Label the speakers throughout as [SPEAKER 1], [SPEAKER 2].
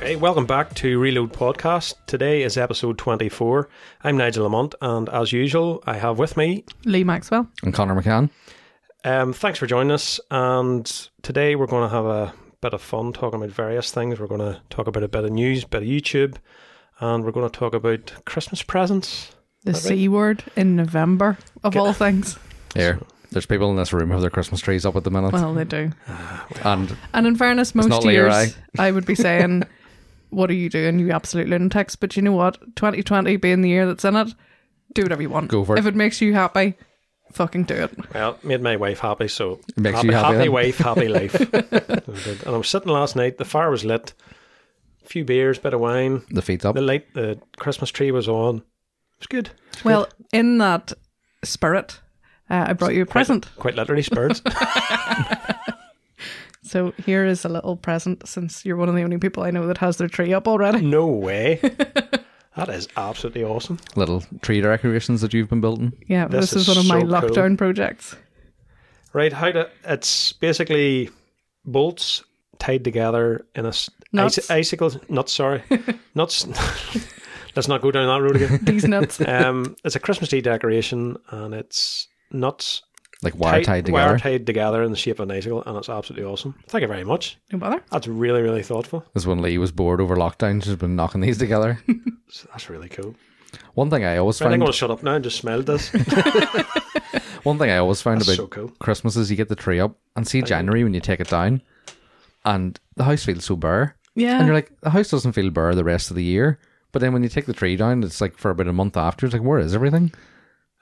[SPEAKER 1] Hey, welcome back to Reload Podcast. Today is episode 24. I'm Nigel Lamont, and as usual, I have with me.
[SPEAKER 2] Lee Maxwell.
[SPEAKER 3] And Connor McCann.
[SPEAKER 1] Um, thanks for joining us, and today we're going to have a bit of fun talking about various things. We're going to talk about a bit of news, bit of YouTube, and we're going to talk about Christmas presents.
[SPEAKER 2] The
[SPEAKER 1] Is that right?
[SPEAKER 2] C word in November, of
[SPEAKER 1] Get-
[SPEAKER 2] all things.
[SPEAKER 3] Here. There's people in this room who have their Christmas trees up at the minute.
[SPEAKER 2] Well, they do.
[SPEAKER 3] and
[SPEAKER 2] And in fairness, most
[SPEAKER 3] not
[SPEAKER 2] years
[SPEAKER 3] Leroy.
[SPEAKER 2] I would be saying, What are you doing, you absolute lunatics? But you know what? 2020 being the year that's in it, do whatever you want.
[SPEAKER 3] Go for it.
[SPEAKER 2] If it makes you happy, fucking do it.
[SPEAKER 1] Well, made my wife happy, so
[SPEAKER 3] Makes
[SPEAKER 1] happy,
[SPEAKER 3] you happy then?
[SPEAKER 1] wife, happy life. and I was sitting last night. The fire was lit, a few beers, bit of wine.
[SPEAKER 3] the feet up.
[SPEAKER 1] The light, the Christmas tree was on. It was good.
[SPEAKER 2] Well, in that spirit, uh, I brought you a present.
[SPEAKER 1] Quite literally, spirits.
[SPEAKER 2] So here is a little present since you're one of the only people I know that has their tree up already.
[SPEAKER 1] no way. That is absolutely awesome.
[SPEAKER 3] Little tree decorations that you've been building.
[SPEAKER 2] Yeah,
[SPEAKER 1] This
[SPEAKER 2] this,
[SPEAKER 1] is
[SPEAKER 2] is, one of my
[SPEAKER 1] so cool.
[SPEAKER 2] lockdown projects.
[SPEAKER 1] Right, how to? It's basically bolts tied together in a s-
[SPEAKER 2] Nuts.
[SPEAKER 1] ice- icicles. Nuts, sorry, nuts. Let's not go down that road again.
[SPEAKER 2] These nuts.
[SPEAKER 1] Um, it's a Christmas tree decoration, and it's nuts
[SPEAKER 3] Like wire tied together.
[SPEAKER 1] Wire tied together in the shape of an icicle, and it's absolutely awesome. Thank you very much.
[SPEAKER 2] No bother.
[SPEAKER 1] That's really, really thoughtful.
[SPEAKER 3] This is when Lee was bored over lockdown. She's been knocking these together.
[SPEAKER 1] So That's really cool.
[SPEAKER 3] one thing I always
[SPEAKER 1] Right, I think
[SPEAKER 3] find
[SPEAKER 1] I'm gonna shut up now and just smell this.
[SPEAKER 3] one thing I always find
[SPEAKER 1] That's
[SPEAKER 3] about
[SPEAKER 1] so cool.
[SPEAKER 3] Christmas is you get the tree up and see January when you take it down and the house feels so bare.
[SPEAKER 2] Yeah.
[SPEAKER 3] And you're like, the house doesn't feel bare the rest of the year. But then when you take the tree down, it's like for about a month after, it's like, where is everything?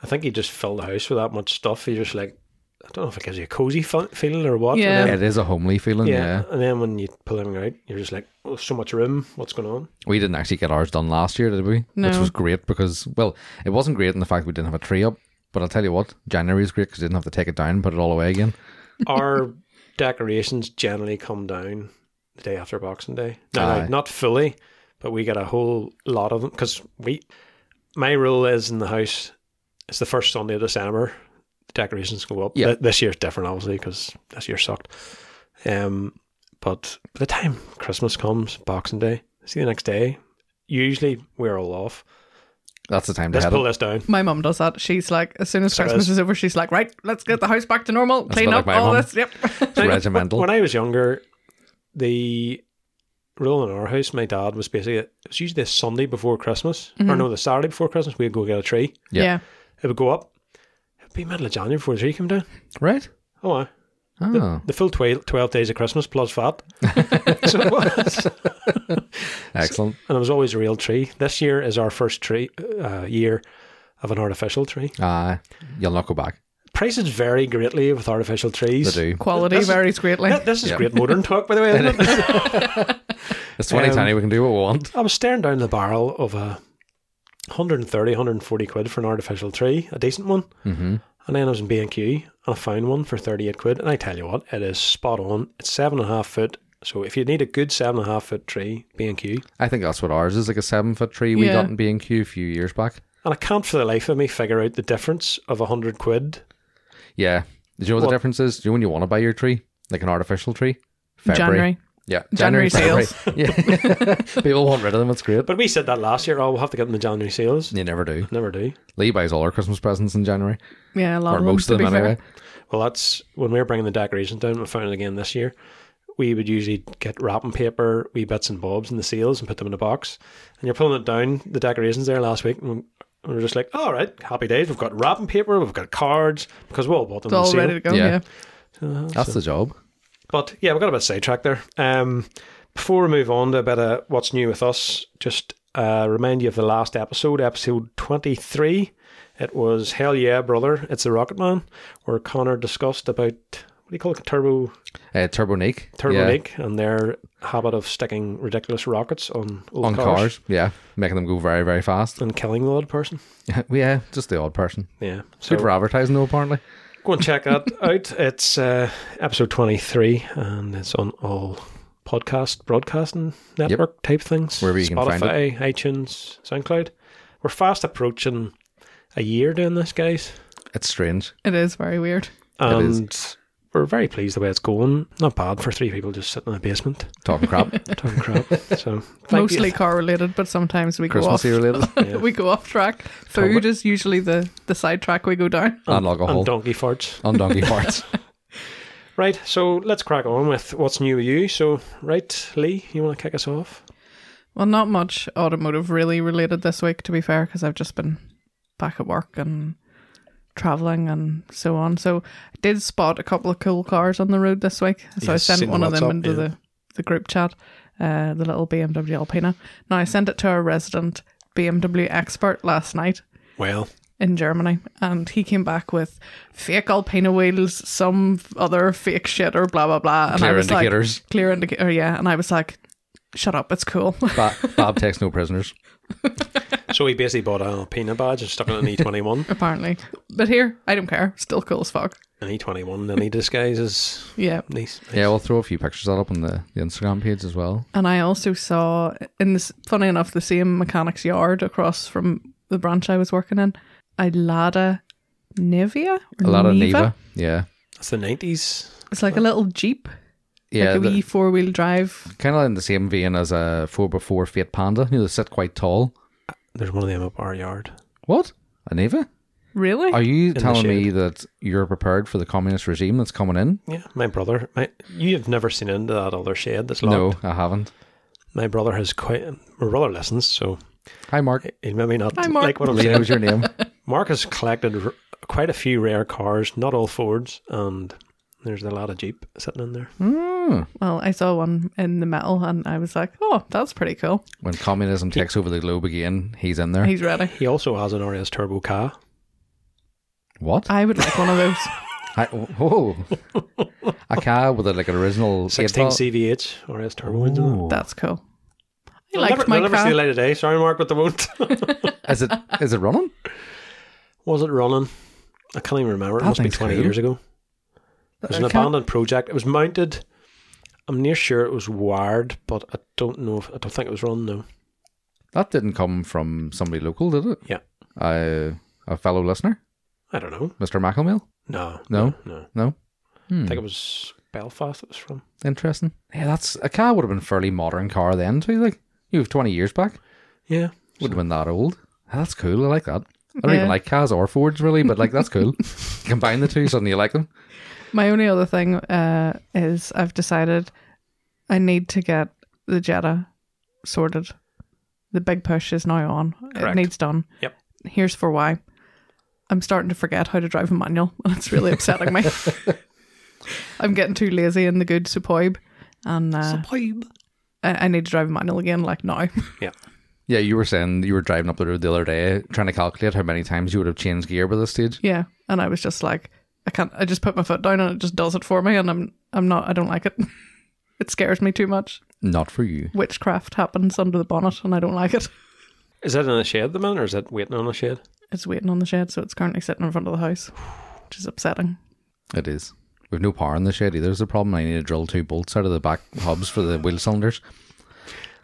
[SPEAKER 1] I think he just filled the house with that much stuff. He just like, I don't know if it gives you a cozy fe- feeling or what.
[SPEAKER 2] Yeah.
[SPEAKER 1] And then,
[SPEAKER 3] It is a homely feeling, yeah.
[SPEAKER 1] And then when you pull them out, you're just like, oh, so much room. What's going on?
[SPEAKER 3] We didn't actually get ours done last year, did we?
[SPEAKER 2] No.
[SPEAKER 3] Which was great because, well, it wasn't great in the fact we didn't have a tree up. But I'll tell you what, January is great because we didn't have to take it down and put it all away again.
[SPEAKER 1] Our decorations generally come down the day after Boxing Day. No, no,
[SPEAKER 3] Aye.
[SPEAKER 1] not fully, but we get a whole lot of them because we. My rule is in the house. It's the first Sunday of December. The decorations go up.
[SPEAKER 3] Yeah.
[SPEAKER 1] Th- This year's different, obviously, because this year sucked. Um, but by the time Christmas comes, Boxing Day, see the next day. Usually we're all off.
[SPEAKER 3] That's the time to
[SPEAKER 1] Let's
[SPEAKER 3] head
[SPEAKER 1] pull
[SPEAKER 3] up.
[SPEAKER 1] this down.
[SPEAKER 2] My mum does that. She's like, as soon as
[SPEAKER 1] Sarah's-
[SPEAKER 2] Christmas is over, she's like, right, let's get the house back to normal,
[SPEAKER 3] That's
[SPEAKER 2] clean
[SPEAKER 3] about
[SPEAKER 2] up
[SPEAKER 3] like my
[SPEAKER 2] all
[SPEAKER 3] mum.
[SPEAKER 2] this. Yep.
[SPEAKER 3] It's regimental.
[SPEAKER 1] When I was younger, the rule in our house, my dad was basically it was usually the Sunday before Christmas,
[SPEAKER 3] Mm-hmm.
[SPEAKER 1] or no, the Saturday before Christmas. We'd go get a tree.
[SPEAKER 3] Yeah.
[SPEAKER 1] It would go up. It'd be middle of January before the tree came down.
[SPEAKER 3] right?
[SPEAKER 1] Oh, wow.
[SPEAKER 3] Oh.
[SPEAKER 1] the full twel- twelve days of Christmas plus fat. so it was.
[SPEAKER 3] Excellent.
[SPEAKER 1] and it was always a real tree. This year is our first tree uh, year of an artificial tree.
[SPEAKER 3] Uh, you'll not go back.
[SPEAKER 1] Prices vary greatly with artificial
[SPEAKER 3] They
[SPEAKER 1] trees.
[SPEAKER 3] do.
[SPEAKER 2] Quality
[SPEAKER 1] This is-
[SPEAKER 2] varies greatly.
[SPEAKER 1] Th- This is
[SPEAKER 3] Yeah.
[SPEAKER 1] great modern talk, by the way. Isn't it?
[SPEAKER 3] It's 2020.
[SPEAKER 2] Um,
[SPEAKER 3] we can do what we want.
[SPEAKER 1] I was staring down the barrel of a 130, 140 quid for an artificial tree, a decent one.
[SPEAKER 3] Mm-hmm.
[SPEAKER 1] And then I was in B&Q and I found one for 38 quid. And I tell you what, it is spot on. It's seven and a half foot. So if you need a good seven and a half foot tree, B&Q.
[SPEAKER 3] I think that's what ours is like a seven foot tree we
[SPEAKER 2] Yeah.
[SPEAKER 3] got in B and Q a few years back.
[SPEAKER 1] And I can't for the life of me figure out the difference of a 100 quid.
[SPEAKER 3] Yeah. Do you know what,
[SPEAKER 1] What?
[SPEAKER 3] the difference is? Do you know when you want to buy your tree? Like an artificial tree?
[SPEAKER 2] January.
[SPEAKER 3] Yeah.
[SPEAKER 2] January
[SPEAKER 3] February.
[SPEAKER 2] sales.
[SPEAKER 3] Yeah. People want rid of them. It's great.
[SPEAKER 1] But we said that last year. Oh, we'll have to get them the January sales.
[SPEAKER 3] You never do.
[SPEAKER 1] Never do.
[SPEAKER 3] Lee buys all our Christmas presents in January,
[SPEAKER 2] Yeah, a lot
[SPEAKER 3] or
[SPEAKER 2] of
[SPEAKER 3] most
[SPEAKER 2] them,
[SPEAKER 3] of
[SPEAKER 2] to
[SPEAKER 3] them
[SPEAKER 2] be fair.
[SPEAKER 3] anyway.
[SPEAKER 1] Well, that's when we were bringing the decorations down. We found it again this year. We would usually get wrapping paper, wee bits and bobs in the seals and put them in a box. And you're pulling it down, the decorations there last week. And we were just like, all right, happy days. We've got wrapping paper, we've got cards, because we all bought them in
[SPEAKER 2] It's
[SPEAKER 1] the
[SPEAKER 2] all
[SPEAKER 1] seal.
[SPEAKER 2] ready to go.
[SPEAKER 3] Yeah.
[SPEAKER 2] Yeah.
[SPEAKER 3] That's the job.
[SPEAKER 1] But yeah, we got a bit sidetracked there. Um, before we move on to a bit of what's new with us, just uh, remind you of the last episode, episode 23. It was Hell Yeah, Brother, It's the Rocket Man, where Connor discussed about, what do you call it, turbo
[SPEAKER 3] Uh, Turbo Nick.
[SPEAKER 1] Turbo
[SPEAKER 3] yeah.
[SPEAKER 1] League and their habit of sticking ridiculous rockets on old
[SPEAKER 3] On
[SPEAKER 1] cars,
[SPEAKER 3] cars. Yeah. Making them go very, very fast.
[SPEAKER 1] and killing the odd person.
[SPEAKER 3] yeah. Just the odd person.
[SPEAKER 1] Yeah.
[SPEAKER 3] Good for
[SPEAKER 1] So
[SPEAKER 3] advertising, though, apparently.
[SPEAKER 1] go and check that out. It's uh, episode 23 and it's on all podcast broadcasting network type things.
[SPEAKER 3] Wherever you can
[SPEAKER 1] Spotify,
[SPEAKER 3] find
[SPEAKER 1] iTunes, SoundCloud. We're fast approaching a year doing this, guys.
[SPEAKER 3] It's strange.
[SPEAKER 2] It is very weird.
[SPEAKER 3] It is.
[SPEAKER 1] And we're very pleased the way it's going. Not bad for three people just sitting in the basement
[SPEAKER 3] Talking crap.
[SPEAKER 1] talking crap. So thank you.
[SPEAKER 2] Mostly car related, but sometimes we go off.
[SPEAKER 3] Christmassy related.
[SPEAKER 1] Yeah.
[SPEAKER 2] we go off track. Food is usually the the side track we go down.
[SPEAKER 3] and
[SPEAKER 1] and
[SPEAKER 3] alcohol.
[SPEAKER 1] donkey farts.
[SPEAKER 3] On donkey parts.
[SPEAKER 1] Right, so let's crack on with what's new with you. So, right, Lee, you want to kick us off?
[SPEAKER 2] Well, not much automotive really related this week, to be fair, because I've just been back at work and traveling and so on. So I did spot a couple of cool cars on the road this week. So I
[SPEAKER 1] Yes,
[SPEAKER 2] sent
[SPEAKER 1] seen
[SPEAKER 2] one of them
[SPEAKER 1] WhatsApp,
[SPEAKER 2] into
[SPEAKER 1] yeah.
[SPEAKER 2] the, the group chat, uh, the little BMW Alpina. Now I sent it to our resident BMW expert last night.
[SPEAKER 1] Well,
[SPEAKER 2] in Germany, and he came back with fake Alpina wheels, some other fake shit, or blah blah blah. And I
[SPEAKER 3] Clear
[SPEAKER 2] was
[SPEAKER 3] indicators.
[SPEAKER 2] like, clear indicator, yeah. And I was like, shut up, it's cool.
[SPEAKER 3] Ba- Bob takes no prisoners.
[SPEAKER 1] so he basically bought an Alpina badge and stuck it in an E E21,
[SPEAKER 2] Apparently, but here I don't care. Still cool as fuck.
[SPEAKER 1] an E E21, and he disguises
[SPEAKER 2] Yeah.
[SPEAKER 1] nice.
[SPEAKER 3] Yeah, we'll throw a few pictures of that up on the, the Instagram page as well.
[SPEAKER 2] And I also saw in this, funny enough, the same mechanic's yard across from the branch I was working in, a Lada Nevia. or
[SPEAKER 3] A lot of
[SPEAKER 2] Niva?
[SPEAKER 3] Neva. Yeah.
[SPEAKER 1] That's the 90s.
[SPEAKER 2] It's like a little jeep,
[SPEAKER 3] Yeah.
[SPEAKER 2] like a wee four wheel drive.
[SPEAKER 3] kind of in the same vein as a 4x4 Fiat Panda. You know, they sit quite tall.
[SPEAKER 1] There's one of them up our yard.
[SPEAKER 3] What? A Neva?
[SPEAKER 2] Really?
[SPEAKER 3] Are you telling me
[SPEAKER 1] shade.
[SPEAKER 3] that you're prepared for the communist regime that's coming in?
[SPEAKER 1] Yeah, my brother. My, you have never seen into that other shed that's locked.
[SPEAKER 3] No, I haven't.
[SPEAKER 1] My brother has quite. My brother listens, so
[SPEAKER 3] Hi, Mark.
[SPEAKER 1] he maybe not
[SPEAKER 2] Hi, Mark.
[SPEAKER 1] like what I'm
[SPEAKER 3] He
[SPEAKER 1] saying.
[SPEAKER 3] knows your name.
[SPEAKER 1] Mark has collected r- quite a few rare cars, not all Fords, and there's a lot of Jeep sitting in there.
[SPEAKER 3] Hmm.
[SPEAKER 2] Well, I saw one in the metal and I was like, oh, that's pretty cool.
[SPEAKER 3] When communism takes over the globe again, he's in there.
[SPEAKER 2] He's ready.
[SPEAKER 1] He also has an RS turbo car.
[SPEAKER 3] what?
[SPEAKER 1] Uh,
[SPEAKER 2] I would like one of those.
[SPEAKER 3] I, oh, a car with a, like an original eight
[SPEAKER 1] 16
[SPEAKER 3] ball-
[SPEAKER 1] CVH RS turbo
[SPEAKER 3] Ooh.
[SPEAKER 1] engine.
[SPEAKER 2] That's cool. I
[SPEAKER 1] They'll
[SPEAKER 2] liked
[SPEAKER 1] never, they'll
[SPEAKER 2] my
[SPEAKER 1] never see
[SPEAKER 2] car.
[SPEAKER 1] the light of day. Sorry, Mark, but they won't.
[SPEAKER 3] Is it is it running?
[SPEAKER 1] was it running? I can't even remember. It
[SPEAKER 3] That
[SPEAKER 1] must be
[SPEAKER 3] thing's
[SPEAKER 1] 20
[SPEAKER 3] cool.
[SPEAKER 1] years ago. It was an
[SPEAKER 2] I can't-
[SPEAKER 1] abandoned project. It was mounted. I'm near sure it was wired, but I don't know. If, I don't think it was run, no.
[SPEAKER 3] That didn't come from somebody local, did it?
[SPEAKER 1] Yeah.
[SPEAKER 3] Uh, a fellow listener,
[SPEAKER 1] I don't know.
[SPEAKER 3] Mr. McElmill.
[SPEAKER 1] No.
[SPEAKER 3] No?
[SPEAKER 1] No.
[SPEAKER 3] No. Hmm.
[SPEAKER 1] I think it was Belfast it was from.
[SPEAKER 3] Interesting. Yeah, that's a car would have been a fairly modern car then too. Like you have twenty years back,
[SPEAKER 1] Yeah.
[SPEAKER 3] would have been that old. That's cool. I like that. I don't
[SPEAKER 2] Yeah.
[SPEAKER 3] even like cars or Fords really, but like that's cool. Combine the two, suddenly you like them.
[SPEAKER 2] My only other thing uh, is I've decided I need to get the Jetta sorted. The big push is now on. It
[SPEAKER 1] Correct.
[SPEAKER 2] needs done.
[SPEAKER 1] Yep.
[SPEAKER 2] Here's for why. I'm starting to forget how to drive a manual, and it's really upsetting me. I'm getting too lazy in the good Supoib, and uh, I-, I need to drive a manual again, like now.
[SPEAKER 3] Yeah, you were saying you were driving up the road the other day, trying to calculate how many times you would have changed gear by this stage.
[SPEAKER 2] Yeah, and I was just like, I can't. I just put my foot down, and it just does it for me, and I'm I'm not. I don't like it. It scares me too much.
[SPEAKER 3] Not for you.
[SPEAKER 2] Witchcraft happens under the bonnet, and I don't like it.
[SPEAKER 1] Is that in a shed, the man, or is that waiting on a shed?
[SPEAKER 2] It's waiting on the shed, so it's currently sitting in front of the house, which is upsetting.
[SPEAKER 3] It is. We've no power in the shed either. There's a problem. I need to drill two bolts out of the back hubs for the wheel cylinders.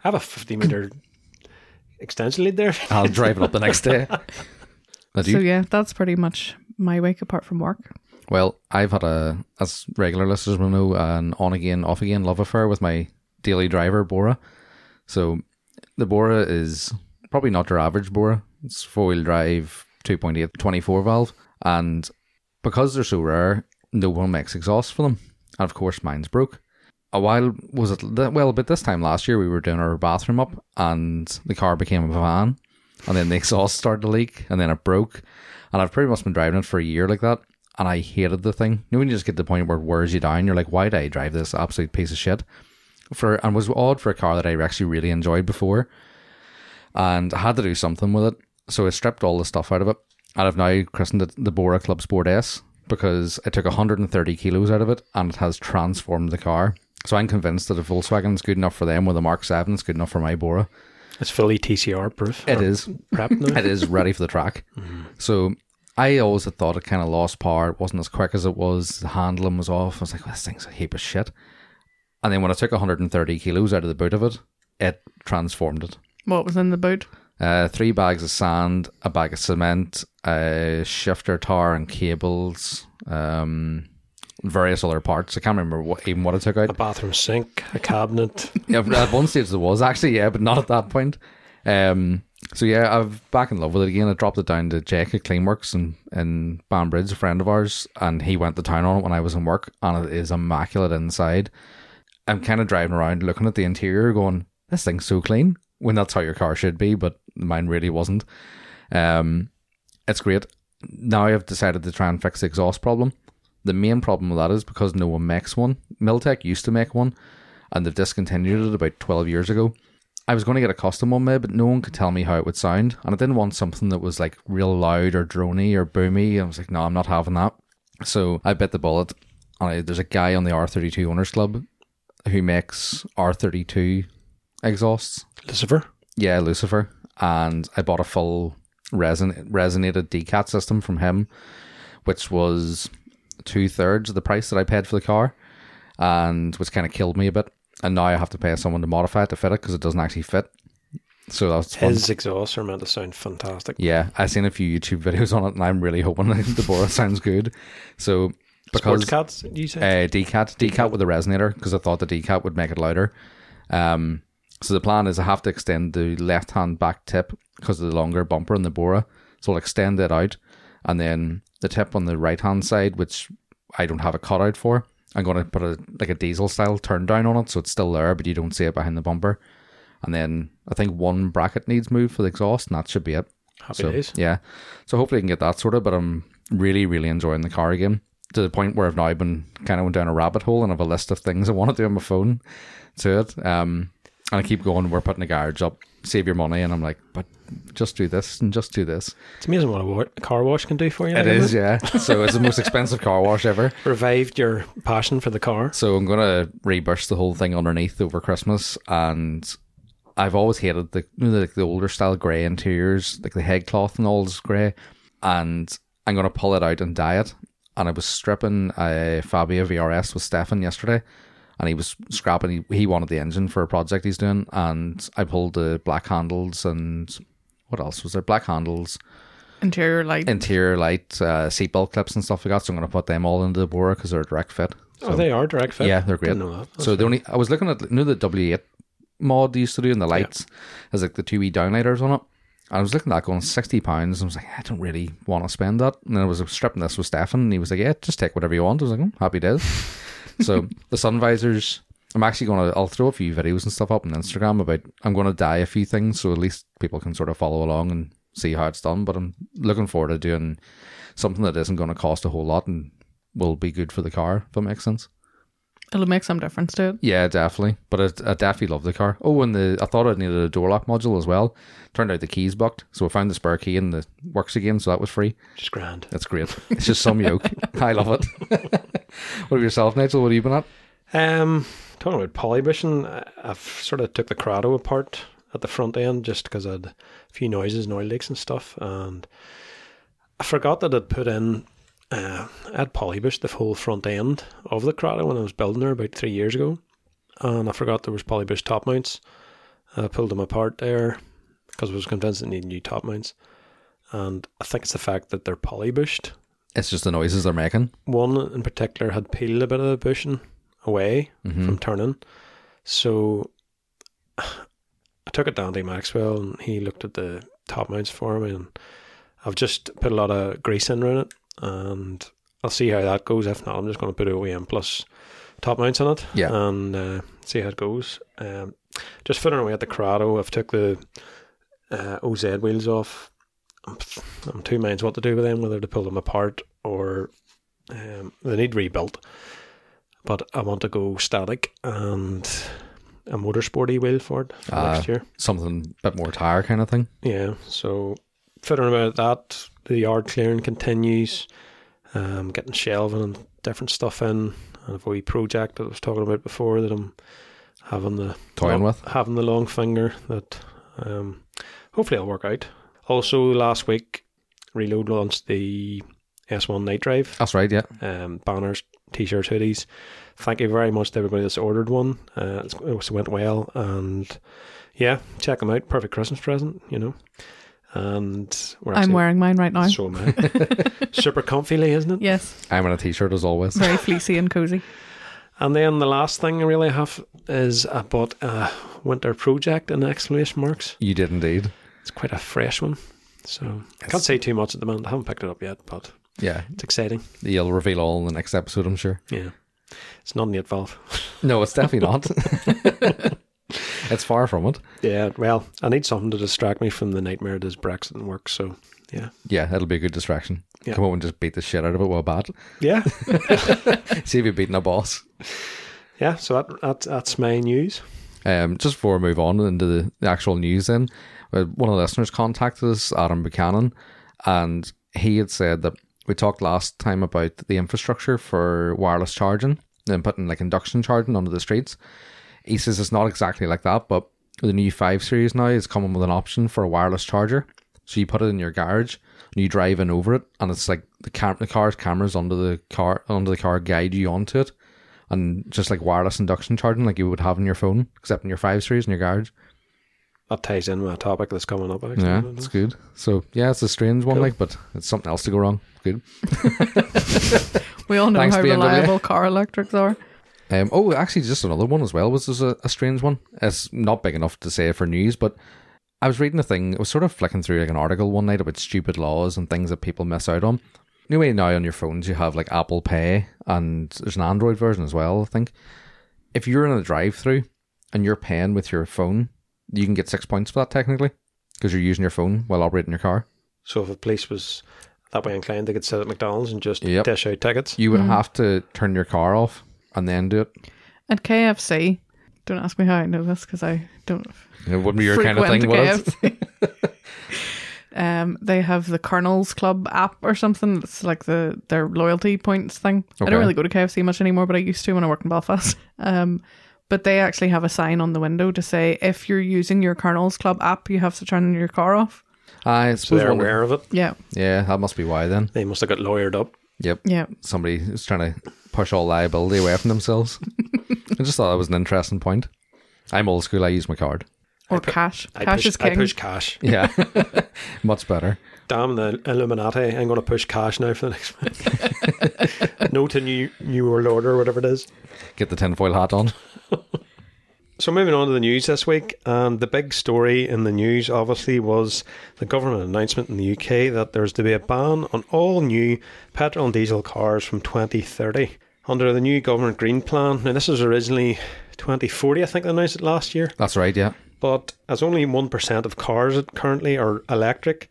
[SPEAKER 1] I have a 50 meter extension lead there.
[SPEAKER 3] I'll drive it up the next day. Now, do you-
[SPEAKER 2] So yeah, that's pretty much my week apart from work.
[SPEAKER 3] Well, I've had a, as regular listeners will know, an on again, off again love affair with my daily driver, Bora. So the Bora is probably not your average Bora. It's four wheel drive, 2.8, 24 valve. And because they're so rare, no one makes exhaust for them. And of course, mine's broke. A while was it, well, about this time last year, we were doing our bathroom up and the car became a van. And then the exhaust started to leak and then it broke. And I've pretty much been driving it for a year like that. And I hated the thing. You know, when you just get to the point where it wears you down, you're like, why did I drive this absolute piece of shit? For and was odd for a car that I actually really enjoyed before. And I had to do something with it. So I stripped all the stuff out of it. And I've now christened it the Bora Club Sport S because I took 130 kilos out of it and it has transformed the car. So I'm convinced that if Volkswagen's good enough for them with a Mark 7, it's good enough for my Bora.
[SPEAKER 1] It's fully TCR proof.
[SPEAKER 3] It
[SPEAKER 1] or
[SPEAKER 3] is
[SPEAKER 1] Prep now.
[SPEAKER 3] it is ready for the track. So I always had thought it kind of lost power. It wasn't as quick as it was. The handling was off. I was like, this thing's a heap of shit. And then when I took 130 kilos out of the boot of it, it transformed it.
[SPEAKER 2] What was in the boot?
[SPEAKER 3] Uh, three bags of sand, a bag of cement, a shifter tar and cables, um, various other parts. I can't remember what, even what I took
[SPEAKER 1] A
[SPEAKER 3] out.
[SPEAKER 1] bathroom sink, a cabinet.
[SPEAKER 3] Yeah, at one stage there was actually, yeah, but not at that point. Um, so yeah, I'm back in love with it again. I dropped it down to Jake at Cleanworks and in Banbridge, a friend of ours, and he went to town on it when I was in work, and it is immaculate inside. I'm kind of driving around looking at the interior, going, "This thing's so clean." When that's how your car should be, but mine really wasn't. Um, it's great. Now I've decided to try and fix the exhaust problem. The main problem with that is because no one makes one. Miltech used to make one, and they've discontinued it about 12 years ago. I was going to get a custom one made, but no one could tell me how it would sound, and I didn't want something that was like real loud or drony or boomy. I was like, no, I'm not having that. So I bit the bullet. And I, there's a guy on the R32 Owners Club who makes R32 exhausts.
[SPEAKER 1] Lucifer.
[SPEAKER 3] Yeah, Lucifer. And I bought a full resin resonated decat system from him, which was two thirds of the price that I paid for the car, and which kind of killed me a bit. And now I have to pay someone to modify it to fit it because it doesn't actually fit. So that's fun.
[SPEAKER 1] His exhausts are meant to sound fantastic.
[SPEAKER 3] Yeah, I've seen a few YouTube videos on it, and I'm really hoping that the Bora sounds good. So
[SPEAKER 1] Sports
[SPEAKER 3] because
[SPEAKER 1] cats, you say?
[SPEAKER 3] uh, decat, decat with a resonator because I thought the decat would make it louder. Um, so the plan is I have to extend the left hand back tip because of the longer bumper on the Bora. So I'll extend it out, and then the tip on the right hand side, which I don't have a cutout for, I'm going to put a like a diesel style turn down on it, so it's still there, but you don't see it behind the bumper. And then I think one bracket needs moved for the exhaust, and that should be it.
[SPEAKER 1] Happy
[SPEAKER 3] So,
[SPEAKER 1] days.
[SPEAKER 3] Yeah. So hopefully I can get that sorted, but I'm really, really enjoying the car again to the point where I've now been kind of went down a rabbit hole and have a list of things I want to do on my phone to it. Um, and I keep going, we're putting a garage up, save your money. And I'm like, but just do this and just do this.
[SPEAKER 1] It's amazing what a, wa- a car wash can do for you.
[SPEAKER 3] It
[SPEAKER 1] like,
[SPEAKER 3] is,
[SPEAKER 1] isn't
[SPEAKER 3] yeah. So it's the most expensive car wash ever.
[SPEAKER 1] Revived your passion for the car.
[SPEAKER 3] So I'm gonna reburst the whole thing underneath over Christmas, and I've always hated the you know, like the older style grey interiors, like the headcloth and all is grey, and I'm gonna pull it out and dye it. And I was stripping uh, a Fabia VRS with Stefan yesterday, and he was scrapping. He, he wanted the engine for a project he's doing, and I pulled the black handles and what else was there? Black handles,
[SPEAKER 2] Interior light.
[SPEAKER 3] interior light, uh, seatbelt clips and stuff like that. So I'm gonna put them all into the Bora because they're a direct fit.
[SPEAKER 1] oh, they are direct fit.
[SPEAKER 3] Yeah, they're great.
[SPEAKER 1] Didn't know that.
[SPEAKER 3] So the only I was looking at you know the W eight mod they used to do in the lights as like the two E downlighters on it. And I was looking at that going sixty pounds. I was like, I don't really want to spend that. And then I was stripping this with Stefan, and he was like, Yeah, just take whatever you want. I was like, "Mm, Happy days. so the sun visors. I'm actually gonna I'll throw a few videos and stuff up on Instagram about I'm gonna dye a few things so at least people can sort of follow along and see how it's done. But I'm looking forward to doing something that isn't gonna cost a whole lot and will be good for the car, if that makes sense.
[SPEAKER 2] It'll make some difference to it.
[SPEAKER 3] Yeah, definitely. But I, I definitely love the car. Oh, and the I thought I needed a door lock module as well. Turned out the key's bugged, so I found the spare key and the works again, so that was free.
[SPEAKER 1] Just grand.
[SPEAKER 3] That's great. It's just some yoke. I love it. what about yourself, Nigel? What have you been at?
[SPEAKER 1] Um, talking about polybushing, I- I've sort of took the Corrado apart at the front end just because I had a few noises and oil leaks and stuff, and I forgot that I'd put in. Uh, I'd polybushed the whole front end of the Corrado when I was building her about three years ago, and I forgot there was polybush top mounts. I pulled them apart there because I was convinced it needed new top mounts, and I think it's the fact that they're polybushed
[SPEAKER 3] It's just the noises they're making.
[SPEAKER 1] one in particular had peeled a bit of the bushing away
[SPEAKER 3] Mm-hmm. Hmm.
[SPEAKER 1] from turning. So I took it down to Maxwell and he looked at the top mounts for me and I've just put a lot of grease in around it and I'll see how that goes. If not, I'm just going to put OEM plus top mounts on it
[SPEAKER 3] Yeah.
[SPEAKER 1] and uh, see how it goes. Um, just fiddling away at the Corrado, I've took the uh, OZ wheels off. I'm, I'm two minds what to do with them, whether to pull them apart or um, they need rebuilt. But I want to go static and a motorsporty wheel for it for
[SPEAKER 3] Ah.
[SPEAKER 1] next year.
[SPEAKER 3] Something a bit more tire kind of thing.
[SPEAKER 1] Yeah, so fiddling about that. The yard clearing continues. Um, getting shelving and different stuff in, and a wee project that I was talking about before that I'm having the
[SPEAKER 3] Toying
[SPEAKER 1] long-
[SPEAKER 3] with.
[SPEAKER 1] having the long finger that um, hopefully I'll work out. Also, last week, Reload launched the S1 Night Drive
[SPEAKER 3] That's right, yeah.
[SPEAKER 1] um, banners, t-shirts, hoodies. Thank you very much to everybody that's ordered one. Uh, it's, it also went well, and yeah, check them out. Perfect Christmas present, you know. And we're
[SPEAKER 2] I'm
[SPEAKER 1] actually-
[SPEAKER 2] wearing mine right now.
[SPEAKER 1] So am I. Super comfily, isn't it?
[SPEAKER 2] Yes,
[SPEAKER 3] I'm in a t-shirt as always.
[SPEAKER 2] very fleecy and cozy.
[SPEAKER 1] And then the last thing I really have is I bought a winter project in exclamation marks.
[SPEAKER 3] You did indeed.
[SPEAKER 1] It's quite a fresh one. So I can't
[SPEAKER 3] Yes.
[SPEAKER 1] say too much at the moment. I haven't picked it up yet, but
[SPEAKER 3] Yeah,
[SPEAKER 1] it's exciting.
[SPEAKER 3] you'll reveal all in the next episode, I'm sure.
[SPEAKER 1] Yeah. It's not an 8 valve.
[SPEAKER 3] No, it's definitely not. it's far from it.
[SPEAKER 1] Yeah, well, I need something to distract me from the nightmare that is Brexit and work. So, yeah.
[SPEAKER 3] Yeah, it'll be a good distraction.
[SPEAKER 1] Yeah.
[SPEAKER 3] Come on and just beat the shit out of it while bad.
[SPEAKER 1] Yeah.
[SPEAKER 3] See if you're beating a boss.
[SPEAKER 1] yeah. So that, that that's my news.
[SPEAKER 3] Um, just before we move on into the, the actual news, then uh, one of the listeners contacted us, Adam Buchanan, and he had said that we talked last time about the infrastructure for wireless charging and putting like induction charging onto the streets. He says it's not exactly like that, but the new five series now is coming with an option for a wireless charger. So you put it in your garage and you drive in over it, and it's like the cam- the car's cameras under the car under the car guide you onto it and just like wireless induction charging like you would have in your phone, except in your five series in your garage.
[SPEAKER 1] That ties in with a topic that's coming up. Actually.
[SPEAKER 3] Yeah, it's good. So yeah, it's a strange one, like, but it's something else to go wrong. Good.
[SPEAKER 2] We all know
[SPEAKER 3] Thanks,
[SPEAKER 2] how
[SPEAKER 3] BMW.
[SPEAKER 2] reliable car electrics are.
[SPEAKER 3] Um, oh, actually, just another one as well. Was this a, a strange one? It's not big enough to say for news, but I was reading a thing. I was sort of flicking through like an article one night about stupid laws and things that people miss out on. Anyway, now on your phones you have like Apple Pay, and there's an Android version as well. I think if you're in a drive-through and you're paying with your phone, you can get six points for that technically because you're using your phone while operating your car.
[SPEAKER 1] So if a police was that way inclined, they could sit at McDonald's and just
[SPEAKER 3] Yep.
[SPEAKER 1] dish out tickets.
[SPEAKER 3] You would have to turn your car off and then do it.
[SPEAKER 2] At KFC, don't ask me how I know this because I don't
[SPEAKER 3] It wouldn't be your kind of
[SPEAKER 2] frequent
[SPEAKER 3] thing, would it?
[SPEAKER 2] KFC. um, they have the Colonel's Club app or something. It's like the their loyalty points thing. I
[SPEAKER 3] Okay.
[SPEAKER 2] don't really go to KFC much anymore, but I used to when I worked in Belfast. Um, but they actually have a sign on the window to say if you're using your Colonel's Club app, you have to turn your car off.
[SPEAKER 3] I
[SPEAKER 1] So
[SPEAKER 3] suppose
[SPEAKER 1] they're
[SPEAKER 3] one-
[SPEAKER 1] aware of it.
[SPEAKER 2] Yeah,
[SPEAKER 3] Yeah, that must be why then.
[SPEAKER 1] They must have got lawyered up.
[SPEAKER 3] Yep.
[SPEAKER 2] yeah.
[SPEAKER 3] Somebody is trying to push all liability away from themselves. I just thought that was an interesting point. I'm old school, I use my card.
[SPEAKER 2] Or cash.
[SPEAKER 1] I
[SPEAKER 2] cash
[SPEAKER 1] push,
[SPEAKER 2] is king.
[SPEAKER 1] I push cash.
[SPEAKER 3] Yeah. Much better.
[SPEAKER 1] Damn the Illuminati! I'm going to push cash now for the next one. no to new new world order, whatever it is.
[SPEAKER 3] Get the tinfoil hat on.
[SPEAKER 1] So moving on to the news this week, and the big story in the news obviously was the government announcement in the UK that there's to be a ban on all new petrol and diesel cars from 2030 under the new government green plan. Now this was originally 2040, I think they announced it last year,
[SPEAKER 3] That's right, yeah.
[SPEAKER 1] but as only 1% of cars currently are electric,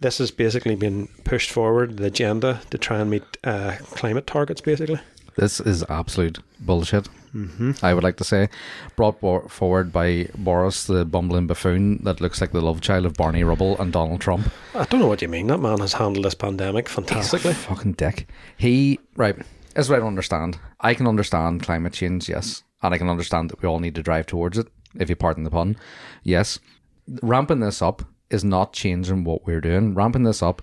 [SPEAKER 1] this has basically been pushed forward the agenda to try and meet uh, climate targets basically.
[SPEAKER 3] This is absolute bullshit, mm-hmm. I would like to say. Brought bor- forward by Boris, the bumbling buffoon that looks like the love child of Barney Rubble and Donald Trump.
[SPEAKER 1] I don't know what you mean. That man has handled this pandemic fantastically.
[SPEAKER 3] Fucking dick. He right. That's what I don't understand. I can understand climate change, yes, and I can understand that we all need to drive towards it. If you pardon the pun, yes. Ramping this up is not changing what we're doing. Ramping this up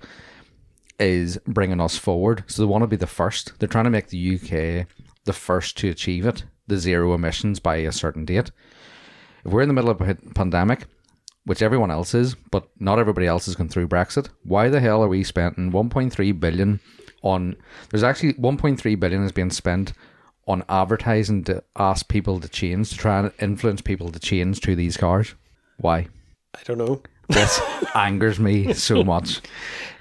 [SPEAKER 3] is bringing us forward. So they want to be the first. They're trying to make the UK the first to achieve it, the zero emissions by a certain date. If we're in the middle of a hit- pandemic, which everyone else is, but not everybody else has gone through Brexit. Why the hell are we spending 1.3 billion on? There's actually 1.3 billion has been spent on advertising to ask people to change, to try and influence people to change to these cars. Why?
[SPEAKER 1] I don't know.
[SPEAKER 3] This angers me so much.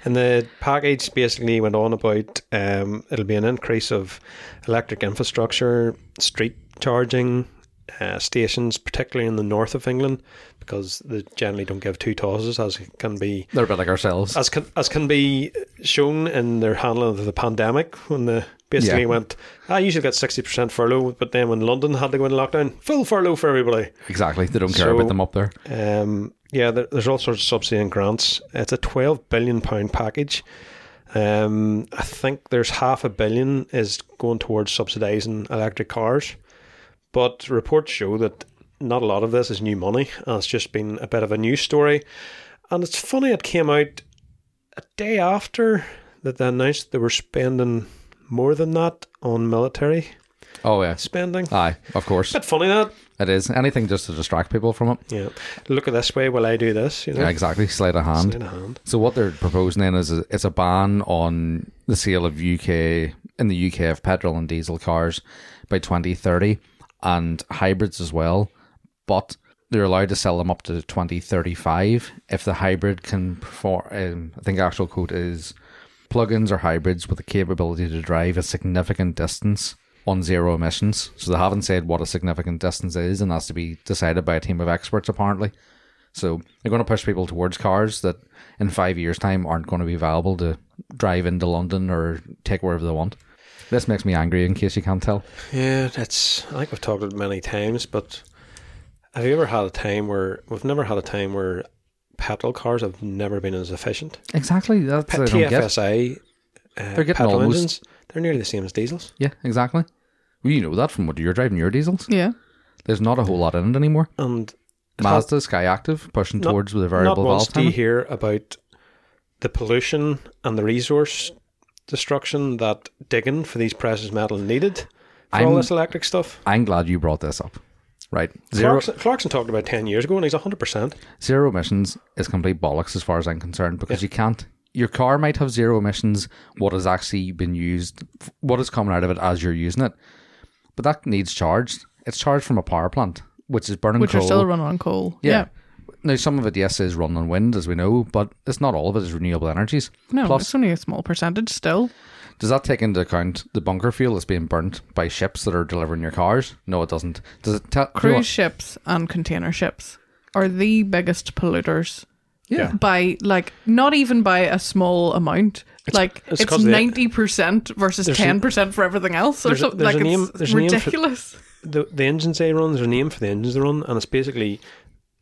[SPEAKER 1] And the package basically went on about um, it'll be an increase of electric infrastructure, street charging uh, stations, particularly in the north of England, because they generally don't give two tosses, as can be
[SPEAKER 3] They're a bit like ourselves.
[SPEAKER 1] as can as can be shown in their handling of the pandemic when they basically
[SPEAKER 3] Yeah.
[SPEAKER 1] went. "Ah, I usually got sixty percent furlough, but then when London had to go into lockdown, full furlough for everybody.
[SPEAKER 3] Exactly. They don't care
[SPEAKER 1] So-
[SPEAKER 3] about them up there.
[SPEAKER 1] Um, yeah, there, there's all sorts of subsidy and grants. It's a twelve billion pound package. Um, I think there's half a billion is going towards subsidising electric cars, but reports show that not a lot of this is new money. And it's just been a bit of a news story, and it's funny it came out a day after that they announced they were spending more than that on military
[SPEAKER 3] Oh yeah.
[SPEAKER 1] spending.
[SPEAKER 3] Ah. Aye, of course.
[SPEAKER 1] Bit funny that
[SPEAKER 3] It is anything just to distract people from it.
[SPEAKER 1] Yeah. Look at this way while I do this. You know?
[SPEAKER 3] Yeah, exactly. Sleight of hand.
[SPEAKER 1] Sleight of hand.
[SPEAKER 3] So what they're proposing then is a, it's a ban on the sale of UK in the UK of petrol and diesel cars by 2030 and hybrids as well, but they're allowed to sell them up to 2035 if the hybrid can perform. Um, I think the actual quote is plugins or hybrids with the capability to drive a significant distance on zero emissions. So they haven't said what a significant distance is, and that's to be decided by a team of experts apparently. So they're going to push people towards cars that in five years' time aren't going to be viable to drive into London or take wherever they want. This makes me angry, in case you can't tell.
[SPEAKER 1] Yeah, that's. I think we've talked about it many times, but have you ever had a time where we've never had a time where petrol cars have never been as efficient?
[SPEAKER 3] Exactly. That's
[SPEAKER 1] Pe-
[SPEAKER 3] what I don't get.
[SPEAKER 1] TFSI. Uh,
[SPEAKER 3] They're getting
[SPEAKER 1] petrol
[SPEAKER 3] almost-
[SPEAKER 1] engines. They're nearly the same as diesels.
[SPEAKER 3] Yeah, exactly. Well, you know that from what you're driving your diesels.
[SPEAKER 2] Yeah.
[SPEAKER 3] There's not a whole lot in it anymore.
[SPEAKER 1] And it has
[SPEAKER 3] Mazda Sky Active pushing
[SPEAKER 1] Not-
[SPEAKER 3] towards with a variable
[SPEAKER 1] Not once
[SPEAKER 3] valve
[SPEAKER 1] do you
[SPEAKER 3] timing.
[SPEAKER 1] hear about the pollution and the resource destruction that digging for these precious metals needed for all
[SPEAKER 3] I'm-
[SPEAKER 1] this electric stuff.
[SPEAKER 3] I'm glad you brought this up. Right, zero
[SPEAKER 1] Clarkson, Clarkson talked about 10 years ago and he's 100%.
[SPEAKER 3] zero emissions is complete bollocks as far as I'm concerned because you can't. Your car might have zero emissions. What has actually been used, what is coming out of it as you're using it, but that needs charged. It's charged from a power plant, which is burning
[SPEAKER 2] Which
[SPEAKER 3] coal.
[SPEAKER 2] are still running on coal. Yeah.
[SPEAKER 3] Now, some of it, yes, is run on wind, as we know, but it's not all of it is renewable energies.
[SPEAKER 2] No,
[SPEAKER 3] Plus,
[SPEAKER 2] it's only a small percentage still.
[SPEAKER 3] does that take into account the bunker fuel that's being burnt by ships that are delivering your cars? No, it doesn't. Does it tell
[SPEAKER 2] Cruise ships and container ships are the biggest polluters.
[SPEAKER 3] Yeah.
[SPEAKER 2] By like not even by a small amount. like
[SPEAKER 1] it's
[SPEAKER 2] it's,
[SPEAKER 1] 'cause they-
[SPEAKER 2] ninety percent versus
[SPEAKER 1] There's an-
[SPEAKER 2] ten percent for everything else or
[SPEAKER 1] there's a-
[SPEAKER 2] something.
[SPEAKER 1] there's
[SPEAKER 2] Like
[SPEAKER 1] a name-
[SPEAKER 2] it's
[SPEAKER 1] there's a name for-
[SPEAKER 2] ridiculous.
[SPEAKER 1] The, the engines they run, there's a name for the engines they run, and it's basically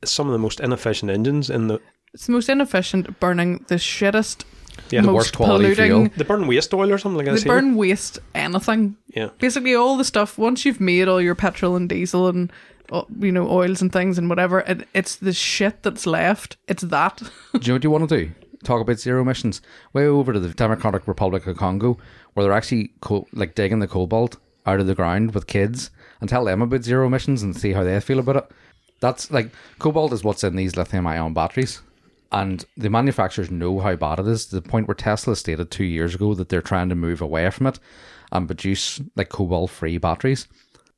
[SPEAKER 1] some of the most inefficient engines in the.
[SPEAKER 2] It's the most inefficient burning the shittest,
[SPEAKER 1] Yeah, the
[SPEAKER 2] most
[SPEAKER 3] worst quality
[SPEAKER 2] polluting.
[SPEAKER 1] They burn waste oil or something like this
[SPEAKER 2] They
[SPEAKER 1] here.
[SPEAKER 2] burn waste anything.
[SPEAKER 1] Yeah.
[SPEAKER 2] Basically, all the stuff once you've made all your petrol and diesel and uh, you know oils and things and whatever, it, it's the shit that's left. It's that.
[SPEAKER 3] Do you know what you want to do? Talk about zero emissions. Way over to the Democratic Republic of Congo, where they're actually co- like digging the cobalt out of the ground with kids, and tell them about zero emissions and see how they feel about it. That's like cobalt is what's in these lithium-ion batteries, and the manufacturers know how bad it is. To the point where Tesla stated two years ago that they're trying to move away from it and produce like cobalt-free batteries.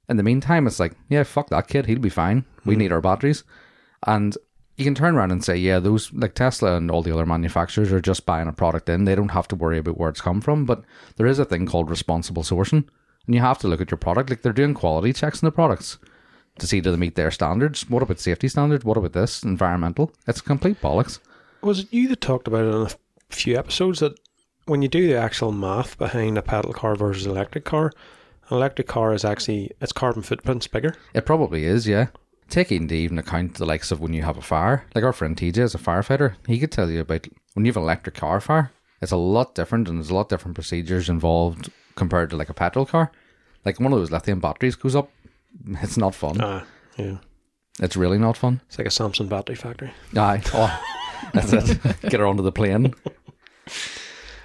[SPEAKER 3] In the meantime, it's like, yeah, fuck that kid. He'll be fine. We need our batteries. And you can turn around and say, yeah, those like Tesla and all the other manufacturers are just buying a product in. They don't have to worry about where it's come from. But there is a thing called responsible sourcing. And you have to look at your product. Like they're doing quality checks on the products to see do they meet their standards. What about safety standards? What about this? Environmental? It's complete bollocks.
[SPEAKER 1] Was it you that talked about it in a f- few episodes that when you do the actual math behind a pedal car versus electric car, an electric car is actually its carbon footprint's bigger.
[SPEAKER 3] It probably is, yeah. Take into even account the likes of when you have a fire. Like our friend TJ is a firefighter. He could tell you about when you have an electric car fire, it's a lot different and there's a lot different procedures involved compared to like a petrol car. Like one of those lithium batteries goes up. It's not fun.
[SPEAKER 1] Ah, yeah.
[SPEAKER 3] It's really not fun.
[SPEAKER 1] It's like a Samsung battery factory.
[SPEAKER 3] Aye. Oh, that's it. Get her onto the plane.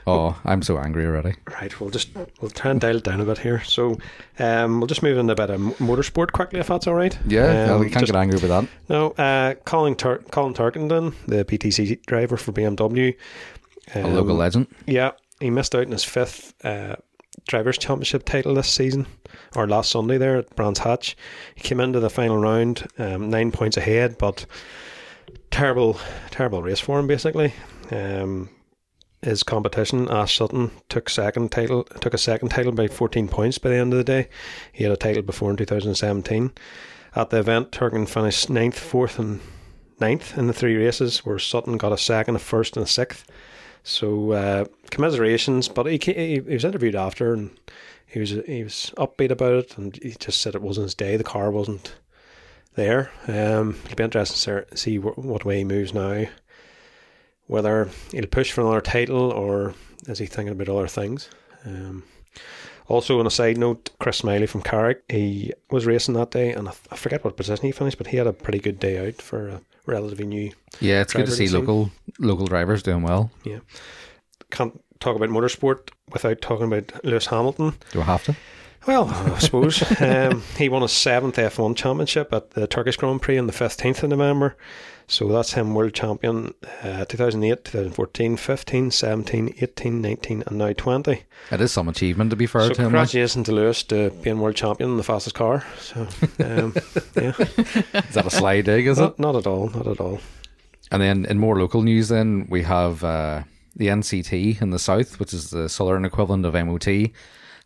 [SPEAKER 3] Oh, I'm so angry already.
[SPEAKER 1] Right, we'll just we'll try and dial it down a bit here. So, um, we'll just move into a bit of m- motorsport quickly, if that's all right.
[SPEAKER 3] Yeah,
[SPEAKER 1] Um,
[SPEAKER 3] I can't
[SPEAKER 1] just-
[SPEAKER 3] get angry with that.
[SPEAKER 1] No, uh, Colin Tur- Colin Turkington, the PTC driver for BMW,
[SPEAKER 3] A local legend.
[SPEAKER 1] Yeah, he missed out on his fifth uh, drivers' championship title this season, or last Sunday there at Brands Hatch. He came into the final round um, nine points ahead, but terrible, terrible race for him basically. Um, his competition, Ash Sutton, took second title, took a second title by 14 points by the end of the day. He had a title before in 2017. At the event, Turkin finished ninth, fourth, and ninth in the three races, where Sutton got a second, a first, and a sixth. So uh, commiserations, but he, ca- he he was interviewed after, and he was he was upbeat about it, and he just said it wasn't his day. The car wasn't there. Um, it'll be interesting to ser- see wh- what way he moves now. Whether he'll push for another title or is he thinking about other things. Um, also, on a side note, Chris Smiley from Carrick, he was racing that day, and I, f- I forget what position he finished, but he had a pretty good day out for a relatively new
[SPEAKER 3] Yeah, it's
[SPEAKER 1] Driver
[SPEAKER 3] good to
[SPEAKER 1] to
[SPEAKER 3] see
[SPEAKER 1] see.
[SPEAKER 3] local local drivers doing well.
[SPEAKER 1] can't talk about motorsport without talking about Lewis Hamilton.
[SPEAKER 3] Do I have to?
[SPEAKER 1] Well, I suppose um, he won his seventh F1 championship at the Turkish Grand Prix on the 15th of November. So that's him world champion uh, 2008, 2014, 15, 17, 18, 19, and now 20.
[SPEAKER 3] It is some achievement, to be fair
[SPEAKER 1] so
[SPEAKER 3] to him. like.
[SPEAKER 1] congratulations to Lewis to being world champion in the fastest car. So um, yeah,
[SPEAKER 3] Is that a sly dig, is it?
[SPEAKER 1] not, not at all, not at all.
[SPEAKER 3] And then in more local news, then we have uh, the NCT in the south, which is the southern equivalent of MOT,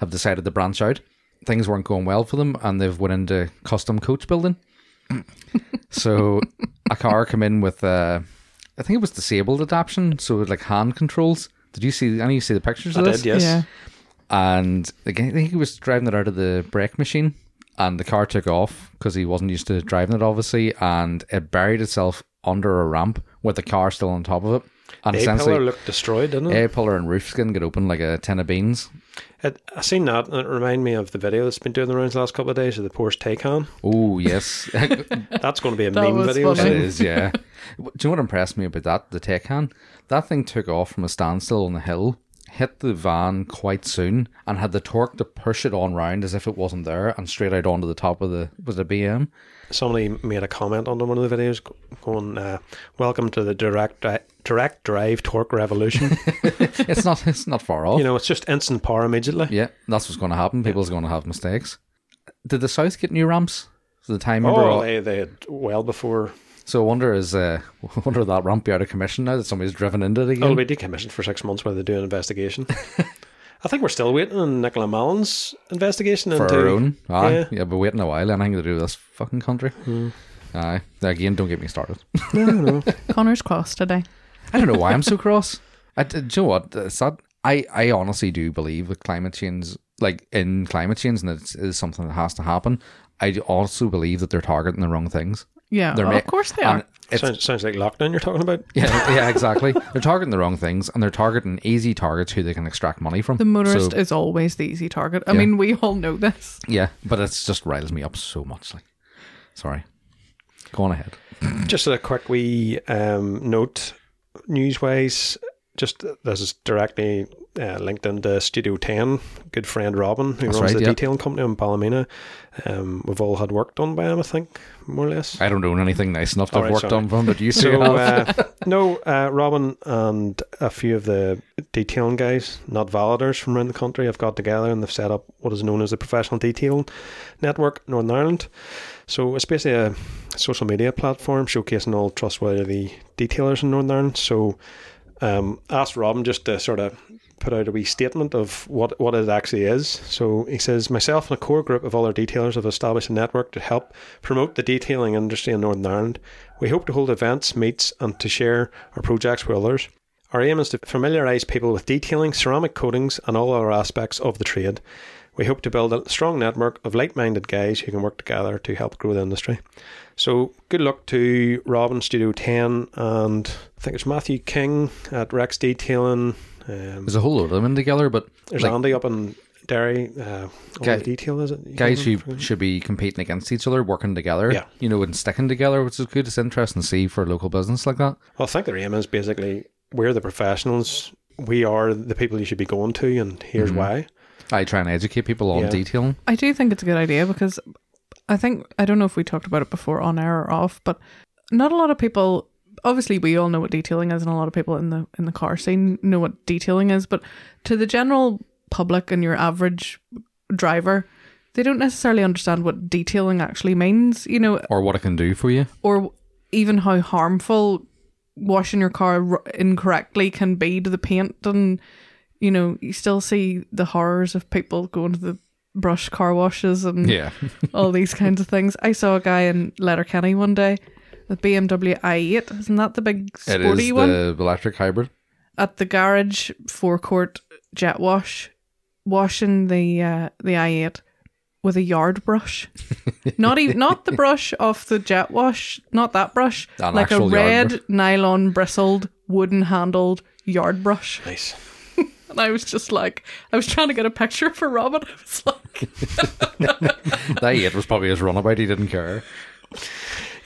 [SPEAKER 3] have decided to branch out. Things weren't going well for them, and they've went into custom coach building. so a car came in with, uh, I think it was disabled adaption, so it was like hand controls. Did you see? Any of you see the pictures
[SPEAKER 1] I
[SPEAKER 3] of this?
[SPEAKER 1] did, yes.
[SPEAKER 2] Yeah.
[SPEAKER 3] and again, I think he was driving it out of the brake machine, and the car took off because he wasn't used to driving it, obviously, and it buried itself under a ramp with the car still on top of it, and
[SPEAKER 1] The
[SPEAKER 3] essentially
[SPEAKER 1] A-pillar looked destroyed, didn't it?
[SPEAKER 3] a pillar and roof skin get open like a tin of beans.
[SPEAKER 1] it? I seen that, and it reminded me of the video that's been doing the rounds the last couple of days of the Porsche Taycan.
[SPEAKER 3] Oh yes, it
[SPEAKER 1] That's going to be a
[SPEAKER 2] That
[SPEAKER 1] meme
[SPEAKER 2] was
[SPEAKER 1] video.
[SPEAKER 2] funny.
[SPEAKER 1] soon.
[SPEAKER 3] is. Yeah. Do you know what impressed me about that? The Taycan, that thing took off from a standstill on the hill. Hit the van quite soon and had the torque to push it on round as if it wasn't there and straight out onto the top of the was it a BM?
[SPEAKER 1] Somebody made a comment under one of the videos g- going, uh, "Welcome to the direct dri- direct drive torque revolution."
[SPEAKER 3] it's not it's not far off.
[SPEAKER 1] you know, it's just instant power immediately.
[SPEAKER 3] yeah, that's what's going to happen. People's going to have mistakes. Did the South get new ramps? So the time remember,
[SPEAKER 1] Oh, they they had well before.
[SPEAKER 3] so I wonder is uh, I wonder if that ramp be out of commission now that somebody's driven into it
[SPEAKER 1] It'll
[SPEAKER 3] again.
[SPEAKER 1] be decommissioned for six months while they do an investigation. I think we're still waiting on Nicola Mallon's investigation
[SPEAKER 3] for
[SPEAKER 1] into
[SPEAKER 3] our own, aye, yeah.
[SPEAKER 1] Yeah. Hmm.
[SPEAKER 3] yeah, but waiting a while, anything to do with this fucking country. Aye, again, don't get me started.
[SPEAKER 2] Connor's cross today.
[SPEAKER 3] I don't know why I'm so cross. I, do you know what? It's that, I, I honestly do believe that climate change, like in climate change, and it is something that has to happen. I do also believe that they're targeting the wrong things.
[SPEAKER 2] Yeah,
[SPEAKER 3] They're
[SPEAKER 2] well,
[SPEAKER 3] ma-
[SPEAKER 2] of course they
[SPEAKER 3] and
[SPEAKER 2] are.
[SPEAKER 3] it's
[SPEAKER 1] Sounds, sounds like lockdown you're talking about.
[SPEAKER 3] Yeah, yeah, exactly. they're targeting the wrong things, and they're targeting easy targets who they can extract money from.
[SPEAKER 2] The motorist
[SPEAKER 3] So,
[SPEAKER 2] is always the easy target. I mean, we all know this.
[SPEAKER 3] yeah, but it's just riles me up so much. Like, sorry. Go on ahead.
[SPEAKER 1] Just a quick wee um, note, news-wise. Just uh, this is directly uh, linked into Studio Ten. Good friend Robin, who
[SPEAKER 3] That's
[SPEAKER 1] runs
[SPEAKER 3] right,
[SPEAKER 1] the
[SPEAKER 3] yeah.
[SPEAKER 1] detailing company in Palomino. Um, we've all had work done by him, I think, more or less.
[SPEAKER 3] I don't own anything nice enough to have
[SPEAKER 1] Alright,
[SPEAKER 3] worked
[SPEAKER 1] sorry.
[SPEAKER 3] on from, but you two
[SPEAKER 1] So
[SPEAKER 3] have.
[SPEAKER 1] uh, no, uh, Robin and a few of the detailing guys, not validators from around the country, have got together and they've set up what is known as the Professional Detailing Network Northern Ireland. So it's basically a social media platform showcasing all trustworthy detailers in Northern Ireland. So um, asked Robin just to sort of put out a wee statement of what, what it actually is. So he says, Myself and a core group of other detailers have established a network to help promote the detailing industry in Northern Ireland. We hope to hold events, meets, and to share our projects with others. Our aim is to familiarise people with detailing, ceramic coatings, and all other aspects of the trade. We hope to build a strong network of like minded guys who can work together to help grow the industry. So good luck to Robin Studio 10 and I think it's Matthew King at Rex Detailing. Um,
[SPEAKER 3] There's a whole load of them in together, but
[SPEAKER 1] there's
[SPEAKER 3] like,
[SPEAKER 1] Andy up in Derry. Uh, all
[SPEAKER 3] Guy-
[SPEAKER 1] the detail is it?
[SPEAKER 3] guys who should be competing against each other, working together,
[SPEAKER 1] Yeah.
[SPEAKER 3] you know, and sticking together, which is good. It's interesting to see for a local business like that.
[SPEAKER 1] Well, I think their aim is basically we're the professionals. We are the people you should be going to, and here's
[SPEAKER 3] Mm-hmm.
[SPEAKER 1] why.
[SPEAKER 3] I try and educate people on
[SPEAKER 1] Yeah.
[SPEAKER 3] detailing.
[SPEAKER 2] I do think it's a good idea because I think I don't know if we talked about it before on air or off, but not a lot of people. Obviously, we all know what detailing is, and a lot of people in the in the car scene know what detailing is. But to the general public and your average driver, they don't necessarily understand what detailing actually means. You know,
[SPEAKER 3] or what it can do for you.
[SPEAKER 2] or even how harmful washing your car r- incorrectly can be to the paint and you know you still see the horrors of people going to the brush car washes and
[SPEAKER 3] Yeah.
[SPEAKER 2] all these kinds of things i saw a guy in letterkenny one day the bmw i8 isn't that the big
[SPEAKER 3] it
[SPEAKER 2] sporty
[SPEAKER 3] is
[SPEAKER 2] one
[SPEAKER 3] the electric hybrid.
[SPEAKER 2] at the garage forecourt jet wash washing the uh, the i8 with a yard brush not even not the brush off the jet wash not that brush
[SPEAKER 3] An
[SPEAKER 2] like a
[SPEAKER 3] actual yard
[SPEAKER 2] red
[SPEAKER 3] brush.
[SPEAKER 2] nylon bristled wooden handled yard brush
[SPEAKER 1] Nice.
[SPEAKER 2] and i was just like i was trying to get a picture for robin i was like
[SPEAKER 3] that it was probably his runabout. He didn't care.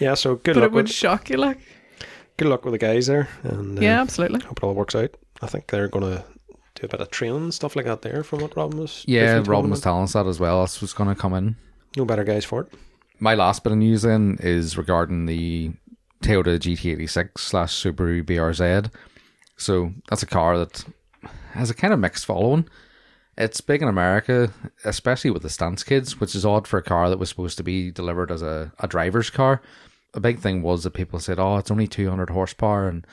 [SPEAKER 1] Yeah. So good
[SPEAKER 2] but
[SPEAKER 1] luck.
[SPEAKER 2] it would
[SPEAKER 1] With,
[SPEAKER 2] shock you like
[SPEAKER 1] good luck with the guys there, and uh,
[SPEAKER 2] yeah absolutely
[SPEAKER 1] hope it all works out. I think they're going to do a bit of training and stuff like that there from what Robin was.
[SPEAKER 3] Yeah,
[SPEAKER 1] briefly
[SPEAKER 3] Robin
[SPEAKER 1] talking
[SPEAKER 3] was
[SPEAKER 1] about.
[SPEAKER 3] telling us that as well. That's what's going to come in.
[SPEAKER 1] No better guys for it.
[SPEAKER 3] My last bit of news then is regarding the Toyota GT86 slash Subaru BRZ. So that's a car that has a kind of mixed following. It's big in America, especially with the stance kids, which is odd for a car that was supposed to be delivered as a, a driver's car. A big thing was that people said, oh, it's only 200 horsepower. And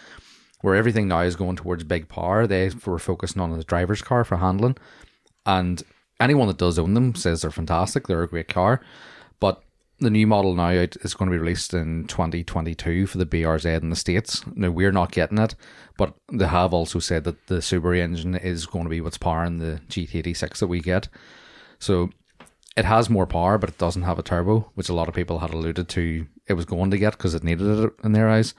[SPEAKER 3] where everything now is going towards big power, they were focusing on the driver's car for handling. And anyone that does own them says they're fantastic, they're a great car. But the new model now out is going to be released in 2022 for the BRZ in the States. Now, we're not getting it, but they have also said that the Subaru engine is going to be what's powering the GT86 that we get. So it has more power, but it doesn't have a turbo, which a lot of people had alluded to it was going to get because it needed it in their eyes.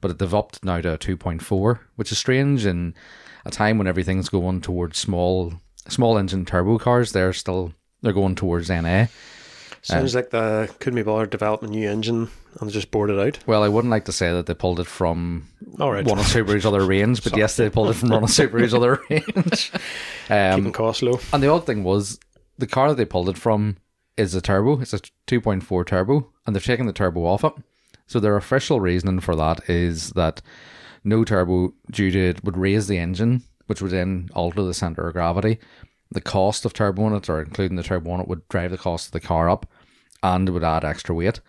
[SPEAKER 3] But they've upped now to a 2.4, which is strange in a time when everything's going towards small small engine turbo cars. They're still they're going towards NA.
[SPEAKER 1] Sounds like the couldn't be bothered developing a new engine and just bored it out.
[SPEAKER 3] Well, I wouldn't like to say that they pulled it from
[SPEAKER 1] All right.
[SPEAKER 3] one of Subaru's other range, but yes, they pulled it from one of Subaru's other range. Um,
[SPEAKER 1] Keeping costs low.
[SPEAKER 3] and the odd thing was the car that they pulled it from is a turbo. It's a 2.4 turbo, and they've taken the turbo off it. So their official reasoning for that is that no turbo due to it would raise the engine, which would then alter the center of gravity. The cost of turbo on it, or including the turbo on it, would drive the cost of the car up, and would add extra weight.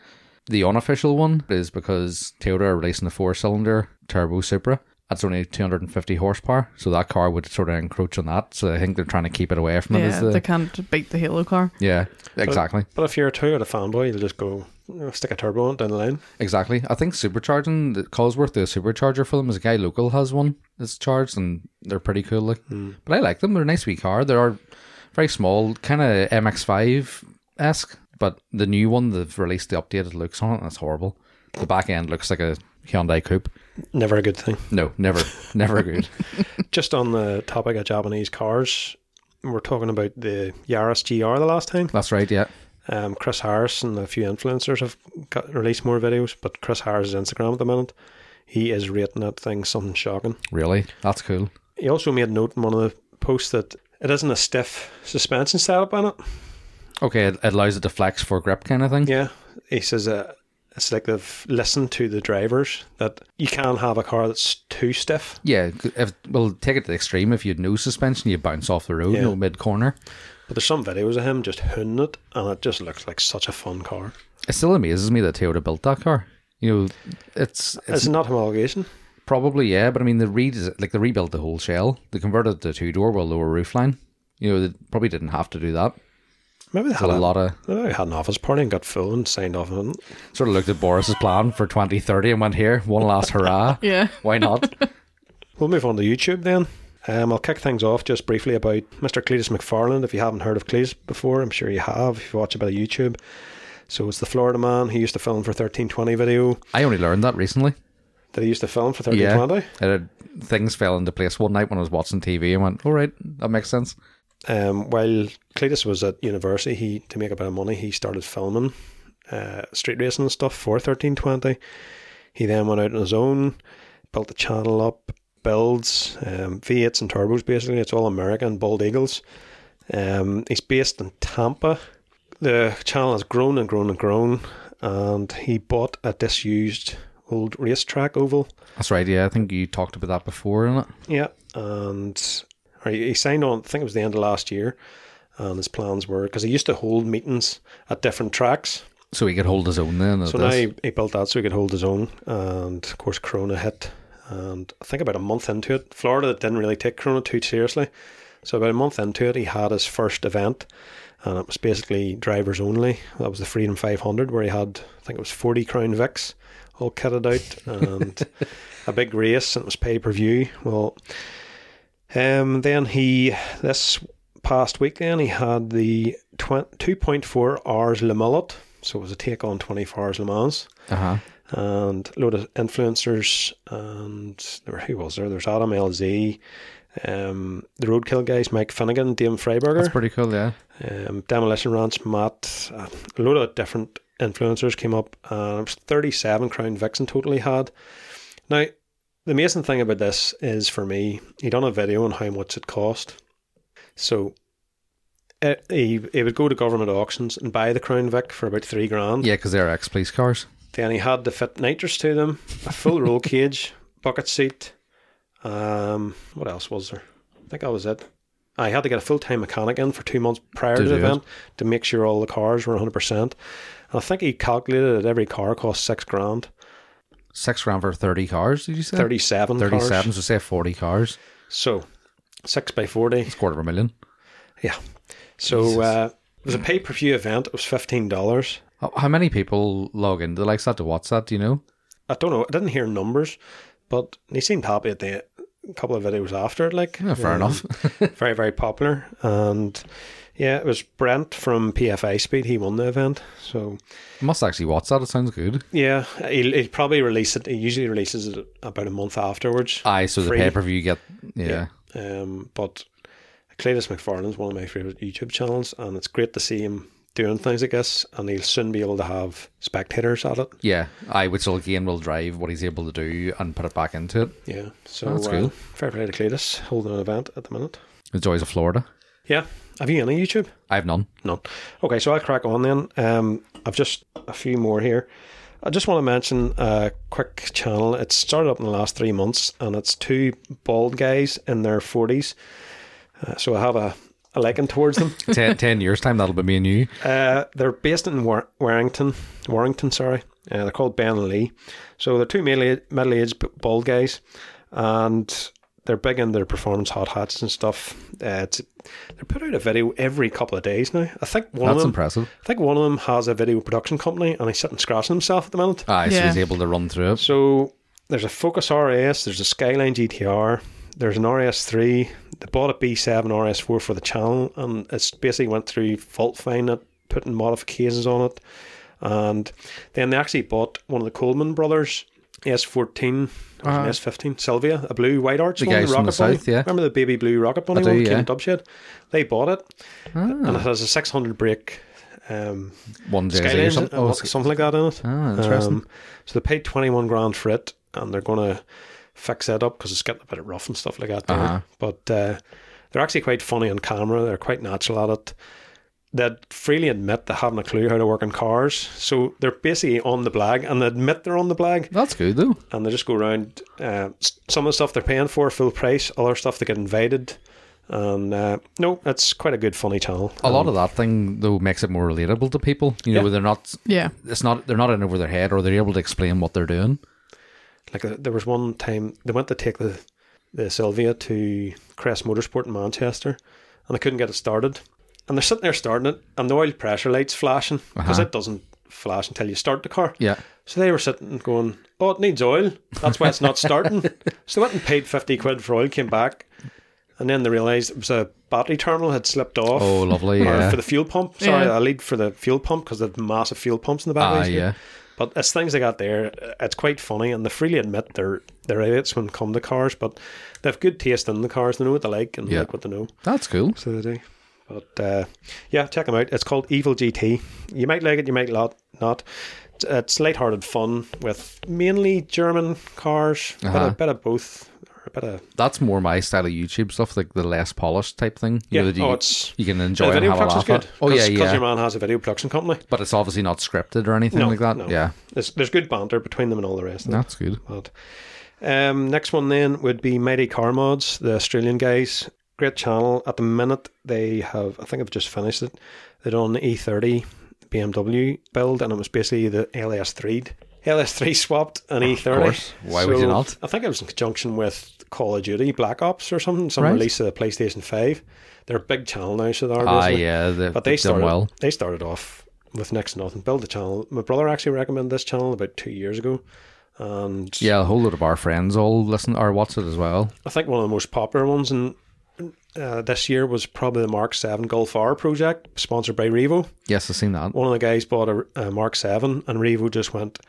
[SPEAKER 3] The unofficial one is because Toyota are releasing a four-cylinder turbo Supra. That's only 250 horsepower, so that car would sort of encroach on that. So I think they're trying to keep it away from it.
[SPEAKER 2] Yeah,
[SPEAKER 3] is the-
[SPEAKER 2] they can't beat the Halo car.
[SPEAKER 3] yeah, exactly.
[SPEAKER 1] But if you're a Toyota fanboy, you'll just go "Oh, stick a turbo on it down the line.
[SPEAKER 3] Exactly. I think supercharging, the Cosworth, the supercharger for them is a guy local has one that's charged and they're pretty cool. Like,
[SPEAKER 1] Hmm.
[SPEAKER 3] But I like them. They're a nice wee car. They are very small, kind of MX5 esque. But the new one, they've released the updated looks on it and it's horrible. The back end looks like a Hyundai Coupe.
[SPEAKER 1] Never a good thing.
[SPEAKER 3] No, never, never good.
[SPEAKER 1] Just on the topic of Japanese cars, we we're talking about the Yaris GR the last time.
[SPEAKER 3] That's right, yeah.
[SPEAKER 1] Um, Chris Harris and a few influencers have got, released more videos, but Chris Harris' Instagram at the minute, he is rating that thing something shocking.
[SPEAKER 3] Really? That's cool.
[SPEAKER 1] He also made a note in one of the posts that it isn't a stiff suspension setup on it.
[SPEAKER 3] Okay, it it allows it to flex for grip kind of thing.
[SPEAKER 1] Yeah, he says uh, it's like they've listened to the drivers that you can't have a car that's too stiff.
[SPEAKER 3] Yeah, if, well, take it to the extreme. If you had no suspension, you bounce off the road,
[SPEAKER 1] Yeah.
[SPEAKER 3] no mid corner.
[SPEAKER 1] But there's some videos of him just hooning it, and it just looks like such a fun car.
[SPEAKER 3] It still amazes me that Toyota built that car. You know, it's
[SPEAKER 1] It's,
[SPEAKER 3] it's
[SPEAKER 1] not homologation.
[SPEAKER 3] probably yeah, but I mean, they read like they rebuilt the whole shell. They converted the two door with a lower roofline. You know, they probably didn't have to do that.
[SPEAKER 1] Maybe they had,
[SPEAKER 3] But a
[SPEAKER 1] a-
[SPEAKER 3] lot of
[SPEAKER 1] maybe they had an office party and got full and signed off on it.
[SPEAKER 3] sort of looked at Boris's plan for twenty thirty and went here one last hurrah.
[SPEAKER 2] Yeah.
[SPEAKER 3] Why not?
[SPEAKER 1] We'll move on to YouTube then. Um, I'll kick things off just briefly about Mr. Cletus McFarland. If you haven't heard of Cletus before, I'm sure you have if you watch a bit of YouTube. So it's the Florida man who used to film for 1320 video
[SPEAKER 3] I only learned that recently.
[SPEAKER 1] that he used to film for
[SPEAKER 3] Yeah,
[SPEAKER 1] 1320.
[SPEAKER 3] It had, things fell into place one night when I was watching TV. I went, all right, that makes sense.
[SPEAKER 1] Um, while Cletus was at university, he to make a bit of money, he started filming uh, street racing and stuff for 1320. He then went out on his own, built the channel up, builds um, V8s and turbos basically. It's all American, Bald Eagles. Um, he's based in Tampa. The channel has grown and grown and grown, and he bought a disused old racetrack oval
[SPEAKER 3] That's right. Yeah, I think you talked about that before, innit?
[SPEAKER 1] yeah, and or he he signed on. I think it was the end of last year, and his plans were because he used to hold meetings at different tracks.
[SPEAKER 3] So he could hold his own then. at
[SPEAKER 1] So now
[SPEAKER 3] this.
[SPEAKER 1] he, he built that so he could hold his own, and of course Corona hit. And I think about a month into it, Florida didn't really take Corona too seriously. So about a month into it, he had his first event, and it was basically drivers only. That was the Freedom 500, where he had I think it was 40 Crown Vics all kitted out, and a big race, and it was pay per view. Well, um, then he this past week then he had the twen- 2.4 hours Le Mullet, so it was a take on 24 hours Le Mans,
[SPEAKER 3] Uh-huh.
[SPEAKER 1] and a load of influencers and there were, who was there? There's Adam LZ, um, the Roadkill guys, Mike Finnegan, Dame
[SPEAKER 3] That's
[SPEAKER 1] Freiberger,
[SPEAKER 3] pretty cool, yeah.
[SPEAKER 1] um, Demolition Ranch, Matt, uh, a load of different influencers came up. Uh, it was 37 Crown Vixen totally had. Now, The amazing thing about this is for me, he done a video on how much it cost. So uh, he, he would go to government auctions and buy the Crown Vic for about three grand.
[SPEAKER 3] Yeah, because they're ex police cars.
[SPEAKER 1] Then he had to fit nitrous to them, a full roll cage, bucket seat. Um, what else was there? I think that was it. I had to get a full time mechanic in for two months prior
[SPEAKER 3] To
[SPEAKER 1] to the
[SPEAKER 3] do it.
[SPEAKER 1] event to make sure all the cars were 100%. And I think he calculated that every car cost six grand,
[SPEAKER 3] Six grand for 30 cars, did you say?
[SPEAKER 1] 37 cars.
[SPEAKER 3] 37, so say 40 cars.
[SPEAKER 1] So six by 40.
[SPEAKER 3] It's quarter of a million.
[SPEAKER 1] Yeah. So uh, it was a pay per view event. It was $15.
[SPEAKER 3] How, how many people log into the likes of that to watch that, do you know?
[SPEAKER 1] I don't know. I didn't hear numbers, but he seemed happy at the couple of videos after it. Like,
[SPEAKER 3] Yeah, fair
[SPEAKER 1] Um,
[SPEAKER 3] enough.
[SPEAKER 1] very, very popular. And yeah, it was Brent from PFA Speed. He won the event. So
[SPEAKER 3] Must actually watch that. It sounds good.
[SPEAKER 1] yeah, he'll, he'll probably release it. He usually releases it about a month afterwards.
[SPEAKER 3] Aye, so the
[SPEAKER 1] Free.
[SPEAKER 3] pay per view get. Yeah.
[SPEAKER 1] Um, but Cletus McFarlane's one of my favorite YouTube channels, and it's great to see him doing things, I guess. And he'll soon be able to have spectators at it.
[SPEAKER 3] Yeah. Aye, which will again will drive what he's able to do and put it back into it.
[SPEAKER 1] Yeah. So
[SPEAKER 3] That's
[SPEAKER 1] uh,
[SPEAKER 3] cool.
[SPEAKER 1] fair play to Cletus holding an event at the minute.
[SPEAKER 3] The joys of Florida.
[SPEAKER 1] Yeah. Have you any YouTube?
[SPEAKER 3] I have none.
[SPEAKER 1] None. Okay, so I'll crack on then. Um, I've just a few more here. I just want to mention a quick channel. It started up in the last three months, and it's two bald guys in their forties. Uh, so I have a, a liking towards them.
[SPEAKER 3] ten, ten years' time, that'll be me and you.
[SPEAKER 1] Uh, they're based in War- Warrington, Warrington, sorry. Uh, they're called Ben and Lee. So they're two middle- middle-aged b- bald guys, and they're big in their performance hot hats and stuff. Uh, it's, they put out a video every couple of days now. I think one of
[SPEAKER 3] That's
[SPEAKER 1] them,
[SPEAKER 3] impressive.
[SPEAKER 1] I think one of them has a video production company, and he's sitting scratching himself at the minute.
[SPEAKER 3] Aye, so
[SPEAKER 2] Yeah.
[SPEAKER 3] he's able to run through it.
[SPEAKER 1] So there's a Focus RS, there's a Skyline GTR, there's an RS3. They bought a B7 RS4 for the channel, and it's basically went through fault finding it, putting modifications on it, and then they actually bought one of the Coleman brothers. S14 or an S15 Sylvia, a blue white arch
[SPEAKER 3] Uh-huh. The
[SPEAKER 1] one,
[SPEAKER 3] guys from the
[SPEAKER 1] rocket bunny.
[SPEAKER 3] south, yeah.
[SPEAKER 1] Remember the baby blue rocket bunny
[SPEAKER 3] do,
[SPEAKER 1] one that came
[SPEAKER 3] yeah. Ah.
[SPEAKER 1] in Dubshed? They bought it, and it has a 600 brake um,
[SPEAKER 3] One day or
[SPEAKER 1] Skyline,
[SPEAKER 3] something. Oh, it's-
[SPEAKER 1] something like that in it.
[SPEAKER 3] Ah, interesting.
[SPEAKER 1] Um, so they paid 21 grand for it and they're going to fix that up because it's getting a bit rough and stuff like that. there.
[SPEAKER 3] Uh-huh.
[SPEAKER 1] But uh, they're actually quite funny on camera. They're quite natural at it. They freely admit they haven't a clue how to work in cars. So they're basically on the blag and they admit they're on the blag
[SPEAKER 3] That's good, though.
[SPEAKER 1] and they just go around. Uh, s- some of the stuff they're paying for, full price. Other stuff they get invited. And uh, no, it's quite a good funny channel.
[SPEAKER 3] A lot of that thing, though, makes it more relatable to people. You know,
[SPEAKER 1] Yeah.
[SPEAKER 3] they're not.
[SPEAKER 2] Yeah.
[SPEAKER 3] It's not. They're not in over their head, or they're able to explain what they're doing.
[SPEAKER 1] Like uh, there was one time they went to take the the Sylvia to Crest Motorsport in Manchester, and they couldn't get it started. And they're sitting there starting it, and the oil pressure light's flashing because
[SPEAKER 3] Uh-huh.
[SPEAKER 1] it doesn't flash until you start the car.
[SPEAKER 3] Yeah.
[SPEAKER 1] So they were sitting going, "Oh, it needs oil. That's why it's not starting." so they went and paid fifty quid for oil, came back, and then they realised it was a battery terminal had slipped off.
[SPEAKER 3] Oh, lovely.
[SPEAKER 1] Or
[SPEAKER 3] Yeah.
[SPEAKER 1] for the fuel pump. Sorry,
[SPEAKER 2] Yeah.
[SPEAKER 1] I lead for the fuel pump because there's massive fuel pumps in the
[SPEAKER 3] Ah,
[SPEAKER 1] batteries. here.
[SPEAKER 3] yeah.
[SPEAKER 1] But it's things they got there. It's quite funny, and they freely admit they're they're idiots when it come to cars, but they have good taste in the cars. They know what they like and they
[SPEAKER 3] Yeah.
[SPEAKER 1] like what they know.
[SPEAKER 3] That's cool.
[SPEAKER 1] So they do. But uh, yeah, check them out. It's called Evil GT. You might like it, you might lot not. It's- It's lighthearted fun with mainly German cars, but
[SPEAKER 3] Uh-huh.
[SPEAKER 1] a bit of both, or a bit of
[SPEAKER 3] That's more my style of YouTube stuff, like the less polished type thing. You
[SPEAKER 1] yeah.
[SPEAKER 3] know, that you,
[SPEAKER 1] oh, it's
[SPEAKER 3] you can
[SPEAKER 1] the
[SPEAKER 3] enjoy and
[SPEAKER 1] video
[SPEAKER 3] have a
[SPEAKER 1] production's
[SPEAKER 3] laugh
[SPEAKER 1] good.
[SPEAKER 3] at. Oh yeah,
[SPEAKER 1] Because your
[SPEAKER 3] yeah.
[SPEAKER 1] man has a video production company.
[SPEAKER 3] But it's obviously not scripted or anything
[SPEAKER 1] No,
[SPEAKER 3] like that.
[SPEAKER 1] no.
[SPEAKER 3] Yeah,
[SPEAKER 1] There's there's good banter between them and all the rest. Of them.
[SPEAKER 3] that's good.
[SPEAKER 1] But um, next one then would be Mighty Car Mods, the Australian guys. Great channel. At the minute, they have, I think I've just finished it. They done E30 BMW build, and it was basically the LS3. LS3 swapped an E30.
[SPEAKER 3] course. Why would you not?
[SPEAKER 1] I think it was in conjunction with Call of Duty Black Ops or something, some
[SPEAKER 3] Right.
[SPEAKER 1] release of the PlayStation 5. They're a big channel now, so they are.
[SPEAKER 3] Ah,
[SPEAKER 1] basically.
[SPEAKER 3] yeah. They,
[SPEAKER 1] But they
[SPEAKER 3] have done
[SPEAKER 1] started
[SPEAKER 3] well.
[SPEAKER 1] they started off with next to nothing. Build the channel. My brother actually recommended this channel about two years ago, and
[SPEAKER 3] Yeah, a whole lot of our friends all listen or watch it as well.
[SPEAKER 1] I think one of the most popular ones in uh, this year was probably the Mark Seven Gulf R project, sponsored by Revo.
[SPEAKER 3] Yes, I've seen that.
[SPEAKER 1] One of the guys bought a, a Mark Seven, and Revo just went,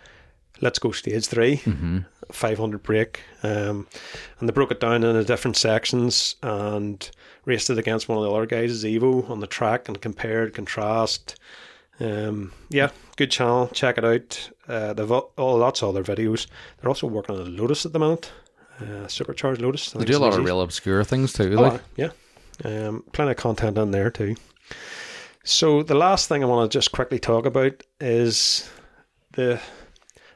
[SPEAKER 1] "Let's go stage 3
[SPEAKER 3] Mm-hmm.
[SPEAKER 1] 500 brake," um, and they broke it down into different sections and raced it against one of the other guys' Evo on the track and compared, contrast. Um, yeah, good channel. Check it out. Uh, they've all, all lots of other videos. They're also working on a Lotus at the moment. Uh, supercharged Lotus. I
[SPEAKER 3] They
[SPEAKER 1] think
[SPEAKER 3] do a
[SPEAKER 1] it's
[SPEAKER 3] lot of
[SPEAKER 1] easy.
[SPEAKER 3] real obscure things too.
[SPEAKER 1] Oh,
[SPEAKER 3] Like,
[SPEAKER 1] yeah. Um, plenty of content on there too. So the last thing I want to just quickly talk about is the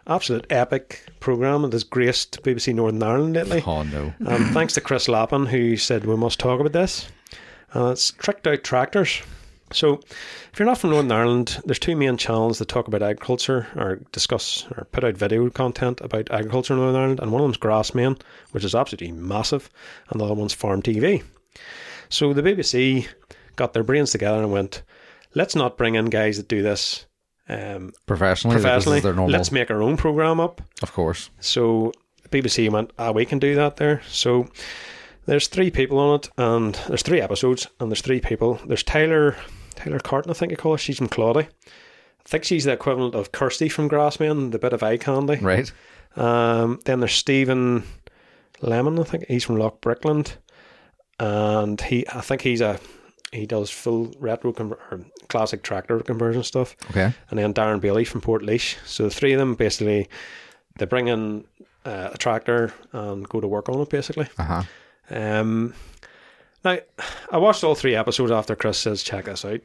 [SPEAKER 1] absolute epic program that has graced BBC Northern Ireland lately.
[SPEAKER 3] oh no.
[SPEAKER 1] Um, thanks to Chris Lappin, who said we must talk about this. And it's tricked out tractors. So, if you're not from Northern Ireland, there's two main channels that talk about agriculture or discuss or put out video content about agriculture in Northern Ireland, and one of them's Grassman, which is absolutely massive, and the other one's Farm TV. So the BBC got their brains together and went, let's not bring in guys that do this um,
[SPEAKER 3] Professionally, this
[SPEAKER 1] professionally.
[SPEAKER 3] is their normal.
[SPEAKER 1] Let's make our own program up.
[SPEAKER 3] Of course.
[SPEAKER 1] So BBC went, ah, we can do that there. So there's three people on it, and there's three episodes, and there's three people. There's Taylor, Taylor Carton, I think you call her. She's from Claudy. I think she's the equivalent of Kirsty from Grassman, the bit of eye candy.
[SPEAKER 3] Right.
[SPEAKER 1] Um, then there's Stephen Lemon, I think he's from Loch Brickland, and he, I think he's a he does full retro conver- or classic tractor conversion stuff
[SPEAKER 3] Okay.
[SPEAKER 1] and then Darren Bailey from Port Leash. So the three of them basically they bring in uh, a tractor and go to work on it basically.
[SPEAKER 3] Uh huh.
[SPEAKER 1] Um, now I watched all three episodes after Chris says check this out.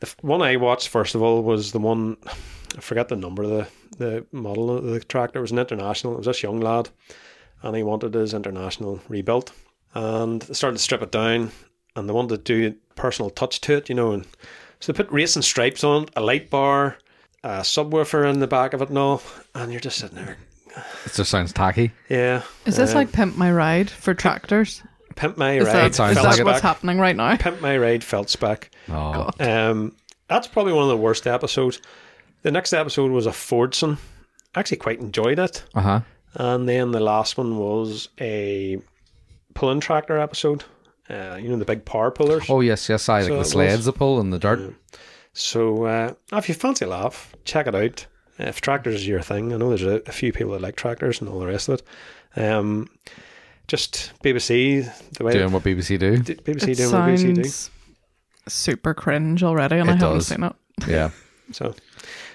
[SPEAKER 1] The f- one I watched first of all was the one I forget the number of the the model of the tractor. It was an international. It was this young lad, and he wanted his international rebuilt, and they started to strip it down, and they wanted to do a personal touch to it, you know, and so they put racing stripes on it, a light bar, a subwoofer in the back of it, and all, and you're just sitting there,
[SPEAKER 3] It just sounds tacky.
[SPEAKER 1] yeah.
[SPEAKER 2] Is this
[SPEAKER 1] um,
[SPEAKER 2] like Pimp My Ride for tractors?
[SPEAKER 1] pimp my
[SPEAKER 2] Is
[SPEAKER 1] ride?
[SPEAKER 2] that, is
[SPEAKER 3] sounds
[SPEAKER 1] felt
[SPEAKER 3] like
[SPEAKER 2] that
[SPEAKER 3] Uh, it.
[SPEAKER 2] what's
[SPEAKER 1] spec.
[SPEAKER 2] happening right now?
[SPEAKER 1] Pimp my ride felt spec.
[SPEAKER 3] Oh.
[SPEAKER 2] God.
[SPEAKER 1] Um, that's probably one of the worst episodes. The next episode was a Fordson. I actually quite enjoyed it.
[SPEAKER 3] Uh huh.
[SPEAKER 1] And then the last one was a pulling tractor episode. Uh, you know, the big power pullers.
[SPEAKER 3] Oh yes, yes. I like
[SPEAKER 1] So it
[SPEAKER 3] the
[SPEAKER 1] was-
[SPEAKER 3] sleds they pull and the dirt.
[SPEAKER 1] So uh, if you fancy a laugh, check it out. If tractors is your thing, I know there's a, a few people that like tractors and all the rest of it. Um, just BBC, the way
[SPEAKER 3] Doing what BBC do.
[SPEAKER 1] d- BBC
[SPEAKER 2] It
[SPEAKER 1] doing what BBC do.
[SPEAKER 2] sounds super cringe already, and
[SPEAKER 3] It
[SPEAKER 2] I haven't
[SPEAKER 3] does.
[SPEAKER 2] seen it.
[SPEAKER 3] Yeah.
[SPEAKER 1] So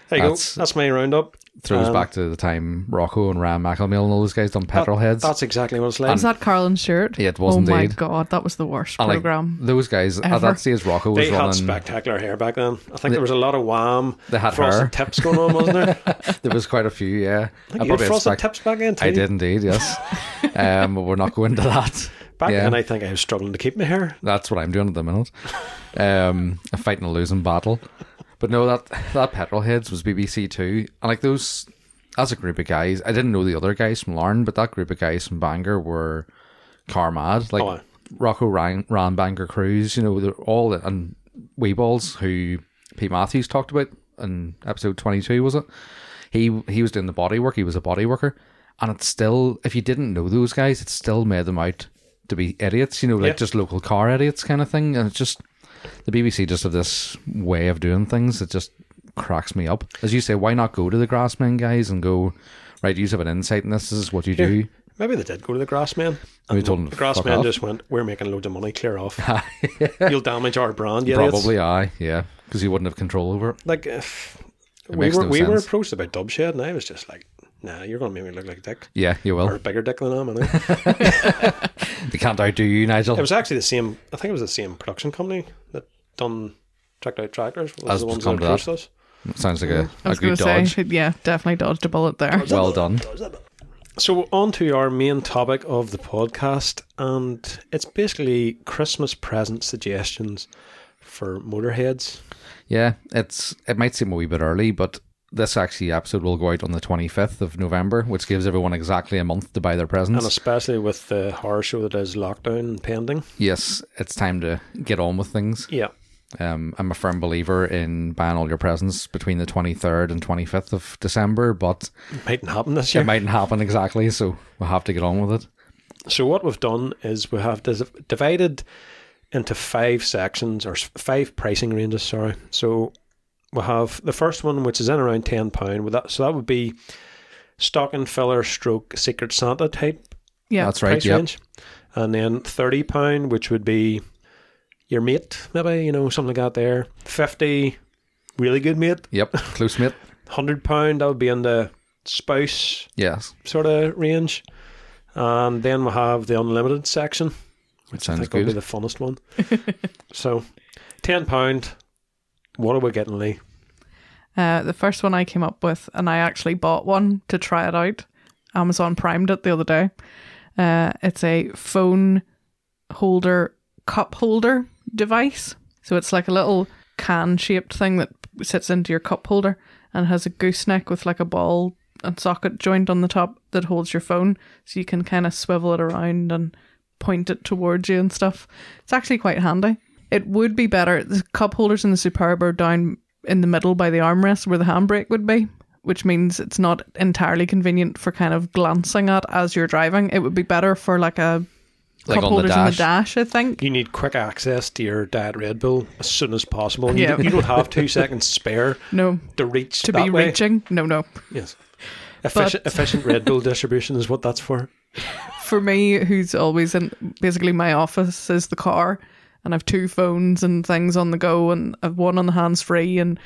[SPEAKER 1] there you
[SPEAKER 3] That's-
[SPEAKER 1] go. That's my roundup.
[SPEAKER 3] Throws
[SPEAKER 1] Um,
[SPEAKER 3] back to the time Rocco and Ram McElmill and all those guys done petrol heads.
[SPEAKER 1] That's exactly what it's like.
[SPEAKER 2] Was that Carlin Stewart?
[SPEAKER 3] Yeah, it was
[SPEAKER 2] Oh my
[SPEAKER 3] indeed.
[SPEAKER 2] god, that was the worst
[SPEAKER 3] And, like,
[SPEAKER 2] program.
[SPEAKER 3] those guys at
[SPEAKER 2] ever.
[SPEAKER 3] that stage, Rocco was
[SPEAKER 1] They had
[SPEAKER 3] running.
[SPEAKER 1] spectacular hair back then. I think there was a lot of wham,
[SPEAKER 3] They had
[SPEAKER 1] frosted
[SPEAKER 3] hair.
[SPEAKER 1] tips going on, wasn't there? I
[SPEAKER 3] There was quite a few. Yeah.
[SPEAKER 1] think
[SPEAKER 3] I
[SPEAKER 1] you had
[SPEAKER 3] probably had
[SPEAKER 1] frosted
[SPEAKER 3] spec-
[SPEAKER 1] tips back then too.
[SPEAKER 3] I did indeed. Yes. um, but we're not going to that.
[SPEAKER 1] Back
[SPEAKER 3] yeah.
[SPEAKER 1] then, I think I was struggling to keep my hair.
[SPEAKER 3] That's what I'm doing at the minute. Um, I'm fighting a losing battle. But no, that that Petrolheads was BBC Two, and like those as a group of guys, I didn't know the other guys from Larn, but that group of guys from Bangor were car mad. Like
[SPEAKER 1] Oh, aye.
[SPEAKER 3] Rocco ran, ran Bangor Cruise, you know, they're all and Weeballs, who Pete Matthews talked about in episode twenty two, was it? He he was doing the body work. He was a body worker, and it's still if you didn't know those guys, it still made them out to be idiots, you know, like
[SPEAKER 1] Yeah.
[SPEAKER 3] just local car idiots kind of thing. And it's just the BBC just have this way of doing things that just cracks me up. As you say, why not go to the Grassmen guys and go, right, you have an insight in this, this is what you do.
[SPEAKER 1] Maybe they did go to the Grassman.
[SPEAKER 3] We told them
[SPEAKER 1] The
[SPEAKER 3] to fuck
[SPEAKER 1] Grassman
[SPEAKER 3] off.
[SPEAKER 1] just went, "We're making loads of money. Clear off. You'll damage our brand." Yeah,
[SPEAKER 3] Probably I, yeah, because you wouldn't have control over it.
[SPEAKER 1] Like if we
[SPEAKER 3] makes
[SPEAKER 1] were
[SPEAKER 3] no
[SPEAKER 1] we were
[SPEAKER 3] sense.
[SPEAKER 1] approached about Dubshed, and I was just like, "Nah, you're going to make me look like a dick."
[SPEAKER 3] Yeah, you
[SPEAKER 1] Or a
[SPEAKER 3] will.
[SPEAKER 1] bigger dick than I am, I know.
[SPEAKER 3] They can't outdo you, Nigel.
[SPEAKER 1] It was actually the same. I think it was the same production company that done checked out tractors. Was
[SPEAKER 3] As
[SPEAKER 1] the
[SPEAKER 3] we've
[SPEAKER 1] ones
[SPEAKER 3] come
[SPEAKER 1] that
[SPEAKER 3] to that.
[SPEAKER 1] approached us.
[SPEAKER 3] Sounds like a,
[SPEAKER 2] I
[SPEAKER 3] a
[SPEAKER 2] was going
[SPEAKER 3] good
[SPEAKER 2] to say,
[SPEAKER 3] dodge.
[SPEAKER 2] yeah, definitely dodged a bullet there.
[SPEAKER 3] Well done.
[SPEAKER 1] So on to our main topic of the podcast, and it's basically Christmas present suggestions for motorheads.
[SPEAKER 3] Yeah, it's it might seem a wee bit early, but this actually episode will go out on the 25th of November, which gives everyone exactly a month to buy their
[SPEAKER 1] And
[SPEAKER 3] presents.
[SPEAKER 1] especially with the horror show that is lockdown pending.
[SPEAKER 3] Yes, it's time to get on with things.
[SPEAKER 1] Yeah.
[SPEAKER 3] Um, I'm a firm believer in buying all your presents between the 23rd and 25th of December, but
[SPEAKER 1] Mightn't happen this
[SPEAKER 3] it
[SPEAKER 1] year.
[SPEAKER 3] mightn't happen exactly, so we'll have to get on with it.
[SPEAKER 1] So what we've done is we have dis- divided into five sections or s- five pricing ranges. Sorry. So we have the first one, which is in around ten pound. With that, so that would be stocking filler, stroke, secret Santa type
[SPEAKER 2] yeah,
[SPEAKER 3] That's right,
[SPEAKER 1] price
[SPEAKER 3] yep.
[SPEAKER 1] range. And then thirty pound, which would be your mate, maybe, you know, something like that there. Fifty, really good mate.
[SPEAKER 3] Yep, close mate.
[SPEAKER 1] Hundred pound, that would be in the spouse
[SPEAKER 3] Yes.
[SPEAKER 1] sort of range. And then we have the unlimited section, which I
[SPEAKER 3] Sounds
[SPEAKER 1] think will be
[SPEAKER 3] good.
[SPEAKER 1] the funnest one. so, ten pound. What are we getting, Lee?
[SPEAKER 2] Uh, the first one I came up with, and I actually bought one to try it out. Amazon primed it the other day. Uh, it's a phone holder, cup holder device. So it's like a little can shaped thing that sits into your cup holder and has a gooseneck with like a ball and socket joint on the top that holds your phone. So you can kind of swivel it around and point it towards you and stuff. It's actually quite handy. It would be better. The cup holders in the Superb are down in the middle by the armrest where the handbrake would be, which means it's not entirely convenient for kind of glancing at as you're driving. It would be better for like a
[SPEAKER 3] Like
[SPEAKER 2] cup
[SPEAKER 3] on the
[SPEAKER 2] holders in the
[SPEAKER 3] dash.
[SPEAKER 2] dash, I think.
[SPEAKER 1] You need quick access to your diet Red Bull as soon as possible. And
[SPEAKER 2] Yeah.
[SPEAKER 1] you, you don't have two seconds spare
[SPEAKER 2] No,
[SPEAKER 1] to reach
[SPEAKER 2] to
[SPEAKER 1] that
[SPEAKER 2] be
[SPEAKER 1] way.
[SPEAKER 2] reaching. No, no.
[SPEAKER 1] Yes. Efficient, efficient Red Bull distribution is what that's for.
[SPEAKER 2] For me, who's always in basically my office is the car, and I've two phones and things on the go, and I've one on the hands free and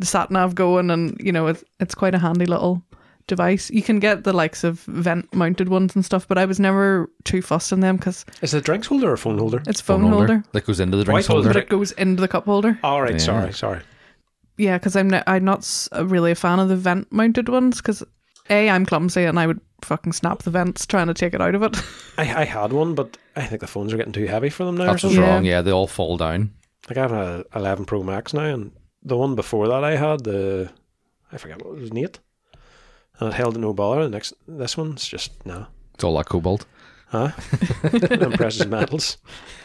[SPEAKER 2] the sat nav going, and you know it's it's quite a handy little device. You can get the likes of vent mounted ones and stuff, but I was never too fussed on them because
[SPEAKER 1] Is it a drinks holder or a phone holder?
[SPEAKER 2] it's phone, holder.
[SPEAKER 3] that goes into the drinks
[SPEAKER 1] holder.
[SPEAKER 3] holder.
[SPEAKER 2] but it goes into the cup holder.
[SPEAKER 1] All right,
[SPEAKER 3] Yeah.
[SPEAKER 1] sorry, sorry.
[SPEAKER 2] Yeah, because I'm not, I'm not s- really a fan of the vent mounted ones because a I'm clumsy and I would fucking snap the vents trying to take it out of it.
[SPEAKER 1] I, I had one, but I think the phones are getting too heavy for them now. or
[SPEAKER 3] That's what's
[SPEAKER 1] something.
[SPEAKER 2] Yeah.
[SPEAKER 3] wrong. Yeah, they all fall down.
[SPEAKER 1] Like I have a 11 Pro Max now, and the one before that I had the I forget what it was an eight, and it held it no bother. The next this one's just no,
[SPEAKER 3] It's all that cobalt.
[SPEAKER 1] huh? and precious metals.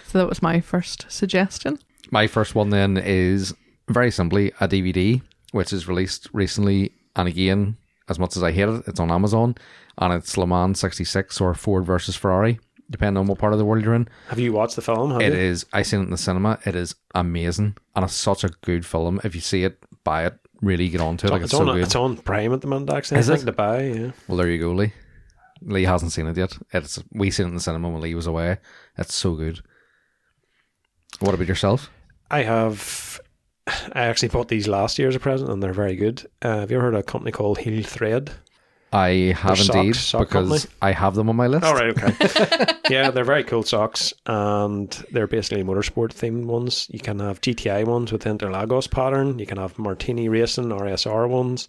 [SPEAKER 2] so that was my first suggestion.
[SPEAKER 3] My first one then is very simply a DVD, which is released recently. And again, as much as I hate it, it's on Amazon and it's Le Mans 66 or Ford versus Ferrari, depending on what part of the world you're in.
[SPEAKER 1] Have you watched the film? Have
[SPEAKER 3] It
[SPEAKER 1] you?
[SPEAKER 3] is, I seen it in the cinema. It is amazing. And it's such a good film. If you see it, buy it, really get onto it. Like,
[SPEAKER 1] it's,
[SPEAKER 3] it's,
[SPEAKER 1] on
[SPEAKER 3] so good.
[SPEAKER 1] it's on Prime at the moment. Actually,
[SPEAKER 3] Is
[SPEAKER 1] I think
[SPEAKER 3] it?
[SPEAKER 1] to buy. Yeah,
[SPEAKER 3] Well, there you go, Lee. Lee hasn't seen it yet. It's we seen it in the cinema when Lee was away. It's so good. What about yourself?
[SPEAKER 1] I have. I actually bought these last year as a present, and they're very good. Uh, have you ever heard of a company called Heel Thread?
[SPEAKER 3] I have
[SPEAKER 1] socks,
[SPEAKER 3] indeed
[SPEAKER 1] sock
[SPEAKER 3] because
[SPEAKER 1] company.
[SPEAKER 3] I have them on my list.
[SPEAKER 1] All Oh, right, okay. yeah, they're very cool socks, and they're basically motorsport themed ones. You can have GTI ones with Interlagos pattern. You can have Martini Racing RSR ones,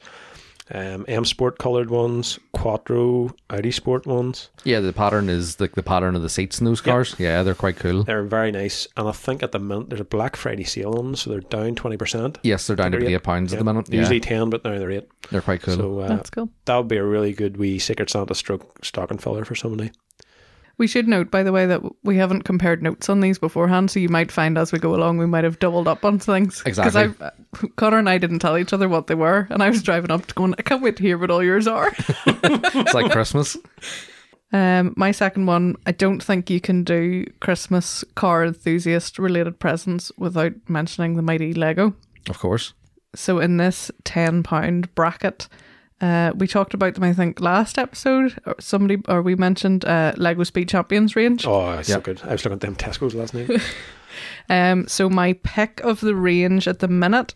[SPEAKER 1] um, M Sport coloured ones, Quattro Audi Sport ones.
[SPEAKER 3] Yeah, the pattern is like the, pattern of the seats in those cars. Yeah, they're quite cool.
[SPEAKER 1] They're very nice, and I think at the minute there's a Black Friday sale on them, so they're down twenty percent.
[SPEAKER 3] yes, they're down to
[SPEAKER 1] They're
[SPEAKER 3] eight pounds at the minute. Yeah,
[SPEAKER 1] Usually ten, but now they're eight.
[SPEAKER 3] they're quite cool.
[SPEAKER 1] So uh,
[SPEAKER 2] That's cool.
[SPEAKER 1] that would be a really good wee Secret Santa stroke stocking filler for somebody.
[SPEAKER 2] We should note, by the way, that we haven't compared notes on these beforehand, so you might find as we go along we might have doubled up on things.
[SPEAKER 3] Exactly.
[SPEAKER 2] Because Connor and I didn't tell each other what they were, and I was driving up to going, I can't wait to hear what all yours are.
[SPEAKER 3] it's like Christmas.
[SPEAKER 2] um, my second one, I don't think you can do Christmas car enthusiast related presents without mentioning the mighty Lego.
[SPEAKER 3] Of course.
[SPEAKER 2] So in this ten pound bracket, uh, we talked about them. I think last episode, or somebody or we mentioned uh, Lego Speed Champions range.
[SPEAKER 1] Oh, it's so
[SPEAKER 3] Yeah.
[SPEAKER 1] good. I was looking at them Tesco's last night.
[SPEAKER 2] Um, so my pick of the range at the minute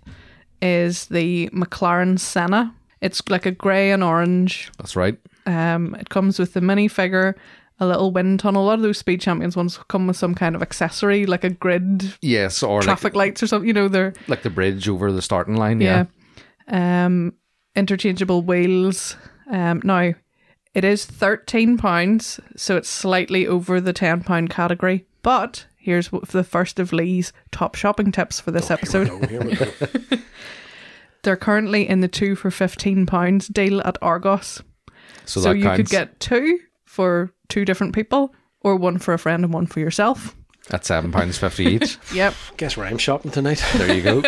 [SPEAKER 2] is the McLaren Senna. It's like a grey and orange.
[SPEAKER 3] That's right.
[SPEAKER 2] Um, it comes with the minifigure, a little wind tunnel. A lot of those Speed Champions ones come with some kind of accessory, like a grid,
[SPEAKER 3] Yes, or like,
[SPEAKER 2] traffic lights or something. You know, they're
[SPEAKER 3] like the bridge over the starting line. Yeah.
[SPEAKER 2] yeah. Um, interchangeable wheels. Um, now it is thirteen pounds, so it's slightly over the ten pound category. But here's w- the first of Lee's top shopping tips for this episode.
[SPEAKER 1] Oh, here we go.
[SPEAKER 2] They're currently in the two for fifteen pounds deal at Argos.
[SPEAKER 3] So,
[SPEAKER 2] so
[SPEAKER 3] that
[SPEAKER 2] you
[SPEAKER 3] counts.
[SPEAKER 2] could get two for two different people, or one for a friend and one for yourself.
[SPEAKER 3] at seven pounds fifty each.
[SPEAKER 2] Yep.
[SPEAKER 1] Guess where I'm shopping tonight.
[SPEAKER 3] there you go.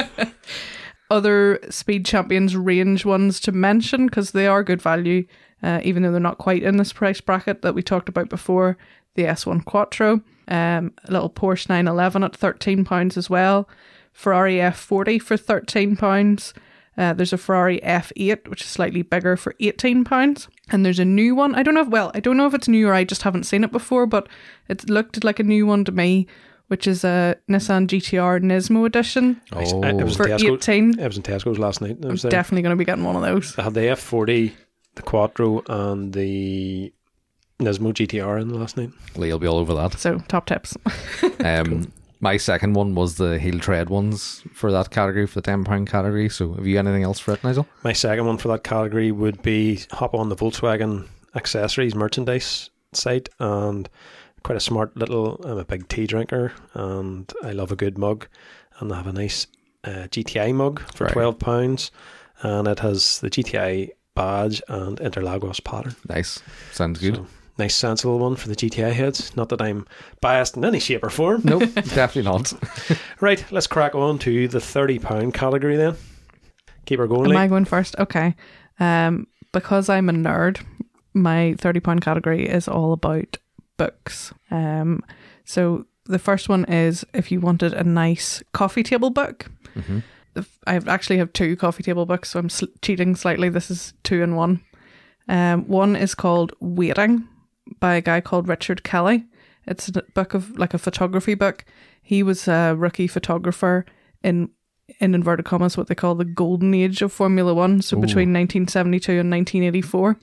[SPEAKER 2] other Speed Champions range ones to mention because they are good value, uh, even though they're not quite in this price bracket that we talked about before. The S1 Quattro, um, a little Porsche 911 at £13 as well, Ferrari F40 for £13. Uh, there's a Ferrari F8, which is slightly bigger for £18. And there's a new one. I don't know if, well, I don't know if it's new or I just haven't seen it before, but it looked like a new one to me, which is a Nissan GTR Nismo edition
[SPEAKER 1] I, I
[SPEAKER 3] Oh,
[SPEAKER 1] was in
[SPEAKER 2] for
[SPEAKER 1] Tesco-
[SPEAKER 2] 18.
[SPEAKER 1] I was in Tesco's last night. and I was there.
[SPEAKER 2] Definitely going to be getting one of those.
[SPEAKER 1] I had the F40, the Quattro, and the Nismo GTR in last night.
[SPEAKER 3] Lee will be all over that.
[SPEAKER 2] So top tips.
[SPEAKER 3] Um, my second one was the heel tread ones for that category, for the ten pound category. So, have you anything else for it, Nigel?
[SPEAKER 1] My second one for that category would be hop on the Volkswagen accessories merchandise site and quite a smart little. I'm a big tea drinker and I love a good mug, and they have a nice uh, GTI mug for
[SPEAKER 3] Right.
[SPEAKER 1] twelve pounds, and it has the GTI badge and Interlagos pattern.
[SPEAKER 3] Nice, sounds good.
[SPEAKER 1] So, nice sensible one for the GTI heads. Not that I'm biased in any shape or form.
[SPEAKER 3] Nope, definitely not.
[SPEAKER 1] Right, let's crack on to the thirty pound category then. Keep her going.
[SPEAKER 2] Am I
[SPEAKER 1] Lee.
[SPEAKER 2] going first? Okay. Um, because I'm a nerd, my thirty pound category is all about books. Um, so the first one is if you wanted a nice coffee table book.
[SPEAKER 3] Mhm.
[SPEAKER 2] If- I actually have two coffee table books, so I'm sl- cheating slightly. This is two in one. Um, one is called Waiting by a guy called Richard Kelly. It's a book of like a photography book. He was a rookie photographer in in inverted commas what they call the golden age of Formula One, so between 1972 and 1984.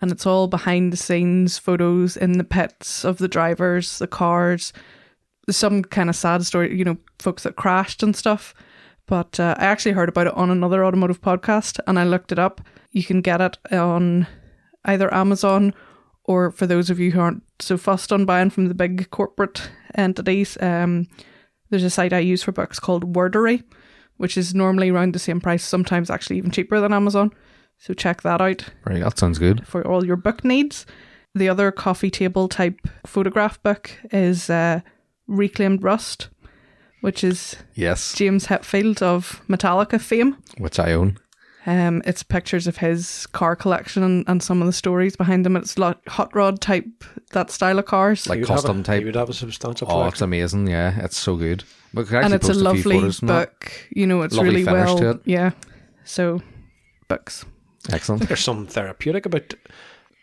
[SPEAKER 2] And it's all behind the scenes photos in the pits of the drivers, the cars, some kind of sad story, you know, folks that crashed and stuff. But uh, I actually heard about it on another automotive podcast and I looked it up. You can get it on either Amazon or for those of you who aren't so fussed on buying from the big corporate entities, um, there's a site I use for books called Wordery, which is normally around the same price, sometimes actually even cheaper than Amazon. So check that out
[SPEAKER 3] Right, that sounds good.
[SPEAKER 2] for all your book needs. The other coffee table type photograph book is uh, Reclaimed Rust, which is
[SPEAKER 3] Yes,
[SPEAKER 2] James Hetfield of Metallica fame.
[SPEAKER 3] which I own.
[SPEAKER 2] Um, it's pictures of his car collection and, and some of the stories behind them. It's lot hot rod type, that style of cars.
[SPEAKER 3] Like
[SPEAKER 1] You would have
[SPEAKER 3] custom
[SPEAKER 1] a-
[SPEAKER 3] type.
[SPEAKER 1] You would have a substantial
[SPEAKER 3] Oh,
[SPEAKER 1] collection.
[SPEAKER 3] it's amazing. Yeah, it's so good. We could
[SPEAKER 2] and
[SPEAKER 3] actually
[SPEAKER 2] it's a
[SPEAKER 3] post few
[SPEAKER 2] lovely
[SPEAKER 3] photos from that.
[SPEAKER 2] book. You know, it's
[SPEAKER 3] Lovely
[SPEAKER 2] really
[SPEAKER 3] finish
[SPEAKER 2] well.
[SPEAKER 3] to it.
[SPEAKER 2] Yeah. So, books.
[SPEAKER 3] Excellent.
[SPEAKER 1] there's something therapeutic about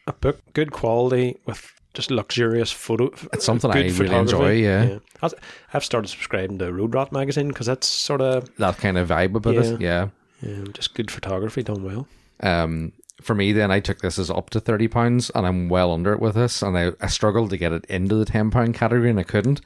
[SPEAKER 1] a book, good quality with just luxurious photo.
[SPEAKER 3] It's something
[SPEAKER 1] good
[SPEAKER 3] I really
[SPEAKER 1] photography.
[SPEAKER 3] enjoy, yeah.
[SPEAKER 1] That's- I've started subscribing to Road Rat magazine because that's sort of
[SPEAKER 3] That kind of vibe about it. Yeah.
[SPEAKER 1] um, just good photography done well.
[SPEAKER 3] Um, for me, then I took this as up to thirty pounds, and I'm well under it with this, and I, I struggled to get it into the ten pound category, and I couldn't.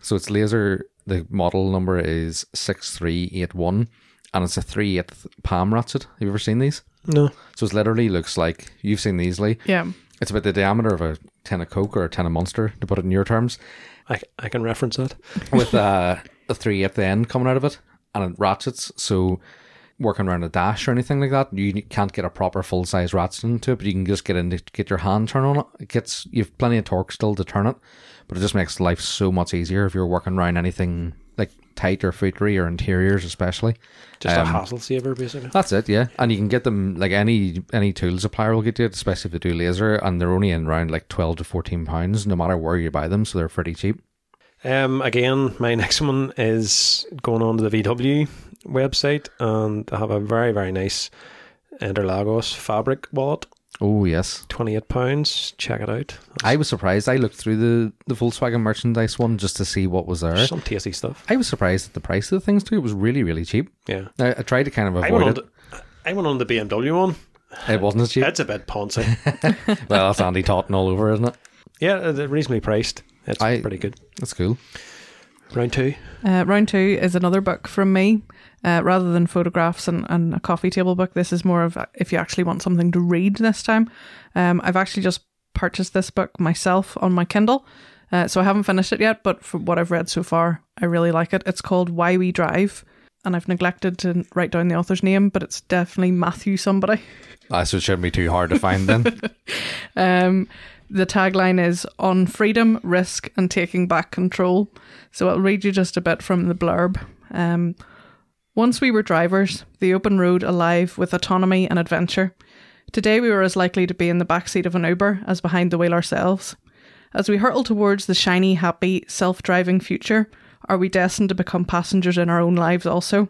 [SPEAKER 3] So it's laser. The model number is six three eight one, and it's a three eighth palm ratchet. Have you ever seen these?
[SPEAKER 1] No,
[SPEAKER 3] So it literally looks like you've seen these, Lee.
[SPEAKER 2] Yeah.
[SPEAKER 3] It's about the diameter of a ten of Coke or a ten of Monster, to put it in your terms.
[SPEAKER 1] I, I can reference that.
[SPEAKER 3] with uh, a three at the end coming out of it, and it ratchets. So working around a dash or anything like that, you can't get a proper full size ratchet into it, but you can just get into get your hand turn on it. It gets you've plenty of torque still to turn it, but it just makes life so much easier if you're working around anything like tight or footery or interiors especially.
[SPEAKER 1] Just a
[SPEAKER 3] Um,
[SPEAKER 1] hassle saver, basically.
[SPEAKER 3] That's it, yeah. And you can get them like any any tool supplier will get you, it, especially if they do laser, and they're only in around like twelve to fourteen pounds, no matter where you buy them, so they're pretty cheap.
[SPEAKER 1] Um, again, my next one is going on to the VW website, and I have a very very nice Interlagos fabric wallet,
[SPEAKER 3] Oh yes.
[SPEAKER 1] twenty eight pounds. Check it out.
[SPEAKER 3] I was surprised. I looked through the, the Volkswagen merchandise one just to see what was there.
[SPEAKER 1] Some tasty stuff.
[SPEAKER 3] I was surprised at the price of the things too. It was really, really cheap.
[SPEAKER 1] Yeah.
[SPEAKER 3] I, I tried to kind of
[SPEAKER 1] I went,
[SPEAKER 3] avoid
[SPEAKER 1] on
[SPEAKER 3] it.
[SPEAKER 1] to, I went on the BMW one.
[SPEAKER 3] It wasn't as cheap.
[SPEAKER 1] That's a bit poncy.
[SPEAKER 3] well, that's Andy Totten all over, isn't it?
[SPEAKER 1] yeah, they're reasonably priced. It's
[SPEAKER 3] I-
[SPEAKER 1] pretty good.
[SPEAKER 3] That's cool.
[SPEAKER 1] Round two.
[SPEAKER 2] Uh, round two is another book from me. Uh, rather than photographs and, and a coffee table book, this is more of a- if you actually want something to read this time. Um, I've actually just purchased this book myself on my Kindle, uh, so I haven't finished it yet, but from what I've read so far, I really like it. It's called Why We Drive, and I've neglected to write down the author's name, but it's definitely Matthew somebody.
[SPEAKER 3] Ah, so it shouldn't be too hard to find then.
[SPEAKER 2] Um, the tagline is on freedom, risk, and taking back control. So I'll read you just a bit from the blurb. Um, Once we were drivers, the open road alive with autonomy and adventure. Today we were as likely to be in the backseat of an Uber as behind the wheel ourselves. As we hurtle towards the shiny, happy, self driving future, are we destined to become passengers in our own lives also?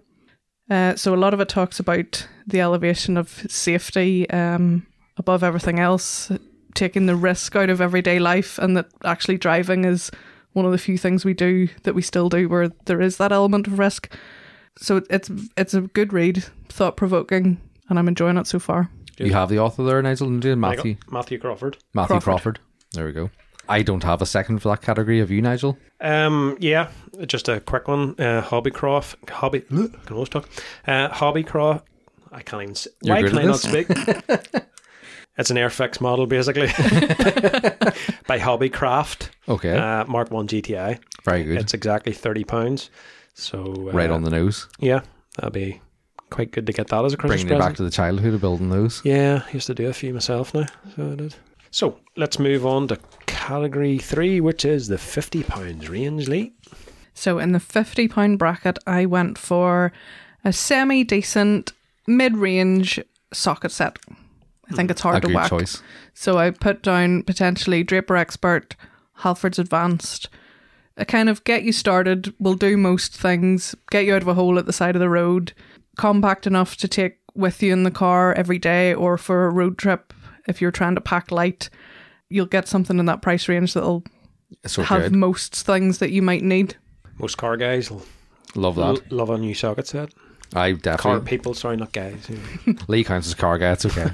[SPEAKER 2] Uh, so a lot of it talks about the elevation of safety um, above everything else, taking the risk out of everyday life, and that actually driving is one of the few things we do that we still do where there is that element of risk. So it- it's it's a good read, thought provoking, and I'm enjoying it so far.
[SPEAKER 3] you have the author there, Nigel, didn't you? Matthew
[SPEAKER 1] Matthew Crawford.
[SPEAKER 3] Matthew
[SPEAKER 2] Crawford.
[SPEAKER 3] Crawford. There we go. I don't have a second for that category. Have you, Nigel?
[SPEAKER 1] Um, yeah, just a quick one. Uh, Hobbycroft, hobby. I can always talk. Uh, Hobbycroft. I can't even. Say,
[SPEAKER 3] You're
[SPEAKER 1] why
[SPEAKER 3] good
[SPEAKER 1] can I
[SPEAKER 3] at
[SPEAKER 1] not speak? it's an Airfix model, basically, by Hobbycraft.
[SPEAKER 3] Okay.
[SPEAKER 1] Uh, Mark One GTI.
[SPEAKER 3] Very good.
[SPEAKER 1] It's exactly thirty pounds. So uh,
[SPEAKER 3] right on the nose.
[SPEAKER 1] Yeah, that'd be quite good to get that as a Christmas
[SPEAKER 3] Bringing you
[SPEAKER 1] present.
[SPEAKER 3] back to the childhood of building those.
[SPEAKER 1] Yeah, I used to do a few myself now, so I did. So let's move on to category three, which is the fifty pounds range, Lee.
[SPEAKER 2] So in the fifty pound bracket, I went for a semi decent mid range socket set. I think it's hard
[SPEAKER 3] Hmm. A
[SPEAKER 2] to
[SPEAKER 3] good
[SPEAKER 2] whack.
[SPEAKER 3] choice.
[SPEAKER 2] So I put down potentially Draper Expert, Halford's Advanced, a kind of get you started, will do most things, get you out of a hole at the side of the road, compact enough to take with you in the car every day or for a road trip if you're trying to pack light. You'll get something in that price range that'll
[SPEAKER 3] So
[SPEAKER 2] have
[SPEAKER 3] good.
[SPEAKER 2] most things that you might need.
[SPEAKER 1] Most car guys will
[SPEAKER 3] Love
[SPEAKER 1] l-
[SPEAKER 3] that.
[SPEAKER 1] love a new socket set.
[SPEAKER 3] I
[SPEAKER 1] Car
[SPEAKER 3] definitely.
[SPEAKER 1] people, sorry, not guys.
[SPEAKER 3] Lee counts as car guy. It's okay.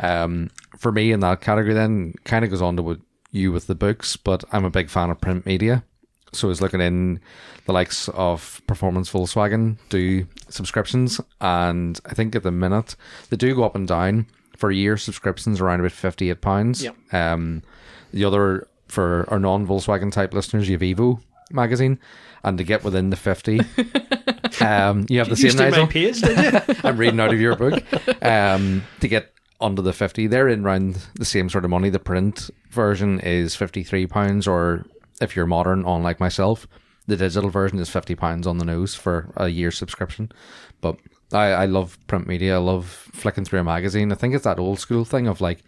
[SPEAKER 3] um, for me in that category, then kind of goes on to what you with the books, but I'm a big fan of print media. So I was looking in the likes of Performance Volkswagen do subscriptions, and I think at the minute they do go up and down. For a year, subscriptions are around about fifty eight pounds.
[SPEAKER 1] Yep.
[SPEAKER 3] Um, the other for our non Volkswagen type listeners, you have Evo magazine, and to get within the fifty, um, you have the
[SPEAKER 1] you
[SPEAKER 3] same
[SPEAKER 1] steal
[SPEAKER 3] Nigel.
[SPEAKER 1] my page, did you?
[SPEAKER 3] I'm reading out of your book um, to get under the 50. They're in round the same sort of money. The print version is £53, or if you're modern, on like myself, the digital version is £50 on the nose for a year subscription. But I, I love print media. I love flicking through a magazine. I think it's that old school thing of like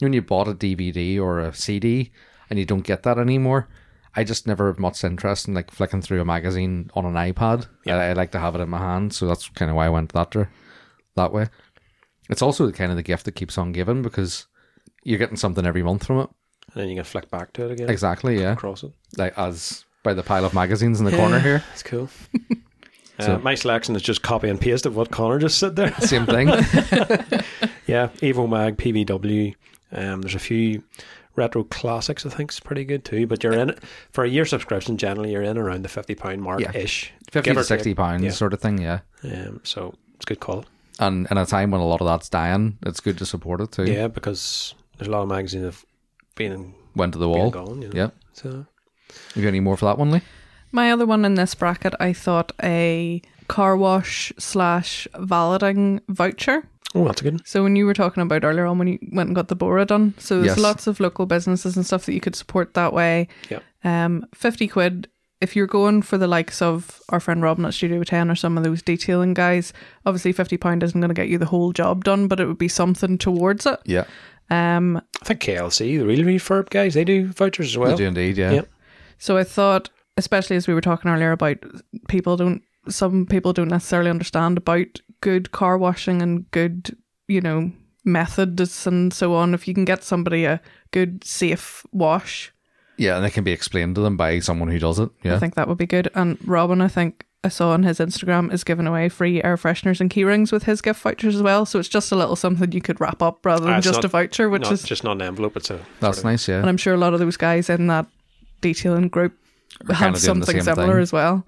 [SPEAKER 3] when you bought a DVD or a CD and you don't get that anymore. I just never have much interest in like flicking through a magazine on an iPad. I, I like to have it in my hand, so that's kind of why I went that dir- that way. It's also kind of the gift that keeps on giving because you're getting something every month from it.
[SPEAKER 1] and then you can flick back to it again.
[SPEAKER 3] Exactly, yeah.
[SPEAKER 1] Cross it.
[SPEAKER 3] Like as by the pile of magazines in the corner here,
[SPEAKER 1] That's cool. Uh, my selection is just copy and paste of what Connor just said there.
[SPEAKER 3] same thing.
[SPEAKER 1] yeah, Evo Mag, PVW. Um, there's a few retro classics. I think is pretty good too. But you're in for a year subscription. Generally, you're in around the fifty pound mark
[SPEAKER 3] Yeah.
[SPEAKER 1] ish,
[SPEAKER 3] Fifty
[SPEAKER 1] Give or
[SPEAKER 3] to sixty
[SPEAKER 1] take.
[SPEAKER 3] pounds,
[SPEAKER 1] Yeah.
[SPEAKER 3] sort of thing. Yeah,
[SPEAKER 1] Um, so it's a good call.
[SPEAKER 3] and in a time when a lot of that's dying, it's good to support it too.
[SPEAKER 1] Yeah, because there's a lot of magazines that have been
[SPEAKER 3] Went to the
[SPEAKER 1] been
[SPEAKER 3] wall.
[SPEAKER 1] gone. You know?
[SPEAKER 3] Yep.
[SPEAKER 1] So
[SPEAKER 3] You got any more for that one, Lee?
[SPEAKER 2] My other one in this bracket, I thought a car wash slash valeting voucher.
[SPEAKER 1] oh, that's a good. One.
[SPEAKER 2] So when you were talking about earlier on when you went and got the Bora done, so there's
[SPEAKER 3] Yes.
[SPEAKER 2] lots of local businesses and stuff that you could support that way.
[SPEAKER 1] Yep.
[SPEAKER 2] Um, fifty quid if you're going for the likes of our friend Robin at Studio Ten or some of those detailing guys. Obviously, fifty pound isn't going to get you the whole job done, but it would be something towards it.
[SPEAKER 3] Yeah,
[SPEAKER 2] Um,
[SPEAKER 1] I think KLC, the real refurb guys, they do vouchers as
[SPEAKER 3] I
[SPEAKER 1] well.
[SPEAKER 3] do indeed. Yeah,
[SPEAKER 1] Yep.
[SPEAKER 2] So I thought, especially as we were talking earlier about people don't, some people don't necessarily understand about good car washing and good, you know, methods and so on. If you can get somebody a good, safe wash,
[SPEAKER 3] yeah, and it can be explained to them by someone who does it. Yeah,
[SPEAKER 2] I think that would be good. And Robin, I think I saw on his Instagram, is giving away free air fresheners and key rings with his gift vouchers as well. So it's just a little something you could wrap up rather than
[SPEAKER 1] Ah, it's
[SPEAKER 2] just
[SPEAKER 1] not-
[SPEAKER 2] a voucher, which
[SPEAKER 1] Not,
[SPEAKER 2] is,
[SPEAKER 1] just not an envelope. It's a sort
[SPEAKER 3] that's
[SPEAKER 1] of-
[SPEAKER 3] nice. Yeah,
[SPEAKER 2] and I'm sure a lot of those guys in that detailing group
[SPEAKER 3] kinda
[SPEAKER 2] have
[SPEAKER 3] doing the
[SPEAKER 2] something
[SPEAKER 3] same
[SPEAKER 2] similar
[SPEAKER 3] thing.
[SPEAKER 2] as well.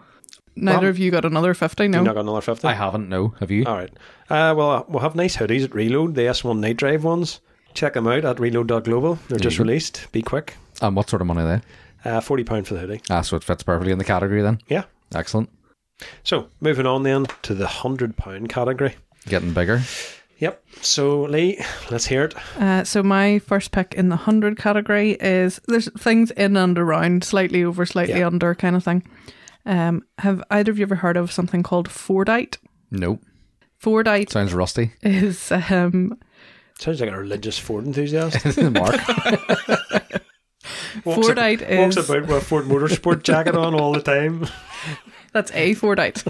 [SPEAKER 2] Neither
[SPEAKER 1] Well,
[SPEAKER 2] of you got another 50, no?
[SPEAKER 1] You not got another fifty.
[SPEAKER 3] I haven't. No, have you?
[SPEAKER 1] All right. Uh, well, uh, we'll have nice hoodies at Reload, the S1 Night Drive ones. Check them out at reload.global. They're just released. Be quick.
[SPEAKER 3] And what sort of money there?
[SPEAKER 1] Uh, £40 for the hoodie.
[SPEAKER 3] Ah, so it fits perfectly in the category then.
[SPEAKER 1] Yeah.
[SPEAKER 3] Excellent.
[SPEAKER 1] So, moving on then to the £100 category.
[SPEAKER 3] Getting bigger.
[SPEAKER 1] Yep. So, Lee, let's hear it.
[SPEAKER 2] Uh, so my first pick in the 100 category is there's things in and around, slightly over, slightly
[SPEAKER 1] Yeah.
[SPEAKER 2] under kind of thing. Um, have either of you ever heard of something called Fordite?
[SPEAKER 3] Nope.
[SPEAKER 2] Fordite
[SPEAKER 3] Sounds rusty.
[SPEAKER 2] is um,
[SPEAKER 1] Sounds like a religious Ford enthusiast.
[SPEAKER 3] Mark.
[SPEAKER 1] Walks ab-
[SPEAKER 2] Fordite
[SPEAKER 1] Walks
[SPEAKER 2] is-
[SPEAKER 1] about with a Ford Motorsport jacket on all the time.
[SPEAKER 2] that's a Fordite.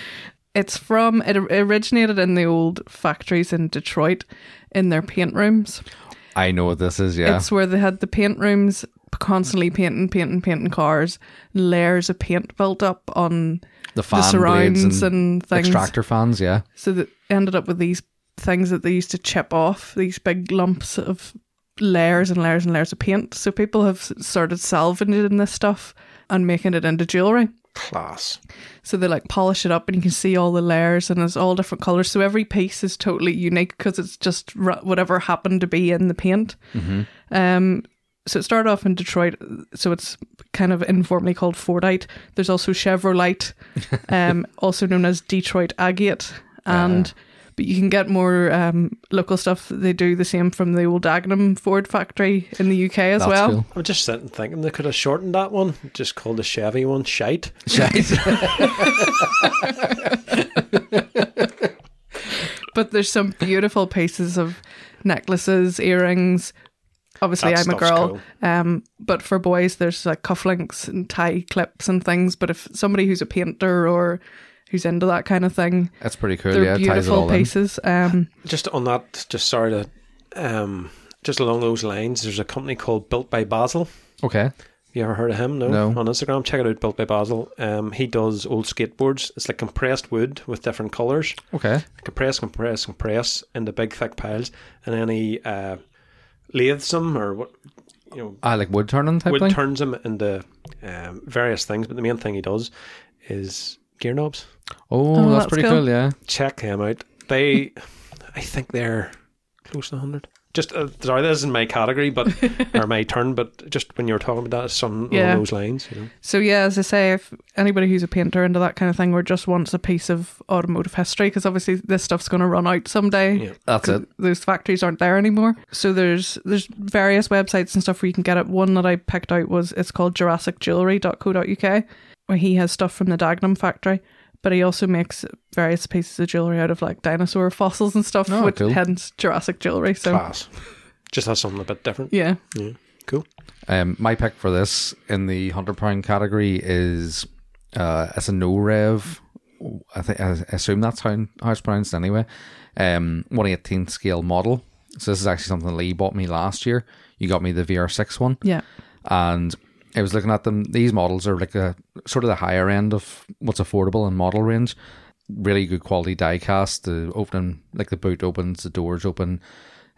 [SPEAKER 2] it's from it originated in the old factories in Detroit in their paint rooms.
[SPEAKER 3] I know what this is, yeah.
[SPEAKER 2] It's where they had the paint rooms constantly painting, painting, painting cars, layers of paint built up on
[SPEAKER 3] the fan
[SPEAKER 2] the surrounds
[SPEAKER 3] blades
[SPEAKER 2] and,
[SPEAKER 3] and,
[SPEAKER 2] things.
[SPEAKER 3] extractor fans, yeah.
[SPEAKER 2] So that ended up with these things that they used to chip off, these big lumps of layers and layers and layers of paint. So people have s- started salvaging this stuff and making it into jewelry.
[SPEAKER 1] Class.
[SPEAKER 2] So they like polish it up, and you can see all the layers, and it's all different colors. So every piece is totally unique because it's just ra- whatever happened to be in the paint.
[SPEAKER 3] Mm-hmm.
[SPEAKER 2] Um, so it started off in Detroit. So it's kind of informally called Fordite. There's also Chevrolet, um, also known as Detroit Agate,
[SPEAKER 3] Ah.
[SPEAKER 2] and. But you can get more um, local stuff. They do the same from the old Dagenham Ford factory in the UK as
[SPEAKER 3] That's
[SPEAKER 2] well.
[SPEAKER 3] cool.
[SPEAKER 1] I'm just sitting thinking they could have shortened that one, just called the Chevy one shite.
[SPEAKER 2] But there's some beautiful pieces of necklaces, earrings. Obviously,
[SPEAKER 1] That
[SPEAKER 2] I'm a
[SPEAKER 1] stuff's
[SPEAKER 2] girl. Um, but for boys, there's like cufflinks and tie clips and things. But if somebody who's a painter or who's into that kind of thing,
[SPEAKER 3] That's pretty cool.
[SPEAKER 2] they're
[SPEAKER 3] yeah, it ties it
[SPEAKER 2] beautiful
[SPEAKER 3] all in.
[SPEAKER 2] pieces. Um,
[SPEAKER 1] Just on that, just sorry to, um, just along those lines, there's a company called Built by Basil.
[SPEAKER 3] Okay.
[SPEAKER 1] You ever heard of him? No.
[SPEAKER 3] No.
[SPEAKER 1] On Instagram, check it out. Built by Basil. Um, he does old skateboards. It's like compressed wood with different colors.
[SPEAKER 3] Okay.
[SPEAKER 1] Compress, compress, compress into big thick piles, and then he uh, lathes them or what you know
[SPEAKER 3] I like wood turning type
[SPEAKER 1] wood
[SPEAKER 3] thing.
[SPEAKER 1] turns them into um, various things. But the main thing he does is gear knobs.
[SPEAKER 2] Oh,
[SPEAKER 3] oh, that's,
[SPEAKER 2] that's
[SPEAKER 3] pretty
[SPEAKER 2] cool.
[SPEAKER 3] cool. Yeah.
[SPEAKER 1] Check him out. They, I think they're close to hundred. Just uh, sorry, this isn't my category, but or my turn. But just when you were talking about that, it's something
[SPEAKER 2] Yeah.
[SPEAKER 1] along those lines. You know.
[SPEAKER 2] so yeah, as I say, if anybody who's a painter into that kind of thing or just wants a piece of automotive history, because obviously this stuff's going to run out someday.
[SPEAKER 1] Yeah.
[SPEAKER 3] That's it.
[SPEAKER 2] those factories aren't there anymore. So there's there's various websites and stuff where you can get it. One that I picked out was it's called JurassicJewelry.co.uk, where he has stuff from the Dagenham factory, but he also makes various pieces of jewelry out of like dinosaur fossils and stuff,
[SPEAKER 3] Oh,
[SPEAKER 2] which
[SPEAKER 3] cool.
[SPEAKER 2] hence Jurassic Jewelry. So
[SPEAKER 1] Class. Just has something a bit different.
[SPEAKER 2] yeah,
[SPEAKER 1] Yeah. Cool.
[SPEAKER 3] Um, my pick for this in the hundred pound category is uh, it's a no rev. I think I assume that's how, how it's pronounced anyway. Um, one eighteenth scale model. So this is actually something Lee bought me last year. You got me the VR6 one,
[SPEAKER 2] yeah,
[SPEAKER 3] and I was looking at them. These models are like a sort of the higher end of what's affordable in model range. Really good quality die cast. The opening, like the boot opens, the doors open.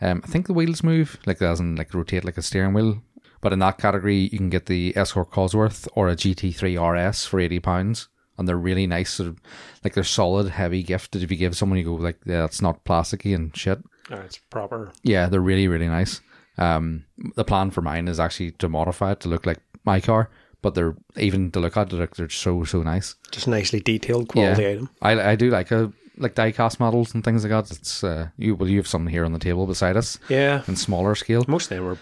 [SPEAKER 3] Um, I think the wheels move, like as in like rotate like a steering wheel. But in that category, you can get the Escort Cosworth or a GT3 RS for eighty pounds, and they're really nice. Sort of, like they're solid, heavy gift that if you give someone, you go like, yeah, that's not plasticky and shit.
[SPEAKER 1] All right, it's proper.
[SPEAKER 3] Yeah, they're really really nice. Um, the plan for mine is actually to modify it to look like my car, but they're even to look at they're, they're so so nice.
[SPEAKER 1] Just nicely detailed quality
[SPEAKER 3] yeah,
[SPEAKER 1] item.
[SPEAKER 3] I I do like a like diecast models and things like that. It's uh, you well you have some here on the table beside us
[SPEAKER 1] Yeah.
[SPEAKER 3] in smaller scale.
[SPEAKER 1] Most of them were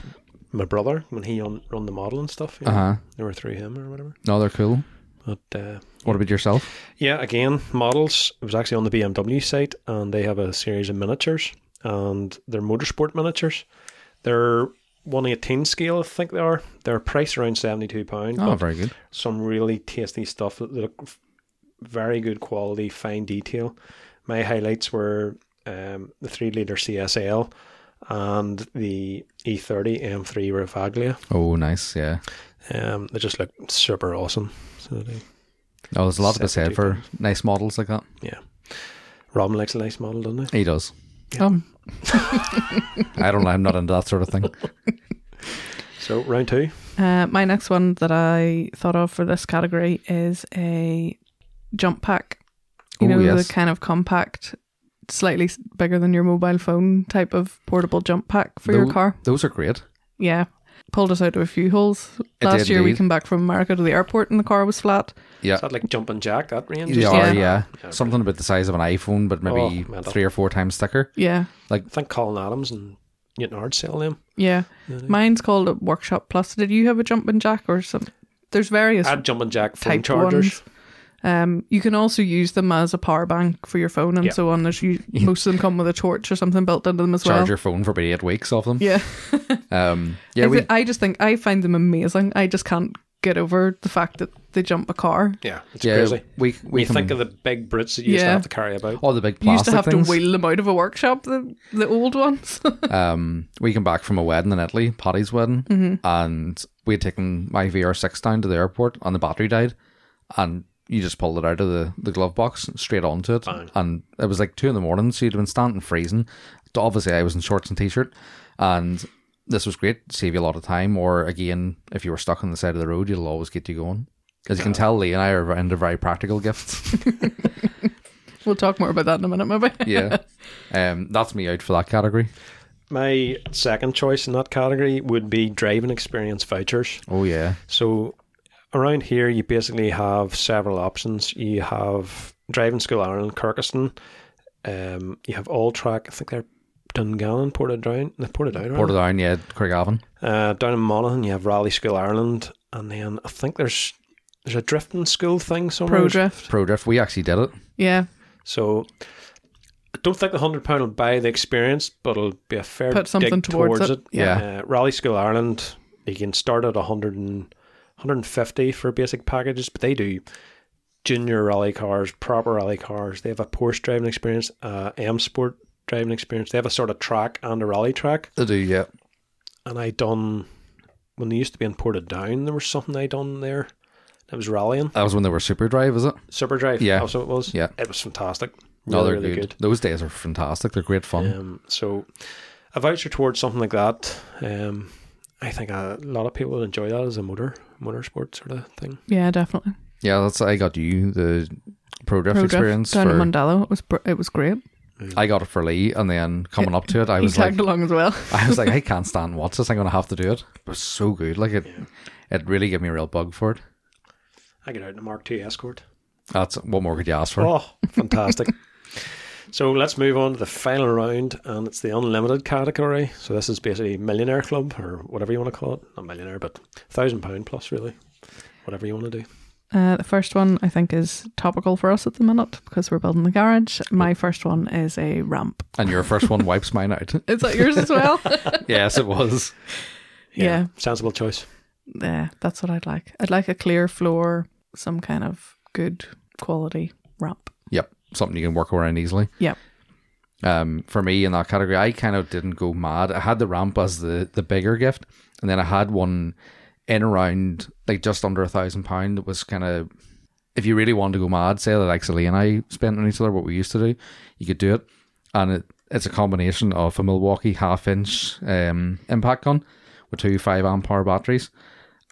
[SPEAKER 1] my brother when he on, run the model and stuff. You know,
[SPEAKER 3] Uh
[SPEAKER 2] Uh-huh.
[SPEAKER 3] huh.
[SPEAKER 1] They were through him or whatever.
[SPEAKER 3] No, they're cool.
[SPEAKER 1] But uh,
[SPEAKER 3] What about yourself?
[SPEAKER 1] yeah, again, models. It was actually on the BMW site, and they have a series of miniatures, and they're motorsport miniatures. They're 118 scale, I think they are. They're priced around £72.
[SPEAKER 3] Oh,
[SPEAKER 1] but
[SPEAKER 3] very good.
[SPEAKER 1] some really tasty stuff that look f- very good quality, fine detail. My highlights were um, the three liter CSL and the E E30 M3 Rivaglia.
[SPEAKER 3] Oh, nice. Yeah.
[SPEAKER 1] Um, they just look super awesome. So they,
[SPEAKER 3] Oh, there's a lot to be
[SPEAKER 1] 72
[SPEAKER 3] said for nice models like that.
[SPEAKER 1] yeah, Robin likes a nice model, doesn't he?
[SPEAKER 3] He does.
[SPEAKER 2] um,
[SPEAKER 3] I don't know. I'm not into that sort of thing.
[SPEAKER 1] So round two,
[SPEAKER 2] Uh, my next one that I thought of for this category is a jump pack. You
[SPEAKER 3] Ooh,
[SPEAKER 2] know,
[SPEAKER 3] Oh, yes.
[SPEAKER 2] the kind of compact, slightly s- bigger than your mobile phone type of portable jump pack for your
[SPEAKER 3] Tho-
[SPEAKER 2] car.
[SPEAKER 3] Those are great.
[SPEAKER 2] Yeah. Pulled us out of a few holes.
[SPEAKER 3] It
[SPEAKER 2] Last
[SPEAKER 3] did
[SPEAKER 2] year we
[SPEAKER 3] indeed.
[SPEAKER 2] came back from America to the airport and the car was flat.
[SPEAKER 3] Yeah.
[SPEAKER 1] is that like jumping jack that range?
[SPEAKER 3] They
[SPEAKER 2] Yeah.
[SPEAKER 3] are, yeah.
[SPEAKER 1] Yeah.
[SPEAKER 3] Something about the size of an iPhone, but maybe
[SPEAKER 1] Oh,
[SPEAKER 3] three
[SPEAKER 1] metal.
[SPEAKER 3] or four times thicker.
[SPEAKER 2] Yeah.
[SPEAKER 1] I think Colin Adams and Newton Hard sell them.
[SPEAKER 2] Yeah.
[SPEAKER 1] Yeah, they-
[SPEAKER 2] Mine's called a Workshop Plus. Did you have a jumping jack or something? There's various
[SPEAKER 1] Add jumping jack phone
[SPEAKER 2] type
[SPEAKER 1] chargers.
[SPEAKER 2] ones. Um, you can also use them as a power bank for your phone and
[SPEAKER 1] Yeah.
[SPEAKER 2] so on. There's you, most of them come with a torch or something built into them as
[SPEAKER 3] Charge
[SPEAKER 2] well.
[SPEAKER 3] your phone for about eight weeks off them.
[SPEAKER 2] Yeah,
[SPEAKER 3] Um, yeah,
[SPEAKER 2] I,
[SPEAKER 3] we,
[SPEAKER 2] thi- I just think I find them amazing. I just can't get over the fact that they jump a car.
[SPEAKER 1] Yeah, it's
[SPEAKER 3] yeah,
[SPEAKER 1] crazy.
[SPEAKER 3] we,
[SPEAKER 1] When
[SPEAKER 3] we
[SPEAKER 1] you
[SPEAKER 3] can,
[SPEAKER 1] think of the big Brits that you used to
[SPEAKER 2] Yeah.
[SPEAKER 1] have to carry about.
[SPEAKER 3] all the big
[SPEAKER 2] You used
[SPEAKER 3] plastic
[SPEAKER 2] to have
[SPEAKER 3] things.
[SPEAKER 2] to wheel them out of a workshop, the the old ones.
[SPEAKER 3] um, we came back from a wedding in Italy, Patty's wedding, and we had taken my VR6 down to the airport, and the battery died, and you just pulled it out of the, the glove box straight onto it, and it was like two in the morning, so you'd been standing freezing. So Obviously, I was in shorts and t-shirt, and this was great, save you a lot of time. Or again, if you were stuck on the side of the road, it'll always get you going. As you can tell, Lee and I are into very practical gifts.
[SPEAKER 2] We'll talk more about that in a minute, maybe.
[SPEAKER 3] yeah, um, that's me out for that category.
[SPEAKER 1] My second choice in that category would be driving experience vouchers.
[SPEAKER 3] Oh yeah,
[SPEAKER 1] So around here, you basically have several options. You have Driving School Ireland, Kirkeston. Um, you have All Track. I think they're Dungannon, Portadown, no, Portadown,
[SPEAKER 3] Portadown,
[SPEAKER 1] right?
[SPEAKER 3] yeah, Craigavon.
[SPEAKER 1] Uh, down in Monaghan, you have Rally School Ireland, and then I think there's there's a drifting school thing somewhere.
[SPEAKER 2] Pro drift.
[SPEAKER 3] Pro Drift. We actually did it.
[SPEAKER 2] Yeah.
[SPEAKER 1] So I don't think the hundred pound will buy the experience, but it'll be a fair
[SPEAKER 2] Put something
[SPEAKER 1] dig
[SPEAKER 2] towards
[SPEAKER 1] towards,
[SPEAKER 2] it.
[SPEAKER 1] it.
[SPEAKER 3] Yeah.
[SPEAKER 1] Uh, Rally School Ireland, you can start at 100 and, 150 for basic packages, but they do junior rally cars, proper rally cars. They have a Porsche driving experience, uh, M Sport driving experience. They have a sort of track and a rally track.
[SPEAKER 3] They do, yeah.
[SPEAKER 1] And I done when they used to be in Portadown, there was something I done there. It was rallying,
[SPEAKER 3] That was when they were Super Drive, is it?
[SPEAKER 1] Super Drive.
[SPEAKER 3] Yeah.
[SPEAKER 1] that's what it was.
[SPEAKER 3] Yeah.
[SPEAKER 1] it was fantastic.
[SPEAKER 3] No,
[SPEAKER 1] Really,
[SPEAKER 3] they're
[SPEAKER 1] really
[SPEAKER 3] good.
[SPEAKER 1] good.
[SPEAKER 3] Those days are fantastic. They're great fun.
[SPEAKER 1] Um, so a voucher towards something like that. Um, I think a lot of people would enjoy that as a motor motorsport sort of thing.
[SPEAKER 2] Yeah, definitely.
[SPEAKER 3] Yeah, that's I got you the Pro Drift
[SPEAKER 2] Pro
[SPEAKER 3] experience.
[SPEAKER 2] drift down in
[SPEAKER 3] for,
[SPEAKER 2] Mandalo. It was br- it was great.
[SPEAKER 3] I got it for Lee, and then coming up to it, I
[SPEAKER 2] He
[SPEAKER 3] was like,
[SPEAKER 2] tagged along as well.
[SPEAKER 3] I was like, I can't stand watch this. I'm gonna have to do it. It was so good. Like it, it really gave me a real bug for it.
[SPEAKER 1] I get out in a Mark II Escort.
[SPEAKER 3] That's what more could you ask for?
[SPEAKER 1] Oh, fantastic. So let's move on to the final round, and it's the unlimited category. So this is basically millionaire club or whatever you want to call it. Not millionaire, but thousand pound plus, really. Whatever you want to do.
[SPEAKER 2] Uh, the first one I think is topical for us at the minute because we're building the garage. My first one is a ramp.
[SPEAKER 3] And your first one wipes mine out.
[SPEAKER 2] Is that yours as well?
[SPEAKER 3] yes, it was.
[SPEAKER 2] yeah.
[SPEAKER 1] sensible choice.
[SPEAKER 2] Yeah, that's what I'd like. I'd like a clear floor, some kind of good quality ramp.
[SPEAKER 3] Yep, something you can work around easily.
[SPEAKER 2] Yep.
[SPEAKER 3] Um, for me in that category, I kind of didn't go mad. I had the ramp as the the bigger gift, and then I had one in around like just under a thousand pound. That was kind of if you really wanted to go mad, say that like Celine and I spent on each other what we used to do, you could do it, and it, it's a combination of a Milwaukee half inch um, impact gun with two five amp hour batteries,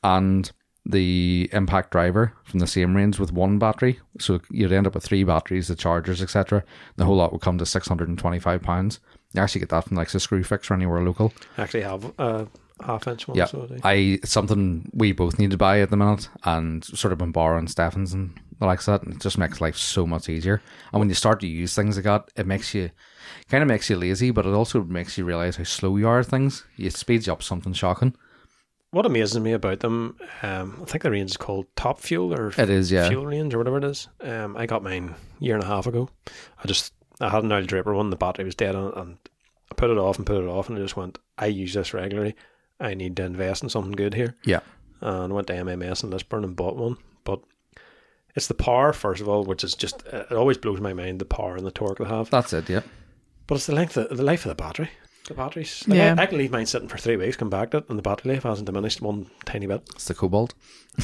[SPEAKER 3] and the impact driver from the same range with one battery. So you'd end up with three batteries, the chargers, etc. The whole lot would come to six hundred and twenty-five pounds. You actually get that from like a screw fix or anywhere local.
[SPEAKER 1] I actually have a half inch one.
[SPEAKER 3] Yeah,
[SPEAKER 1] So I do.
[SPEAKER 3] I it's something we both need to buy at the minute, and sort of been borrowing Stephens and the likes of that, and it just makes life so much easier. And when you start to use things like that, it makes you kind of makes you lazy, but it also makes you realize how slow you are. At things it speeds you up something shocking.
[SPEAKER 1] what amazes me about them, um, I think the range is called Top Fuel or
[SPEAKER 3] It is, yeah.
[SPEAKER 1] fuel range or whatever it is. Um, I got mine a year and a half ago. I just I had an oil draper one, the battery was dead on it, and I put it off and put it off, and I just went. I use this regularly. I need to invest in something good here,
[SPEAKER 3] Yeah,
[SPEAKER 1] and I went to MMS and Lisburn and bought one. But it's the power first of all, which is just uh, it always blows my mind the power and the torque they have.
[SPEAKER 3] that's it. Yeah.
[SPEAKER 1] But it's the length, of, the life of the battery. The batteries. Like
[SPEAKER 2] Yeah.
[SPEAKER 1] I, I can leave mine sitting for three weeks, come back to it, and the battery life hasn't diminished one tiny bit.
[SPEAKER 3] It's the cobalt.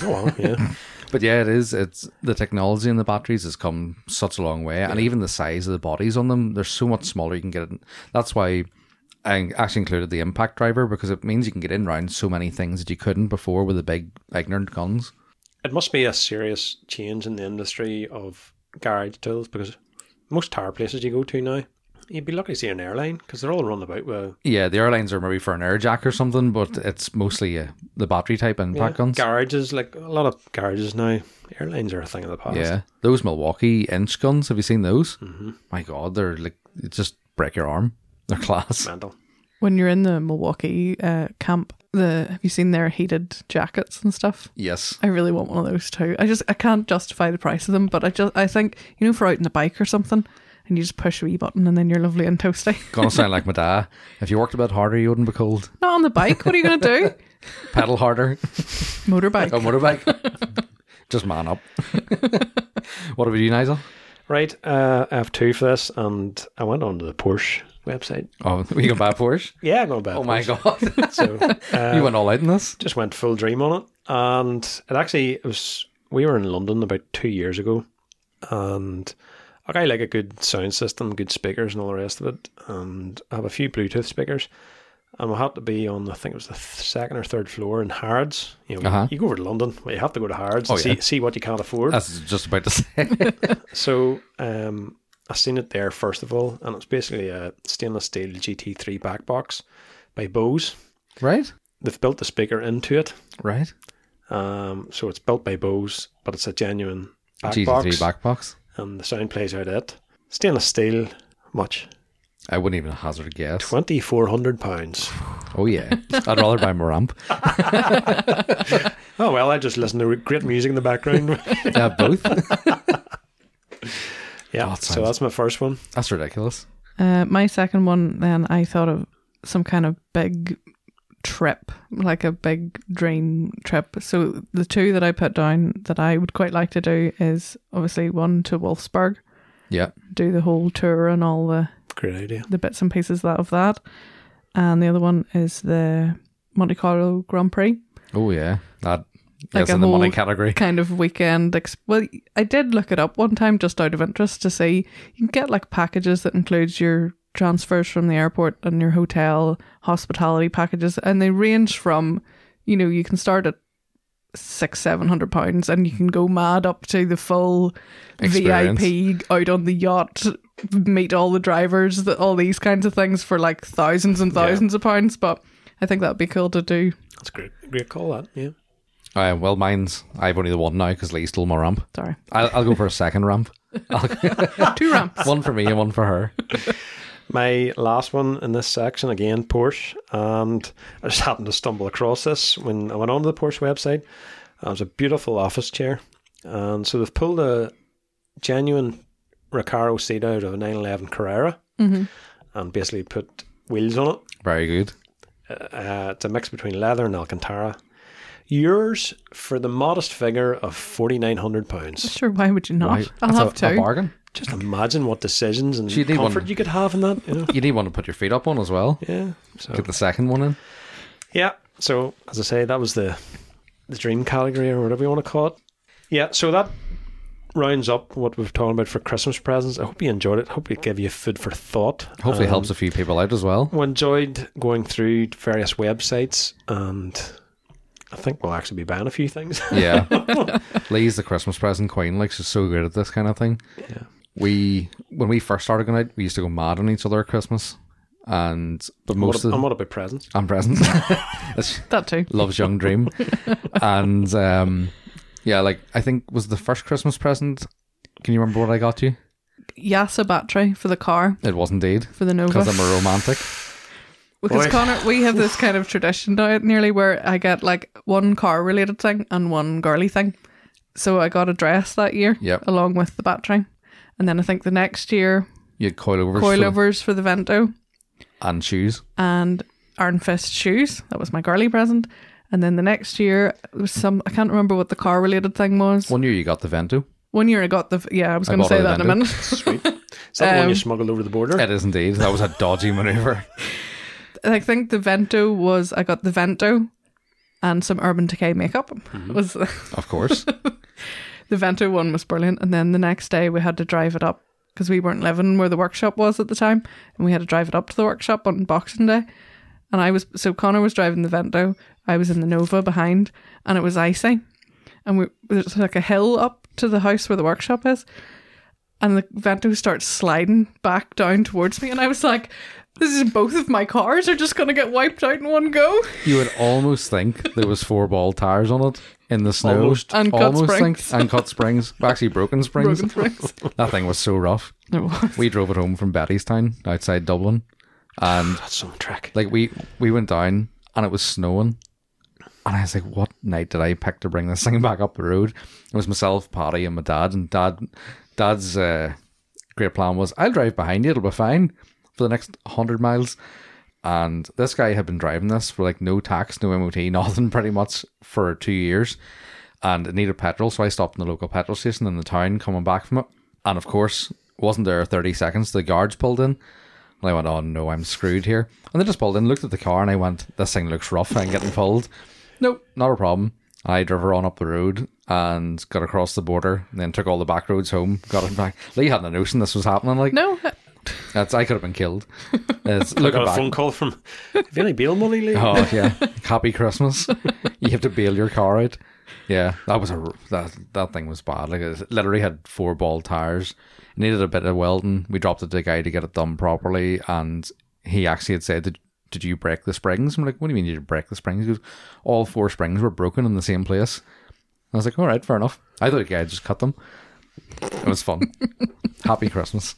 [SPEAKER 1] Oh wow, yeah.
[SPEAKER 3] But yeah, it is. It's the technology in the batteries has come such a long way, and even the size of the bodies on them, they're so much smaller. You can get it. That's why I actually included the impact driver because it means you can get in around so many things that you couldn't before with the big ignorant guns.
[SPEAKER 1] it must be a serious change in the industry of garage tools because most tire places you go to now, you'd be lucky to see an airline because they're all run about with
[SPEAKER 3] Yeah, the airlines are maybe for an air jack or something, but it's mostly uh, the battery type impact guns.
[SPEAKER 1] garages. Like a lot of garages now, airlines are a thing of the past.
[SPEAKER 3] Yeah, those Milwaukee inch guns. Have you seen those? Mm-hmm. My God, they're like they just break your arm. They're class.
[SPEAKER 1] Mental.
[SPEAKER 2] When you're in the Milwaukee uh, camp, the have you seen their heated jackets and stuff?
[SPEAKER 3] Yes.
[SPEAKER 2] I really want one of those too. I just I can't justify the price of them, but I just I think you know for out on the bike or something, and you just push a wee button and then you're lovely and toasty.
[SPEAKER 3] Gonna sound like my dad. If you worked a bit harder, you wouldn't be cold.
[SPEAKER 2] Not on the bike. What are you going to do?
[SPEAKER 3] Pedal harder.
[SPEAKER 2] Motorbike.
[SPEAKER 3] A motorbike. Just man up. what about you, Nigel?
[SPEAKER 1] Right, uh, I have two for this, and I went onto the Porsche website.
[SPEAKER 3] Oh, we can buy a Porsche.
[SPEAKER 1] Yeah, I'm going back.
[SPEAKER 3] Oh my god,
[SPEAKER 1] So uh,
[SPEAKER 3] you went all out in this.
[SPEAKER 1] just went full dream on it, and it actually it was. We were in London about two years ago, and like, I like a good sound system, good speakers, and all the rest of it. And I have a few Bluetooth speakers, and we had to be on I think it was the th- second or third floor in Harrods. You know,
[SPEAKER 3] Uh-huh.
[SPEAKER 1] you go over to London, but you have to go to Harrods
[SPEAKER 3] Oh,
[SPEAKER 1] and
[SPEAKER 3] yeah.
[SPEAKER 1] see see what you can't afford.
[SPEAKER 3] That's just about to say.
[SPEAKER 1] So um, I seen it there first of all, and it's basically a stainless steel GT3 back box by Bose.
[SPEAKER 3] right?
[SPEAKER 1] They've built the speaker into it,
[SPEAKER 3] Right?
[SPEAKER 1] um, so it's built by Bose, but it's a genuine back
[SPEAKER 3] GT3
[SPEAKER 1] box,
[SPEAKER 3] back box.
[SPEAKER 1] and the sound plays out it. Stainless steel, much
[SPEAKER 3] I wouldn't even hazard a guess.
[SPEAKER 1] twenty four hundred pounds.
[SPEAKER 3] Oh, yeah. I'd rather buy Maramp.
[SPEAKER 1] Oh well, I just listen to great music in the background.
[SPEAKER 3] Uh, both.
[SPEAKER 1] yeah,
[SPEAKER 3] Oh, it
[SPEAKER 1] so
[SPEAKER 3] sounds-
[SPEAKER 1] that's my first one.
[SPEAKER 3] That's ridiculous.
[SPEAKER 2] Uh, my second one, then I thought of some kind of big trip, like a big dream trip. So the two that I put down that I would quite like to do is obviously one to Wolfsburg,
[SPEAKER 3] Yeah.
[SPEAKER 2] do the whole tour and all the
[SPEAKER 1] Great idea.
[SPEAKER 2] the bits and pieces that of that, and the other one is the Monte Carlo Grand Prix.
[SPEAKER 3] Oh, yeah. That,
[SPEAKER 2] Like
[SPEAKER 3] that's
[SPEAKER 2] a
[SPEAKER 3] in the money
[SPEAKER 2] whole-
[SPEAKER 3] category.
[SPEAKER 2] kind of weekend. Ex- well, I did look it up one time just out of interest to see you can get like packages that includes your transfers from the airport and your hotel hospitality packages, and they range from you know you can start at six seven hundred pounds and you can go mad up to the full
[SPEAKER 3] Experience.
[SPEAKER 2] VIP out on the yacht. Meet all the drivers, that all these kinds of things for like thousands and
[SPEAKER 1] Yeah.
[SPEAKER 2] thousands of pounds. But I think that'd be cool to do.
[SPEAKER 1] That's great. Great call. That yeah.
[SPEAKER 3] Uh, well, mine's. I've only the one now because Lee's still my ramp.
[SPEAKER 2] Sorry,
[SPEAKER 3] I'll, I'll go for a second ramp. I'll-
[SPEAKER 2] two ramps.
[SPEAKER 3] one for me and one for her.
[SPEAKER 1] My last one in this section again, Porsche, and I just happened to stumble across this when I went onto the Porsche website. It was a beautiful office chair, and so they've pulled a genuine Recaro seat out of a 911 Carrera and basically put wheels on
[SPEAKER 3] Very good.
[SPEAKER 1] it. Uh, it's a mix between leather and Alcantara. Yours for the modest figure of forty nine hundred pounds.
[SPEAKER 2] Sure, why would you not?
[SPEAKER 3] Right.
[SPEAKER 2] I'll
[SPEAKER 3] That's
[SPEAKER 2] have
[SPEAKER 3] a, a
[SPEAKER 2] two.
[SPEAKER 3] bargain.
[SPEAKER 1] Just imagine what decisions and
[SPEAKER 3] Gee, they
[SPEAKER 1] comfort
[SPEAKER 3] won.
[SPEAKER 1] you could have in that. You know?
[SPEAKER 3] You need one to put your feet up on as well.
[SPEAKER 1] yeah. So
[SPEAKER 3] Get the second one in.
[SPEAKER 1] Yeah. So as I say, that was the the dream category or whatever you want to call it. Yeah. So that rounds up what we've talked about for Christmas presents. I hope you enjoyed it. Hope it gave you food for thought.
[SPEAKER 3] Hopefully,
[SPEAKER 1] Um,
[SPEAKER 3] helps a few people out as well.
[SPEAKER 1] We enjoyed going through various websites, and I think we'll actually be buying a few things.
[SPEAKER 3] Yeah. Lee's the Christmas present queen. Like, she's so good at this kind of thing.
[SPEAKER 1] yeah.
[SPEAKER 3] We, when we first started going out, we used to go mad on each other at Christmas. And, but
[SPEAKER 1] What
[SPEAKER 3] most
[SPEAKER 1] a-
[SPEAKER 3] of
[SPEAKER 1] and
[SPEAKER 3] the,
[SPEAKER 1] what about presents?
[SPEAKER 3] I'm present. That's-
[SPEAKER 2] That too.
[SPEAKER 3] loves young dream and um yeah like i think was the first christmas present can you remember what i got you
[SPEAKER 2] Yasa battery for the car,
[SPEAKER 3] it was indeed
[SPEAKER 2] for the Nova.
[SPEAKER 3] because i'm a romantic
[SPEAKER 2] Because
[SPEAKER 1] Boy.
[SPEAKER 2] Connor, we have this kind of tradition now, nearly where I get like one car related thing and one girly thing. So I got a dress that year,
[SPEAKER 3] Yep.
[SPEAKER 2] along with the battery. And then I think the next year,
[SPEAKER 3] you had coilovers, for-
[SPEAKER 2] coilovers for the Vento
[SPEAKER 3] and shoes
[SPEAKER 2] and Iron Fist shoes. That was my girly present. And then the next year, it was some, I can't remember what the car related thing was.
[SPEAKER 3] one year you got the vento
[SPEAKER 2] One year I got the, yeah, I was
[SPEAKER 3] I
[SPEAKER 2] going to
[SPEAKER 3] bought
[SPEAKER 2] say
[SPEAKER 3] a
[SPEAKER 2] that in a
[SPEAKER 3] Vento.
[SPEAKER 2] minute.
[SPEAKER 1] Sweet. Is that the one you
[SPEAKER 2] Um,
[SPEAKER 1] smuggled over the border?
[SPEAKER 3] it is indeed that was a dodgy maneuver
[SPEAKER 2] I think the Vento was I got the Vento and some Urban Decay makeup was the
[SPEAKER 3] of course
[SPEAKER 2] Vento one was brilliant and then the next day we had to drive it up because we weren't living where the workshop was at the time and we had to drive it up to the workshop on Boxing Day and I was so Connor was driving the Vento I was in the Nova behind and it was icy and we there's like a hill up to the house where the workshop is and the Vento starts sliding back down towards me and I was like this is both of my cars are just going to get wiped out in one go
[SPEAKER 3] you would almost think there was four ball tires on it in the snow
[SPEAKER 1] Almost.
[SPEAKER 2] And cut
[SPEAKER 3] Almost
[SPEAKER 2] springs.
[SPEAKER 3] think- and cut springs actually broken springs
[SPEAKER 2] Broken springs.
[SPEAKER 3] that thing was so rough
[SPEAKER 2] It was.
[SPEAKER 3] we drove it home from Bettystown outside Dublin and
[SPEAKER 1] That's some trick.
[SPEAKER 3] Like we we went down and it was snowing, and I was like, "What night did I pick to bring this thing back up the road?" It was myself, Patty, and my dad. And dad, dad's uh, great plan was, "I'll drive behind you; it'll be fine for the next hundred miles." And this guy had been driving this for like no tax, no MOT, nothing, pretty much for two years, and it needed petrol. So I stopped in the local petrol station in the town, coming back from it, and of course, wasn't there thirty seconds? The guards pulled in. And I went, oh no, I'm screwed here. And they just pulled in, looked at the car, and I went, this thing looks rough. I'm getting pulled. nope, not a problem. I drove her on up the road and got across the border, and then took all the back roads home, got it back. Lee hadn't a notion this was happening. Like,
[SPEAKER 2] No,
[SPEAKER 3] That's I could have been killed. It's,
[SPEAKER 1] I
[SPEAKER 3] look
[SPEAKER 1] got a
[SPEAKER 3] back.
[SPEAKER 1] phone call from. Have you any bail money, Lee?
[SPEAKER 3] Oh yeah, happy Christmas. You have to bail your car out. Yeah, that was a r- that that thing was bad. Like it literally had four ball tires. Needed a bit of welding. We dropped it to the guy to get it done properly, and he actually had said, "Did, did you break the springs?" I'm like, "What do you mean you did break the springs?" He goes, "All four springs were broken in the same place." I was like, "All right, fair enough." I thought the guy had just cut them. It was fun. happy Christmas.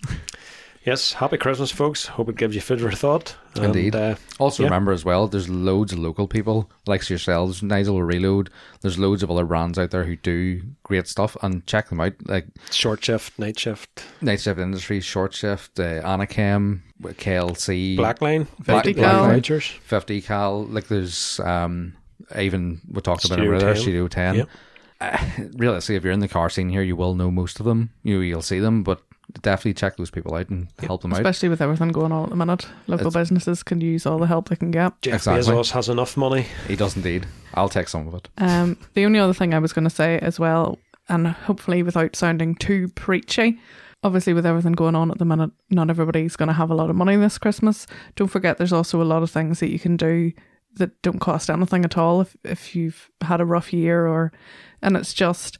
[SPEAKER 1] Yes, happy Christmas, folks. Hope it gives you food for thought. And,
[SPEAKER 3] Indeed.
[SPEAKER 1] uh,
[SPEAKER 3] Also
[SPEAKER 1] Yeah.
[SPEAKER 3] remember as well, there's loads of local people like yourselves, Nigel Reload. There's loads of other brands out there who do great stuff, and check them out. Like
[SPEAKER 1] short shift, night shift,
[SPEAKER 3] Night Shift Industries, Short Shift, uh, Anachem, KLC,
[SPEAKER 1] Blackline,
[SPEAKER 3] Black-
[SPEAKER 2] Fifty
[SPEAKER 3] Black
[SPEAKER 2] Cal.
[SPEAKER 3] Line,
[SPEAKER 1] Rangers.
[SPEAKER 3] Fifty Cal. Like there's um, even we talked about it
[SPEAKER 1] Studio
[SPEAKER 3] earlier,
[SPEAKER 1] 10.
[SPEAKER 3] Studio Ten.
[SPEAKER 1] Yep.
[SPEAKER 3] Uh, realistically, if you're in the car scene here, you will know most of them. You you'll see them, but definitely check those people out and help them out.
[SPEAKER 2] Especially with everything going on at the minute, local businesses can use all the help they can get.
[SPEAKER 1] Jeff
[SPEAKER 3] Exactly.
[SPEAKER 1] Bezos has enough money.
[SPEAKER 3] He does indeed. I'll take some of it.
[SPEAKER 2] Um, the only other thing I was going to say as well, and hopefully without sounding too preachy, obviously with everything going on at the minute, not everybody's going to have a lot of money this Christmas. Don't forget, there's also a lot of things that you can do that don't cost anything at all if, if you've had a rough year or, and it's just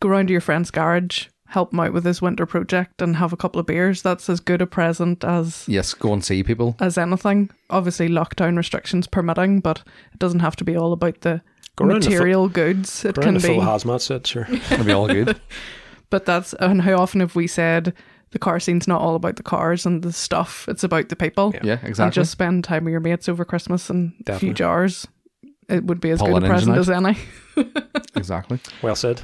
[SPEAKER 2] go round to your friend's garage, help him out with his winter project and have a couple of beers. That's as good a present as
[SPEAKER 3] Yes, go and see people.
[SPEAKER 2] as anything. Obviously, lockdown restrictions permitting, but it doesn't have to be all about the
[SPEAKER 1] Go around the fu-
[SPEAKER 2] material goods. It
[SPEAKER 1] We're in
[SPEAKER 2] can
[SPEAKER 1] a full
[SPEAKER 2] be,
[SPEAKER 1] hazmat suit, sure.
[SPEAKER 3] It'll be all good.
[SPEAKER 2] but that's and how often have we said the car scene's not all about the cars and the stuff; it's about the people.
[SPEAKER 3] yeah,
[SPEAKER 2] And
[SPEAKER 3] exactly.
[SPEAKER 2] just spend time with your mates over Christmas and a few
[SPEAKER 1] Definitely.
[SPEAKER 2] jars. It would be as
[SPEAKER 3] Pull
[SPEAKER 2] good
[SPEAKER 3] an
[SPEAKER 2] a
[SPEAKER 3] engine
[SPEAKER 2] present
[SPEAKER 3] out.
[SPEAKER 2] as any.
[SPEAKER 3] Exactly.
[SPEAKER 1] Well said.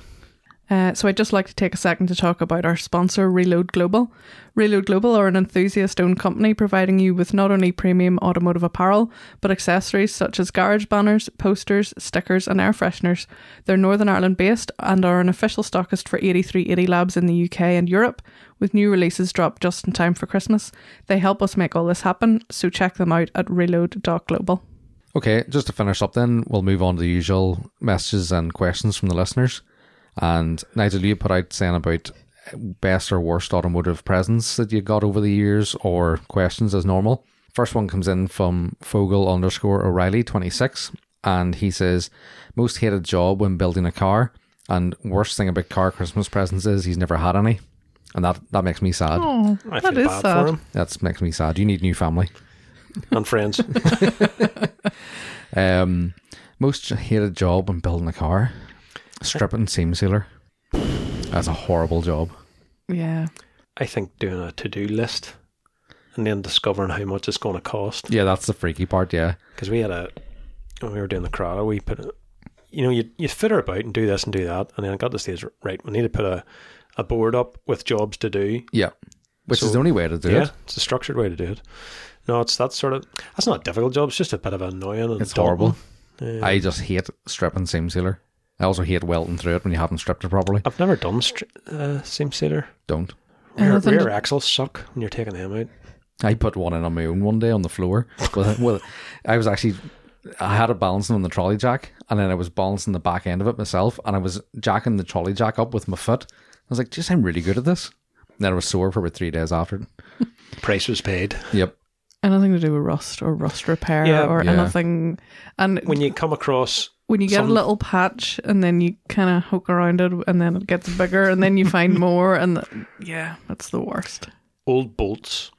[SPEAKER 2] Uh, so I'd just like to take a second to talk about our sponsor, Reload Global. Reload Global are an enthusiast-owned company providing you with not only premium automotive apparel, but accessories such as garage banners, posters, stickers and air fresheners. They're Northern Ireland based and are an official stockist for 8380 Labs in the UK and Europe, with new releases dropped just in time for Christmas. They help us make all this happen, so check them out at reload.global.
[SPEAKER 3] Okay, just to finish up then, we'll move on to the usual messages and questions from the listeners. And Nigel, you put out saying about best or worst automotive presents that you got over the years or questions as normal. First one comes in from Fogel underscore O'Reilly 26 and he says, most hated job when building a car and worst thing about car Christmas presents is he's never had any. And that, that makes me sad.
[SPEAKER 2] Oh,
[SPEAKER 1] I
[SPEAKER 2] that
[SPEAKER 1] feel
[SPEAKER 2] is
[SPEAKER 1] bad
[SPEAKER 2] sad.
[SPEAKER 1] for him
[SPEAKER 3] That makes me sad. You need new family.
[SPEAKER 1] and friends.
[SPEAKER 3] Um, most hated job when building a car, stripping seam sealer. That's a horrible job.
[SPEAKER 2] Yeah.
[SPEAKER 1] I think doing a to do list and then discovering how much it's going to cost.
[SPEAKER 3] Yeah, that's the freaky part. Yeah,
[SPEAKER 1] because we had a when we were doing the Corrado, we put a, you know you you fitter about and do this and do that, and then I got to the stage right. We need to put a a board up with jobs to do.
[SPEAKER 3] yeah. Which is
[SPEAKER 1] So-
[SPEAKER 3] the only way to do
[SPEAKER 1] yeah,
[SPEAKER 3] it.
[SPEAKER 1] it's a structured way to do it. No, it's that sort of that's not a difficult job. It's just a bit of annoying. And
[SPEAKER 3] It's horrible.
[SPEAKER 1] daunting. Yeah.
[SPEAKER 3] I just hate stripping seam sealer. I also hate welting through it when you haven't stripped it properly.
[SPEAKER 1] I've never done str- uh, seam sealer.
[SPEAKER 3] Don't.
[SPEAKER 1] Rear,
[SPEAKER 2] Anything to-
[SPEAKER 1] rear axles suck when you're taking them out.
[SPEAKER 3] I put one in on my own one day on the floor. With, with, I was actually, I had it balancing on the trolley jack, and then I was balancing the back end of it myself, and I was jacking the trolley jack up with my foot. I was like, "Geez, I'm really good at this." And then I was sore for about three days after.
[SPEAKER 1] Price was paid.
[SPEAKER 3] Yep.
[SPEAKER 2] anything to do with rust or rust repair
[SPEAKER 1] Yeah.
[SPEAKER 2] or
[SPEAKER 3] Yeah.
[SPEAKER 2] anything. And when,
[SPEAKER 1] When you come across
[SPEAKER 2] you get
[SPEAKER 1] some-
[SPEAKER 2] a little patch and then you kind of hook around it and then it gets bigger and then you find more and the, yeah, that's the worst.
[SPEAKER 1] old bolts,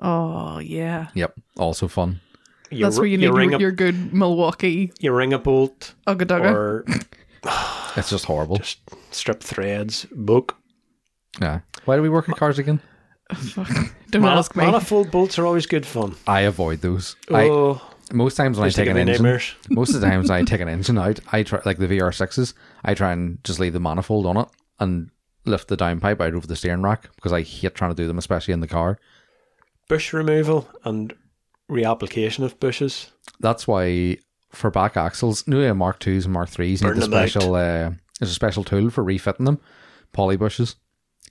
[SPEAKER 2] Oh yeah,
[SPEAKER 3] Yep. Also fun.
[SPEAKER 1] you,
[SPEAKER 2] that's
[SPEAKER 1] ri-
[SPEAKER 2] where you need
[SPEAKER 1] ring
[SPEAKER 2] your,
[SPEAKER 1] a,
[SPEAKER 2] your good Milwaukee
[SPEAKER 1] you ring a bolt
[SPEAKER 2] Ugadaga.
[SPEAKER 1] or
[SPEAKER 3] It's just horrible.
[SPEAKER 1] just strip threads, book
[SPEAKER 3] yeah. Why do we work at cars again?
[SPEAKER 2] Fuck. Don't
[SPEAKER 1] Mana-
[SPEAKER 2] ask me.
[SPEAKER 1] Manifold bolts are always good fun.
[SPEAKER 3] I avoid those. I
[SPEAKER 1] Oh,
[SPEAKER 3] most times when I
[SPEAKER 1] used to
[SPEAKER 3] take
[SPEAKER 1] give
[SPEAKER 3] an
[SPEAKER 1] me
[SPEAKER 3] engine,
[SPEAKER 1] nightmares.
[SPEAKER 3] most of the times when I take an engine out, I try like the VR sixes. I try and just leave the manifold on it and lift the downpipe out over the steering rack because I hate trying to do them, especially in the car.
[SPEAKER 1] bush removal and reapplication of bushes.
[SPEAKER 3] That's why for back axles, new uh, Mark twos and Mark threes need
[SPEAKER 1] Burn
[SPEAKER 3] the
[SPEAKER 1] them out.
[SPEAKER 3] special. Uh, there's a special tool for refitting them, poly bushes.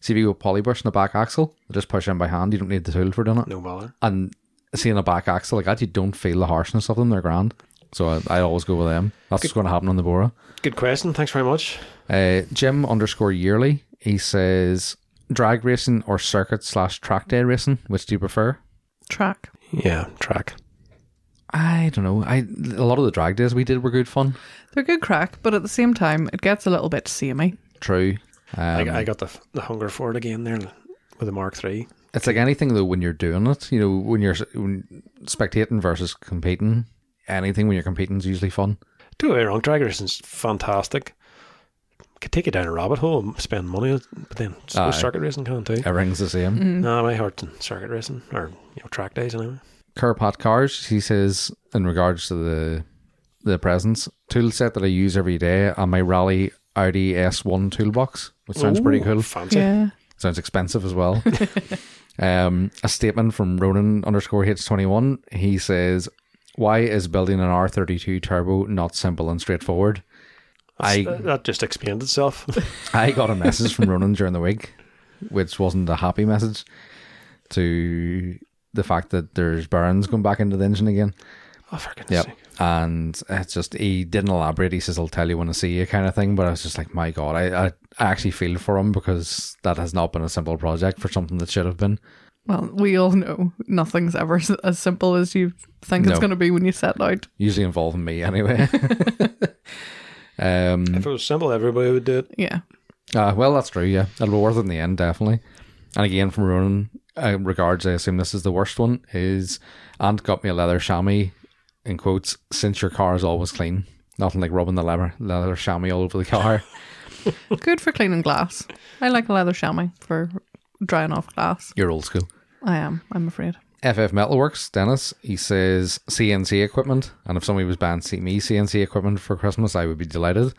[SPEAKER 3] See if you go poly bush in the back axle, just push in by hand. You don't need the tool for doing it.
[SPEAKER 1] No bother.
[SPEAKER 3] and seeing a back axle like that, you don't feel the harshness of them. They're grand. So I, I always go with them. That's what's going to happen on the Bora.
[SPEAKER 1] Good question. Thanks very much.
[SPEAKER 3] Uh, Jim underscore yearly. He says, drag racing or circuit slash track day racing? Which do you prefer?
[SPEAKER 2] Track.
[SPEAKER 1] Yeah, track.
[SPEAKER 3] I don't know. I a lot of the drag days we did were good fun.
[SPEAKER 2] They're good crack, but at the same time, it gets a little bit samey.
[SPEAKER 3] True. Um,
[SPEAKER 1] I, I got the the hunger for it again there with the Mark Three.
[SPEAKER 3] it's like anything though when you're doing it. You know, when you're s- when spectating versus competing, anything when you're competing is usually fun.
[SPEAKER 1] Don't get me wrong, drag racing's fantastic. Could take you down a rabbit hole and spend money, on it, but then so
[SPEAKER 3] Aye.
[SPEAKER 1] circuit racing can too.
[SPEAKER 3] Everything's the same.
[SPEAKER 1] No, my heart's in circuit racing or you know track days anyway.
[SPEAKER 3] Kerpat Cars, he says, in regards to the the presents, tool set that I use every day on my Rally Audi S1 toolbox, which sounds pretty
[SPEAKER 1] Ooh,
[SPEAKER 3] cool.
[SPEAKER 1] Fancy.
[SPEAKER 2] Yeah.
[SPEAKER 3] Sounds expensive as well. um, a statement from Ronan underscore H21. He says, Why is building an R32 turbo not simple and straightforward?
[SPEAKER 1] I,
[SPEAKER 3] I-
[SPEAKER 1] uh, that just explained itself.
[SPEAKER 3] I got a message from Ronan during the week, which wasn't a happy message to the fact that there's burns going back into the engine again.
[SPEAKER 1] oh, for goodness
[SPEAKER 3] Yep.
[SPEAKER 1] sake.
[SPEAKER 3] And it's just he didn't elaborate. He says, "I'll tell you when I see you," kind of thing. But I was just like, "My God, I, I, I actually feel for him because that has not been a simple project for something that should have been."
[SPEAKER 2] Well, we all know nothing's ever s- as simple as you think it's
[SPEAKER 3] No.
[SPEAKER 2] going to be when you set out.
[SPEAKER 3] Usually involving me anyway. um,
[SPEAKER 1] If it was simple, everybody would do it.
[SPEAKER 2] Yeah.
[SPEAKER 3] uh, well, that's true. Yeah, it'll be worth it in the end, definitely. And again, from Ronan uh, regards, I assume this is the worst one. Is Aunt got me a leather chamois in quotes since your car is always clean. Nothing like rubbing the leather leather chamois all over the car.
[SPEAKER 2] Good for cleaning glass. I like a leather chamois for drying off glass.
[SPEAKER 3] You're old school.
[SPEAKER 2] I am, I'm afraid.
[SPEAKER 3] FF Metalworks, Dennis, he says CNC equipment. And if somebody was banned see me CNC equipment for Christmas, I would be delighted.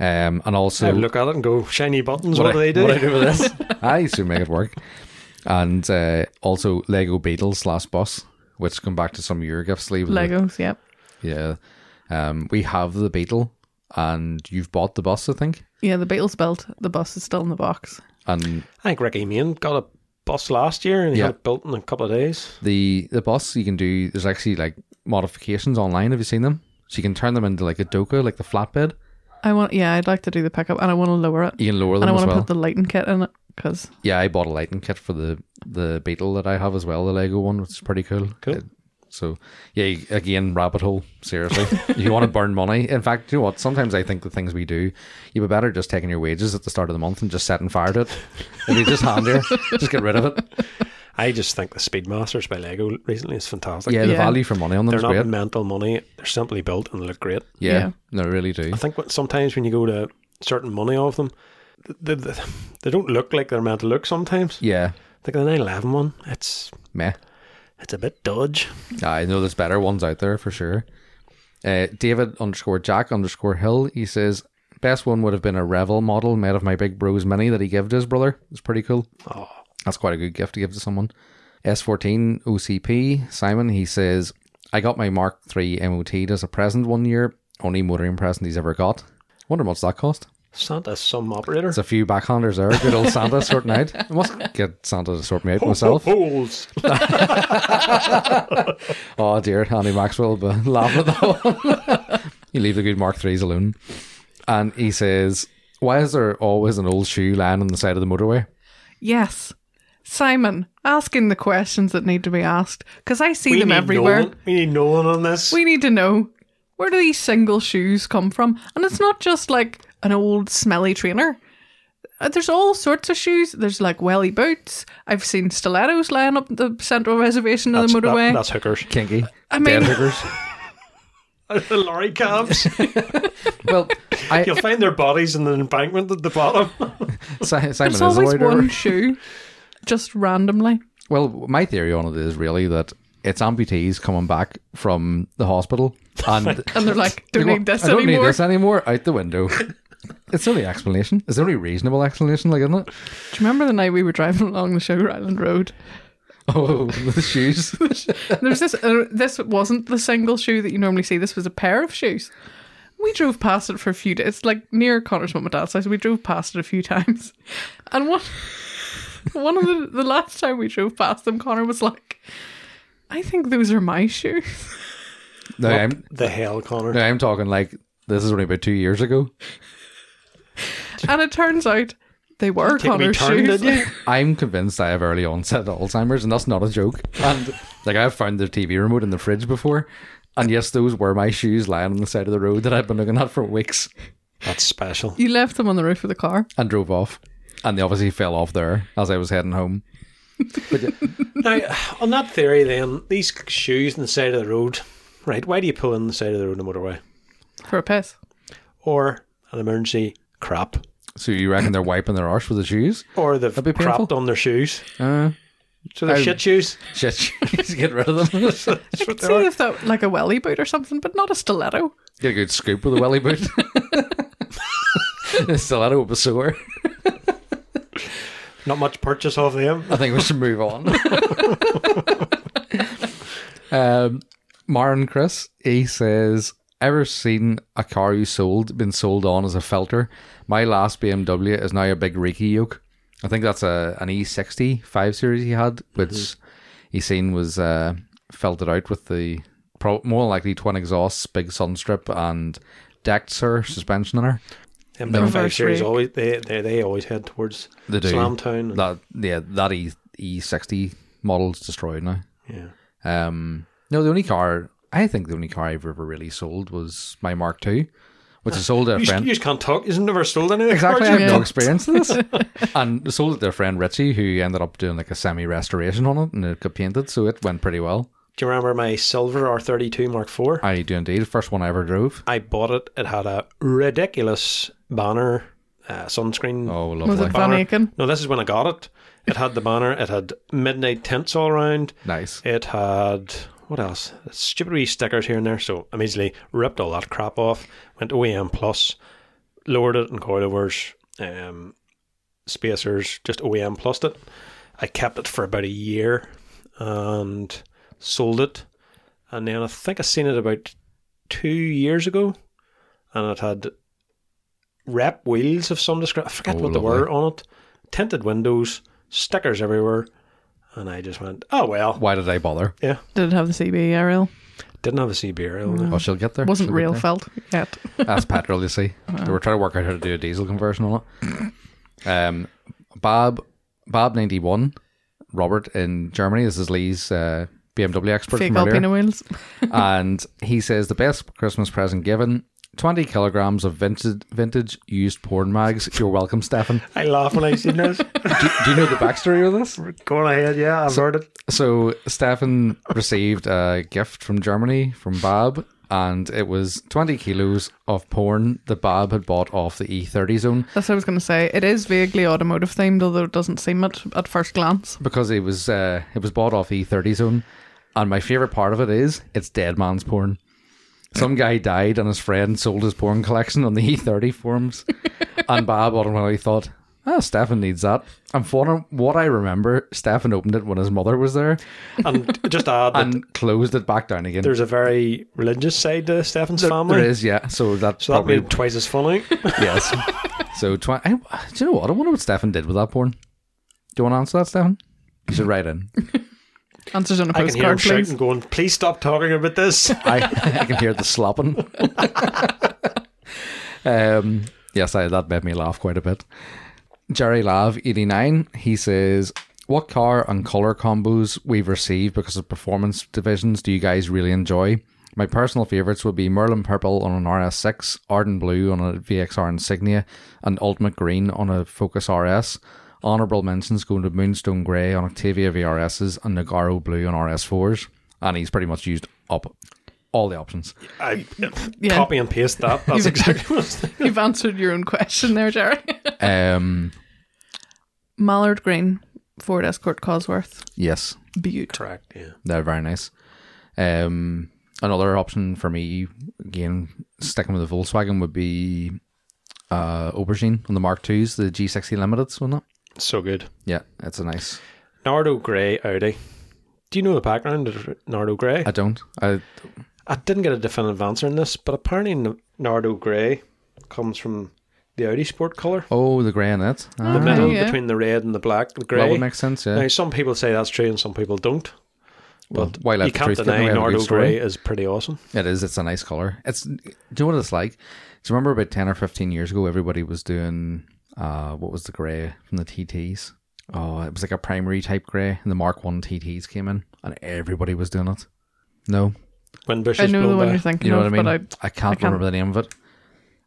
[SPEAKER 3] um, and also,
[SPEAKER 1] I would look at it and go, shiny buttons, what, do they do?
[SPEAKER 3] What I do with this? I used to make it work. And uh, also Lego Beatles slash bus, which come back to some of your gifts, Lee. with the-
[SPEAKER 2] Legos, yep.
[SPEAKER 3] Yeah. Um, we have the Beetle, and you've bought the bus, I think.
[SPEAKER 2] Yeah, the Beatles built. The bus is still in the box.
[SPEAKER 3] And
[SPEAKER 1] I think Ricky Meehan got a bus last year and he
[SPEAKER 3] Yeah.
[SPEAKER 1] had it built in a couple of days.
[SPEAKER 3] the the bus you can do there's actually like modifications online have you seen them so you can turn them into like a doka like the flatbed
[SPEAKER 2] I want, yeah, I'd like to do the pickup and I want to lower it.
[SPEAKER 3] you can lower
[SPEAKER 2] And
[SPEAKER 3] them
[SPEAKER 2] I
[SPEAKER 3] as
[SPEAKER 2] want to
[SPEAKER 3] well
[SPEAKER 2] put the lighting kit in it because
[SPEAKER 3] yeah i bought a lighting kit for the the beetle that i have as well the lego one which is pretty cool
[SPEAKER 1] Cool.
[SPEAKER 3] It- so yeah you- again rabbit hole seriously if you want to burn money in fact you know what sometimes i think the things we do you'd be better just taking your wages at the start of the month and just setting fire to it if you just handier just get rid of it
[SPEAKER 1] I just think the Speedmasters by Lego recently is fantastic.
[SPEAKER 3] yeah the
[SPEAKER 2] Yeah.
[SPEAKER 3] value for money on them
[SPEAKER 1] They're
[SPEAKER 3] is
[SPEAKER 1] not
[SPEAKER 3] great
[SPEAKER 1] mental money. They're simply built and look great.
[SPEAKER 3] yeah,
[SPEAKER 2] Yeah.
[SPEAKER 3] no they really do
[SPEAKER 1] I think what- sometimes when you go to certain money of them, th th th they don't look like they're meant to look sometimes.
[SPEAKER 3] yeah
[SPEAKER 1] Like the 911 one, it's
[SPEAKER 3] meh
[SPEAKER 1] it's a bit dodge.
[SPEAKER 3] I know there's better ones out there for sure. Uh, David underscore Jack underscore Hill. He says best one would have been a Revel model made of my big bro's mini that he gave to his brother. It's pretty cool.
[SPEAKER 1] Oh,
[SPEAKER 3] That's quite a good gift to give to someone. S14 OCP Simon. He says I got my Mark III MOT as a present one year. Only motoring present he's ever got. Wonder what's that cost.
[SPEAKER 1] Santa's some operator.
[SPEAKER 3] It's a few backhanders there. Good old Santa sorting out. I must get Santa to sort me out myself.
[SPEAKER 1] Holes.
[SPEAKER 3] Oh dear, Andy Maxwell, but laugh at that one. you leave the good Mark threes alone. And he says, "Why is there always an old shoe lying on the side of the motorway?"
[SPEAKER 2] Yes. Simon, asking the questions that need to be asked because I see them
[SPEAKER 1] need
[SPEAKER 2] everywhere.
[SPEAKER 1] Nolan. We need Nolan on this.
[SPEAKER 2] We need to know where do these single shoes come from? And it's not just like an old smelly trainer. Uh, There's all sorts of shoes. There's like welly boots. I've seen stilettos lying up the central reservation of
[SPEAKER 1] that's,
[SPEAKER 2] the motorway.
[SPEAKER 1] that- that's hookers.
[SPEAKER 3] Kinky,
[SPEAKER 2] I mean-
[SPEAKER 3] dead hookers.
[SPEAKER 1] the lorry cabs.
[SPEAKER 3] Well, I,
[SPEAKER 1] You'll find their bodies in the embankment at the bottom.
[SPEAKER 3] Si- Simon
[SPEAKER 2] There's
[SPEAKER 3] is a
[SPEAKER 2] always
[SPEAKER 3] loiter.
[SPEAKER 2] one shoe, just randomly.
[SPEAKER 3] Well, my theory on it is really that it's amputees coming back from the hospital, and
[SPEAKER 2] And they're like, Oh don't
[SPEAKER 3] You know,
[SPEAKER 2] need this
[SPEAKER 3] I don't
[SPEAKER 2] anymore.
[SPEAKER 3] need this anymore. Out the window. It's the only explanation. It's the only reasonable explanation, like isn't it?
[SPEAKER 2] Do you remember the night we were driving along the Sugar Island Road?
[SPEAKER 3] Oh, the shoes.
[SPEAKER 2] There's this. Uh, this wasn't the single shoe that you normally see. This was a pair of shoes. We drove past it for a few days. It's like near Connor's mum and dad's house. We drove past it a few times, and one one of the the last time we drove past them, Connor was like, "I think those are my shoes."
[SPEAKER 3] No, I'm
[SPEAKER 1] the hell, Connor.
[SPEAKER 3] No, I'm talking like this is only about two years ago.
[SPEAKER 2] And it turns out They were
[SPEAKER 1] Take me
[SPEAKER 2] Connor's
[SPEAKER 1] turn,
[SPEAKER 2] shoes.
[SPEAKER 1] did you?
[SPEAKER 3] I'm convinced I have early onset Alzheimer's, and that's not a joke. And like I've found the TV remote in the fridge before, and yes, those were my shoes lying on the side of the road that I've been looking at for weeks,
[SPEAKER 1] That's special.
[SPEAKER 2] You left them on the roof of the car.
[SPEAKER 3] and drove off. And they obviously fell off there as I was heading home.
[SPEAKER 1] now, on that theory, then these shoes on the side of the road, right? Why do you pull in the side of the road on the motorway
[SPEAKER 2] For a piss.
[SPEAKER 1] or an emergency crap
[SPEAKER 3] So you reckon they're wiping their arse with the shoes?
[SPEAKER 1] or they've
[SPEAKER 3] be painful.
[SPEAKER 1] crapped on their shoes?
[SPEAKER 3] Uh,
[SPEAKER 1] So they're
[SPEAKER 3] I-
[SPEAKER 1] shit shoes.
[SPEAKER 3] shit, shoes, get rid of them.
[SPEAKER 2] I could see if that like a welly boot or something, but not a stiletto.
[SPEAKER 3] Get a good scoop with a welly boot. It's Stiletto with a sore.
[SPEAKER 1] Not much purchase off them.
[SPEAKER 3] I think we should move on. um, Marin Chris, he says, Ever seen a car you sold been sold on as a filter? My last BMW is now a big Reiki yoke. I think that's a an E60 5 series he had, which he seen was uh, filtered out with the pro- more likely twin exhausts, big sunstrip, and decked sir suspension in her.
[SPEAKER 1] Them big five
[SPEAKER 2] Reverse
[SPEAKER 1] series
[SPEAKER 2] rake.
[SPEAKER 1] always they, they they always head towards
[SPEAKER 3] They do.
[SPEAKER 1] Slamtown. and-
[SPEAKER 3] That yeah, that E E sixty model's destroyed now.
[SPEAKER 1] yeah.
[SPEAKER 3] Um, no, the only car I think the only car I've ever really sold was my Mark II, which I sold to a
[SPEAKER 1] You, just,
[SPEAKER 3] friend.
[SPEAKER 1] you just can't talk. You've never sold any of the
[SPEAKER 3] Exactly, I
[SPEAKER 1] cards.
[SPEAKER 3] have
[SPEAKER 1] you-
[SPEAKER 3] no
[SPEAKER 2] Yeah.
[SPEAKER 3] experience in this, and sold it to a friend Richie, who ended up doing like a semi-restoration on it, and it got painted, so it went pretty well.
[SPEAKER 1] Do you remember my silver R32 Mark IV?
[SPEAKER 3] I do indeed. First one I ever drove.
[SPEAKER 1] I bought it. It had a ridiculous banner, uh, sunscreen.
[SPEAKER 3] Oh,
[SPEAKER 2] Was
[SPEAKER 3] lovely,
[SPEAKER 2] it Van
[SPEAKER 1] Banner.
[SPEAKER 2] Aken?
[SPEAKER 1] No, this is when I got it. It had the banner. It had midnight tints all around.
[SPEAKER 3] nice.
[SPEAKER 1] It had what else? Stupid wee stickers here and there. So I immediately ripped all that crap off. Went OEM plus, lowered it in coilovers, um, spacers, just OEM plus it. I kept it for about a year and sold it. And then I think I seen it about two years ago, and it had wrap wheels of some description. I forget
[SPEAKER 3] Oh,
[SPEAKER 1] what they
[SPEAKER 3] lovely.
[SPEAKER 1] were on it. Tinted windows, stickers everywhere, and I just went, "Oh well."
[SPEAKER 3] Why did I bother?
[SPEAKER 2] Did it have the CB aerial?
[SPEAKER 1] Didn't have a sea beer. I don't know.
[SPEAKER 3] Oh, she'll get there.
[SPEAKER 2] Wasn't
[SPEAKER 3] She'll get
[SPEAKER 2] real
[SPEAKER 3] there.
[SPEAKER 2] felt yet.
[SPEAKER 3] That's petrol, you see. They were trying to work out how to do a diesel conversion on it. Um, Bob, Bob ninety one, Robert in Germany. This is Lee's uh, BMW expert
[SPEAKER 2] Fake
[SPEAKER 3] from earlier.
[SPEAKER 2] Alpina wheels.
[SPEAKER 3] and he says the best Christmas present given: twenty kilograms of vintage, vintage used porn mags. You're welcome, Stefan.
[SPEAKER 1] I laugh when I see this.
[SPEAKER 3] Do, do you know the backstory of this?
[SPEAKER 1] Go ahead, yeah, I've heard it.
[SPEAKER 3] So Stefan received a gift from Germany from Bob, and it was twenty kilos of porn that Bob had bought off the E30 zone.
[SPEAKER 2] That's what I was going to say. It is vaguely automotive themed, although it doesn't seem it at first glance.
[SPEAKER 3] because it was uh, it was bought off E30 Zone, and my favorite part of it is it's dead man's porn. Some guy died, and his friend sold his porn collection on the E30 forums, and Bob automatically thought. Ah, Stefan needs that. And for what I remember, Stefan opened it when his mother was there
[SPEAKER 1] And just to add that
[SPEAKER 3] and closed it back down again.
[SPEAKER 1] there's a very religious side to Stefan's family.
[SPEAKER 3] there is, yeah. So that
[SPEAKER 1] So that
[SPEAKER 3] probably
[SPEAKER 1] made it twice as funny.
[SPEAKER 3] yes. so twi- I, do you know what? I wonder what Stefan did with that porn. Do you want to answer that, Stefan? You should write in.
[SPEAKER 2] Answers on a
[SPEAKER 1] I can hear him
[SPEAKER 2] postcard, please.
[SPEAKER 1] shouting, going, "Please stop talking about this."
[SPEAKER 3] I, I can hear the slopping. um, yes, I, that made me laugh quite a bit. Jerry Lav, 89, he says, What car and colour combos we've received because of performance divisions do you guys really enjoy? My personal favourites would be Merlin Purple on an RS6, Arden Blue on a VXR Insignia, and Ultimate Green on a Focus RS. Honourable mentions going to Moonstone Grey on Octavia VRSs and Nagaro Blue on RS4s. And he's pretty much used up all the options.
[SPEAKER 1] I
[SPEAKER 2] Yeah.
[SPEAKER 1] copy and paste that. That's exactly what I was thinking.
[SPEAKER 2] You've answered your own question there, Jerry.
[SPEAKER 3] Um,
[SPEAKER 2] Mallard Green, Ford Escort Cosworth.
[SPEAKER 3] yes.
[SPEAKER 2] Beaut.
[SPEAKER 1] Correct. Yeah.
[SPEAKER 3] They're very nice. Um, another option for me, again, sticking with the Volkswagen, would be uh, Aubergine on the Mark IIs, the G60 Limiteds, wouldn't it?
[SPEAKER 1] So good.
[SPEAKER 3] Yeah, it's a nice.
[SPEAKER 1] Nardo Grey Audi. Do you know the background of Nardo Grey?
[SPEAKER 3] I don't. I,
[SPEAKER 1] I didn't get a definitive answer on this, but apparently N- Nardo Grey comes from the Audi sport colour.
[SPEAKER 3] oh, the grey in it.
[SPEAKER 1] The
[SPEAKER 3] Ah,
[SPEAKER 1] middle
[SPEAKER 2] yeah.
[SPEAKER 1] between the red and the black, the
[SPEAKER 3] that
[SPEAKER 1] grey.
[SPEAKER 3] would make sense, yeah.
[SPEAKER 1] Now, some people say that's true and some people don't.
[SPEAKER 3] well, why let
[SPEAKER 1] you
[SPEAKER 3] the
[SPEAKER 1] can't
[SPEAKER 3] truth get in the
[SPEAKER 1] deny
[SPEAKER 3] way of a good
[SPEAKER 1] Nardo
[SPEAKER 3] story?
[SPEAKER 1] Grey is pretty awesome.
[SPEAKER 3] It is. It's a nice color. It's. Do you know what it's like? Do you remember about ten or fifteen years ago, everybody was doing uh, what was the grey from the TTs? Oh, it was like a primary type grey, and the Mark One TTs came in, and everybody was doing it. No,
[SPEAKER 1] When
[SPEAKER 2] I
[SPEAKER 1] bushes
[SPEAKER 2] know the
[SPEAKER 1] blow
[SPEAKER 2] one
[SPEAKER 1] by.
[SPEAKER 2] you're thinking
[SPEAKER 3] you know
[SPEAKER 2] of,
[SPEAKER 3] what I mean. I,
[SPEAKER 2] but
[SPEAKER 3] can't
[SPEAKER 2] I can't-
[SPEAKER 3] remember the name of it,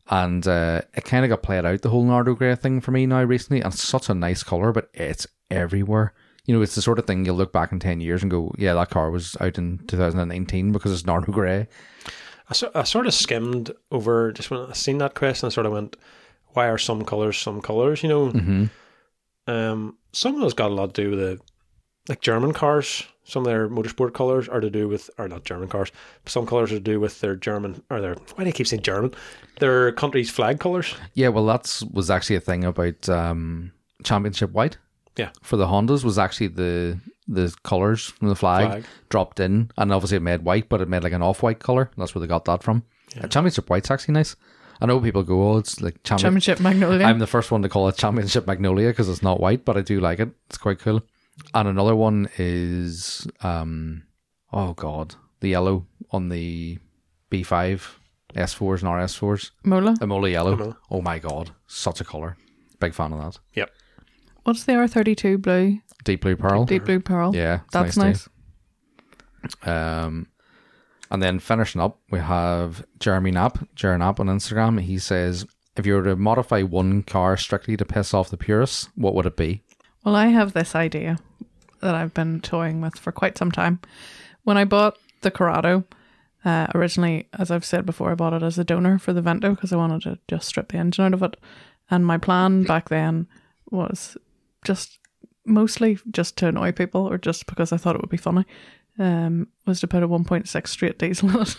[SPEAKER 3] and uh, it kind of got played out the whole Nardo grey thing for me now recently, and it's such a nice color, but it's everywhere. You know, it's the sort of thing you'll look back in ten years and go, "Yeah, that car was out in 2019 because it's Nardo grey."
[SPEAKER 1] I, so, I sort of skimmed over just when I seen that question. I sort of went, "Why are some colors some colors?" You know,
[SPEAKER 3] Mm-hmm.
[SPEAKER 1] um, some of those got a lot to do with the like German cars. Some of their motorsport colors are to do with, or not German cars. But some colors are to do with their German or their. Why do I keep saying German? Their country's flag colors.
[SPEAKER 3] Yeah, well, that's was actually a thing about um, Championship White.
[SPEAKER 1] Yeah.
[SPEAKER 3] for the Hondas was actually the the colours from the flag,
[SPEAKER 1] Flag.
[SPEAKER 3] dropped in, and obviously it made white, but it made like an off white colour. That's where they got that from. Uh, Championship White's actually nice. I know people go, oh, it's like champion.
[SPEAKER 2] Championship Magnolia.
[SPEAKER 3] I'm the first one to call it Championship Magnolia because it's not white, but I do like it. It's quite cool. And another one is, um, oh god, the yellow on the B5 S4s and RS4s.
[SPEAKER 2] Mola.
[SPEAKER 3] Emola yellow. Oh my god, such a color. Big fan of that.
[SPEAKER 1] Yep.
[SPEAKER 2] What's the R32 blue?
[SPEAKER 3] Deep blue pearl.
[SPEAKER 2] Deep blue pearl.
[SPEAKER 3] Yeah, it's
[SPEAKER 2] That's
[SPEAKER 3] nice
[SPEAKER 2] nice.
[SPEAKER 3] too. Um, and then finishing up, we have Jeremy Knapp, Jerry Knapp on Instagram. He says, "If you were to modify one car strictly to piss off the purists, what would it be?"
[SPEAKER 2] Well, I have this idea that I've been toying with for quite some time. When I bought the Corrado, uh, originally, as I've said before, I bought it as a donor for the Vento because I wanted to just strip the engine out of it. And my plan back then was just mostly just to annoy people or just because I thought it would be funny, um, was to put a 1.6 straight diesel in it.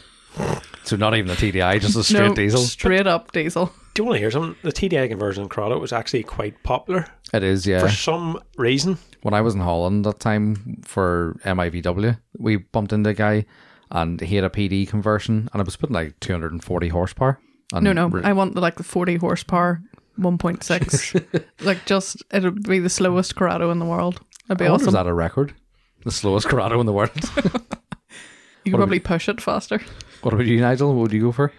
[SPEAKER 3] So not even a TDI, just a straight
[SPEAKER 2] No,
[SPEAKER 3] diesel.
[SPEAKER 2] Straight up diesel.
[SPEAKER 1] Do you want to hear something? The TDI conversion in Corrado was actually quite popular
[SPEAKER 3] It is, yeah.
[SPEAKER 1] for some reason.
[SPEAKER 3] when I was in Holland that time for MIVW, we bumped into a guy and he had a PD conversion and it was putting like 240 horsepower. And
[SPEAKER 2] No, no.
[SPEAKER 3] re-
[SPEAKER 2] I want like the 40 horsepower 1.6. like just it'll be the slowest Corrado in the world. That'd be
[SPEAKER 3] I wonder,
[SPEAKER 2] awesome.
[SPEAKER 3] Is that a record? The slowest Corrado in the world.
[SPEAKER 2] you could
[SPEAKER 3] what
[SPEAKER 2] probably push it faster.
[SPEAKER 3] what about you, Nigel? What would you go for?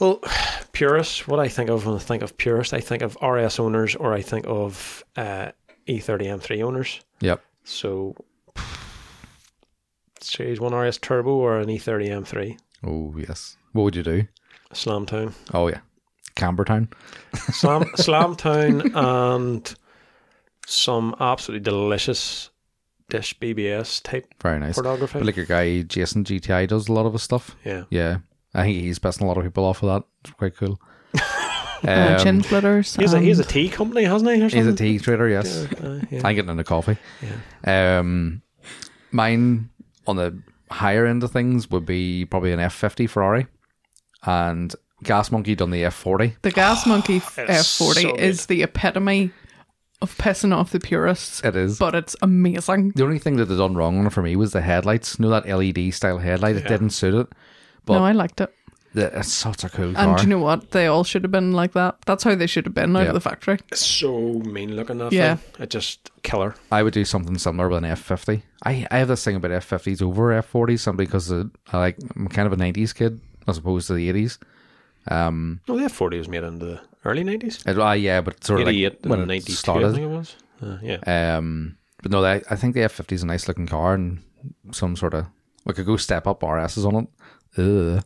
[SPEAKER 1] Well, purists. What I think of when I think of purists, I think of RS owners or I think of uh, E30M3 owners.
[SPEAKER 3] Yep.
[SPEAKER 1] So, Series 1 RS Turbo or an E E30 M3?
[SPEAKER 3] Oh yes. What would you do?
[SPEAKER 1] Slam Town.
[SPEAKER 3] Oh yeah, Cambertown.
[SPEAKER 1] Slam, Slam Town and some absolutely delicious dish BBS type
[SPEAKER 3] Very nice.
[SPEAKER 1] pornography.
[SPEAKER 3] But like your guy Jason GTI does a lot of his stuff.
[SPEAKER 1] yeah.
[SPEAKER 3] Yeah, I think he's pissing a lot of people off with that. It's quite cool.
[SPEAKER 2] uh,
[SPEAKER 3] Um,
[SPEAKER 2] chin splitters.
[SPEAKER 1] He has, a, he has a
[SPEAKER 2] and-
[SPEAKER 1] tea company, hasn't he? Or
[SPEAKER 3] he's a
[SPEAKER 1] something?
[SPEAKER 3] tea trader. Yes.
[SPEAKER 1] Yeah, uh, yeah.
[SPEAKER 3] I'm getting into coffee. Um, mine on the higher end of things would be probably an F50 Ferrari, and Gas Monkey done the F40.
[SPEAKER 2] the Gas Monkey
[SPEAKER 1] It's
[SPEAKER 2] F40
[SPEAKER 1] so
[SPEAKER 2] is the epitome of pissing off the purists,
[SPEAKER 3] It is.
[SPEAKER 2] but it's amazing.
[SPEAKER 3] the only thing that they done wrong on it for me was the headlights. You know that LED style headlight. It didn't suit it. But
[SPEAKER 2] no, I liked it.
[SPEAKER 3] the, it's such a cool
[SPEAKER 2] And
[SPEAKER 3] car.
[SPEAKER 2] do you know what? They all should have been like that. That's how they should have been out
[SPEAKER 3] Yeah.
[SPEAKER 2] of the factory.
[SPEAKER 1] It's so mean looking, that
[SPEAKER 2] Yeah.
[SPEAKER 1] thing. It just killer.
[SPEAKER 3] I would do something similar with an F50. I, I have this thing about F50s over F40s simply because I like I'm kind of a 90s kid as opposed to the 80s.
[SPEAKER 1] No, the F40 was made in the early 90s.
[SPEAKER 3] It, uh, yeah, but sort of like
[SPEAKER 1] 88
[SPEAKER 3] when
[SPEAKER 1] and
[SPEAKER 3] it
[SPEAKER 1] 92, I
[SPEAKER 3] started.
[SPEAKER 1] think it was. Uh, yeah.
[SPEAKER 3] Um, but no, I, I think the F50 is a nice looking car and some sort of we could go step up RSs on it. Ugh.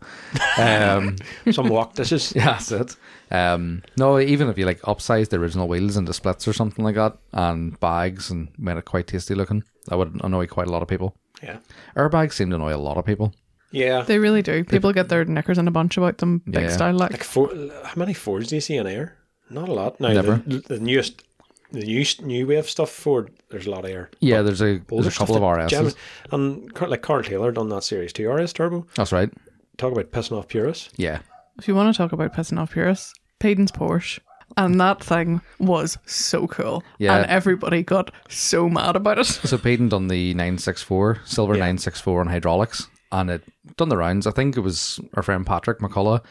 [SPEAKER 3] Um,
[SPEAKER 1] Some walk dishes.
[SPEAKER 3] yeah, that's it. Um, no, even if you like upsize the original wheels into splits or something like that, and bags, and made it quite tasty looking, that would annoy quite a lot of people.
[SPEAKER 1] Yeah.
[SPEAKER 3] Airbags seem to annoy a lot of people.
[SPEAKER 1] Yeah.
[SPEAKER 2] They really do. People get their knickers in a bunch about them, big
[SPEAKER 3] Yeah.
[SPEAKER 2] style like.
[SPEAKER 1] Like four, how many Fords do you see in air? Not a lot. Now
[SPEAKER 3] Never.
[SPEAKER 1] The, the newest, the new new wave stuff Ford. There's a lot of air.
[SPEAKER 3] Yeah, there's a there's
[SPEAKER 1] Older
[SPEAKER 3] a couple of
[SPEAKER 1] stuff that
[SPEAKER 3] RSs.
[SPEAKER 1] generally- and Car- like Carl Taylor done that series two RS Turbo.
[SPEAKER 3] That's right.
[SPEAKER 1] Talk about pissing off purists.
[SPEAKER 3] Yeah,
[SPEAKER 2] if you want to talk about pissing off purists, Payton's Porsche. And that thing was so cool.
[SPEAKER 3] Yeah.
[SPEAKER 2] And everybody got so mad about it.
[SPEAKER 3] So Payton done the 964, silver 964 on hydraulics, and it done the rounds. I think it was our friend Patrick McCullough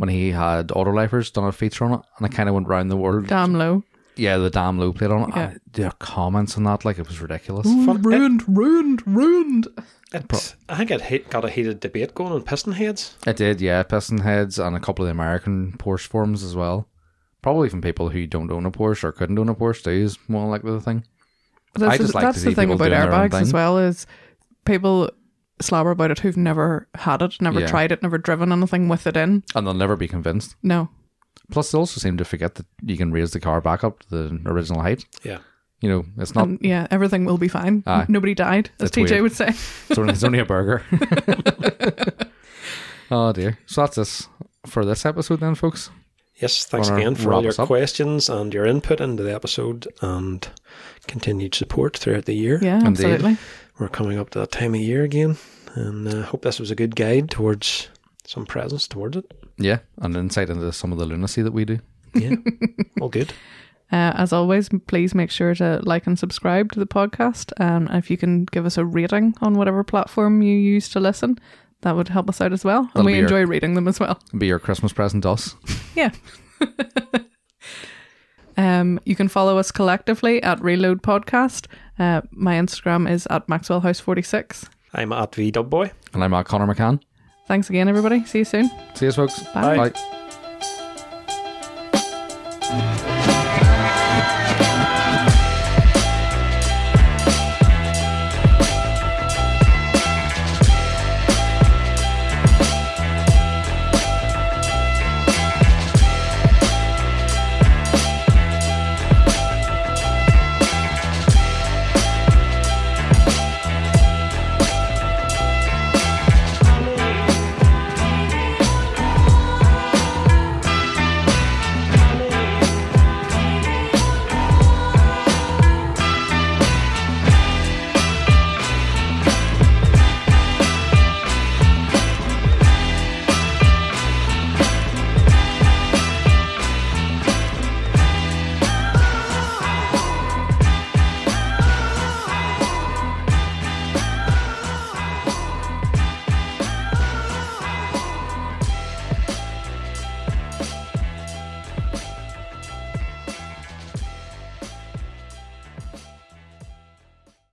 [SPEAKER 3] when he had Autolifers done a feature on it, and I kind of went round the world.
[SPEAKER 2] Damn low.
[SPEAKER 3] Yeah, the damn low plate on it.
[SPEAKER 2] Yeah.
[SPEAKER 3] I, their comments on that, like it was ridiculous.
[SPEAKER 2] ruined, ruined, ruined.
[SPEAKER 1] It, I think it hit, got a heated debate going on piston heads.
[SPEAKER 3] It did, yeah. Piston heads and a couple of the American Porsche forums as well. probably from people who don't own a Porsche or couldn't own a Porsche too is more likely the thing.
[SPEAKER 2] That's,
[SPEAKER 3] I just
[SPEAKER 2] the-
[SPEAKER 3] like to
[SPEAKER 2] that's
[SPEAKER 3] see
[SPEAKER 2] the thing
[SPEAKER 3] people
[SPEAKER 2] about
[SPEAKER 3] doing their own
[SPEAKER 2] airbags as
[SPEAKER 3] thing.
[SPEAKER 2] well is people slabber about it who've never had it, never
[SPEAKER 3] Yeah.
[SPEAKER 2] tried it, never driven anything with it in.
[SPEAKER 3] And they'll never be convinced.
[SPEAKER 2] No,
[SPEAKER 3] Plus, they also seem to forget that you can raise the car back up to the original height.
[SPEAKER 1] Yeah.
[SPEAKER 3] You know, it's not
[SPEAKER 2] and yeah, everything will be fine.
[SPEAKER 3] Aye.
[SPEAKER 2] Nobody died, as
[SPEAKER 3] Oh. Ah. That's
[SPEAKER 2] TJ
[SPEAKER 3] weird.
[SPEAKER 2] would say.
[SPEAKER 3] it's only, it's only a burger. oh dear. So that's this for this episode then, folks.
[SPEAKER 1] Yes, thanks
[SPEAKER 3] Wanna
[SPEAKER 1] again for
[SPEAKER 3] wrap
[SPEAKER 1] all your
[SPEAKER 3] us up?
[SPEAKER 1] questions and your input into the episode and continued support throughout the year.
[SPEAKER 2] Yeah,
[SPEAKER 3] Indeed.
[SPEAKER 2] absolutely.
[SPEAKER 1] We're coming up to that time of year again, and uh, hope this was a good guide towards some presence towards it.
[SPEAKER 3] Yeah, and insight into some of the lunacy that we do.
[SPEAKER 1] Yeah, all good.
[SPEAKER 2] Uh, as always, m- please make sure to like and subscribe to the podcast. Um, and if you can give us a rating on whatever platform you use to listen, that would help us out as well.
[SPEAKER 3] That'll
[SPEAKER 2] and we
[SPEAKER 3] be your-
[SPEAKER 2] enjoy reading them as well.
[SPEAKER 3] Be your Christmas present to us.
[SPEAKER 2] Yeah. um, you can follow us collectively at Reload Podcast. Uh, my Instagram is at Maxwell House 46.
[SPEAKER 1] I'm at V Dubboy.
[SPEAKER 3] And I'm at Connor McCann.
[SPEAKER 2] Thanks again, everybody. See you soon.
[SPEAKER 3] See you folks.
[SPEAKER 2] Bye.
[SPEAKER 3] Bye.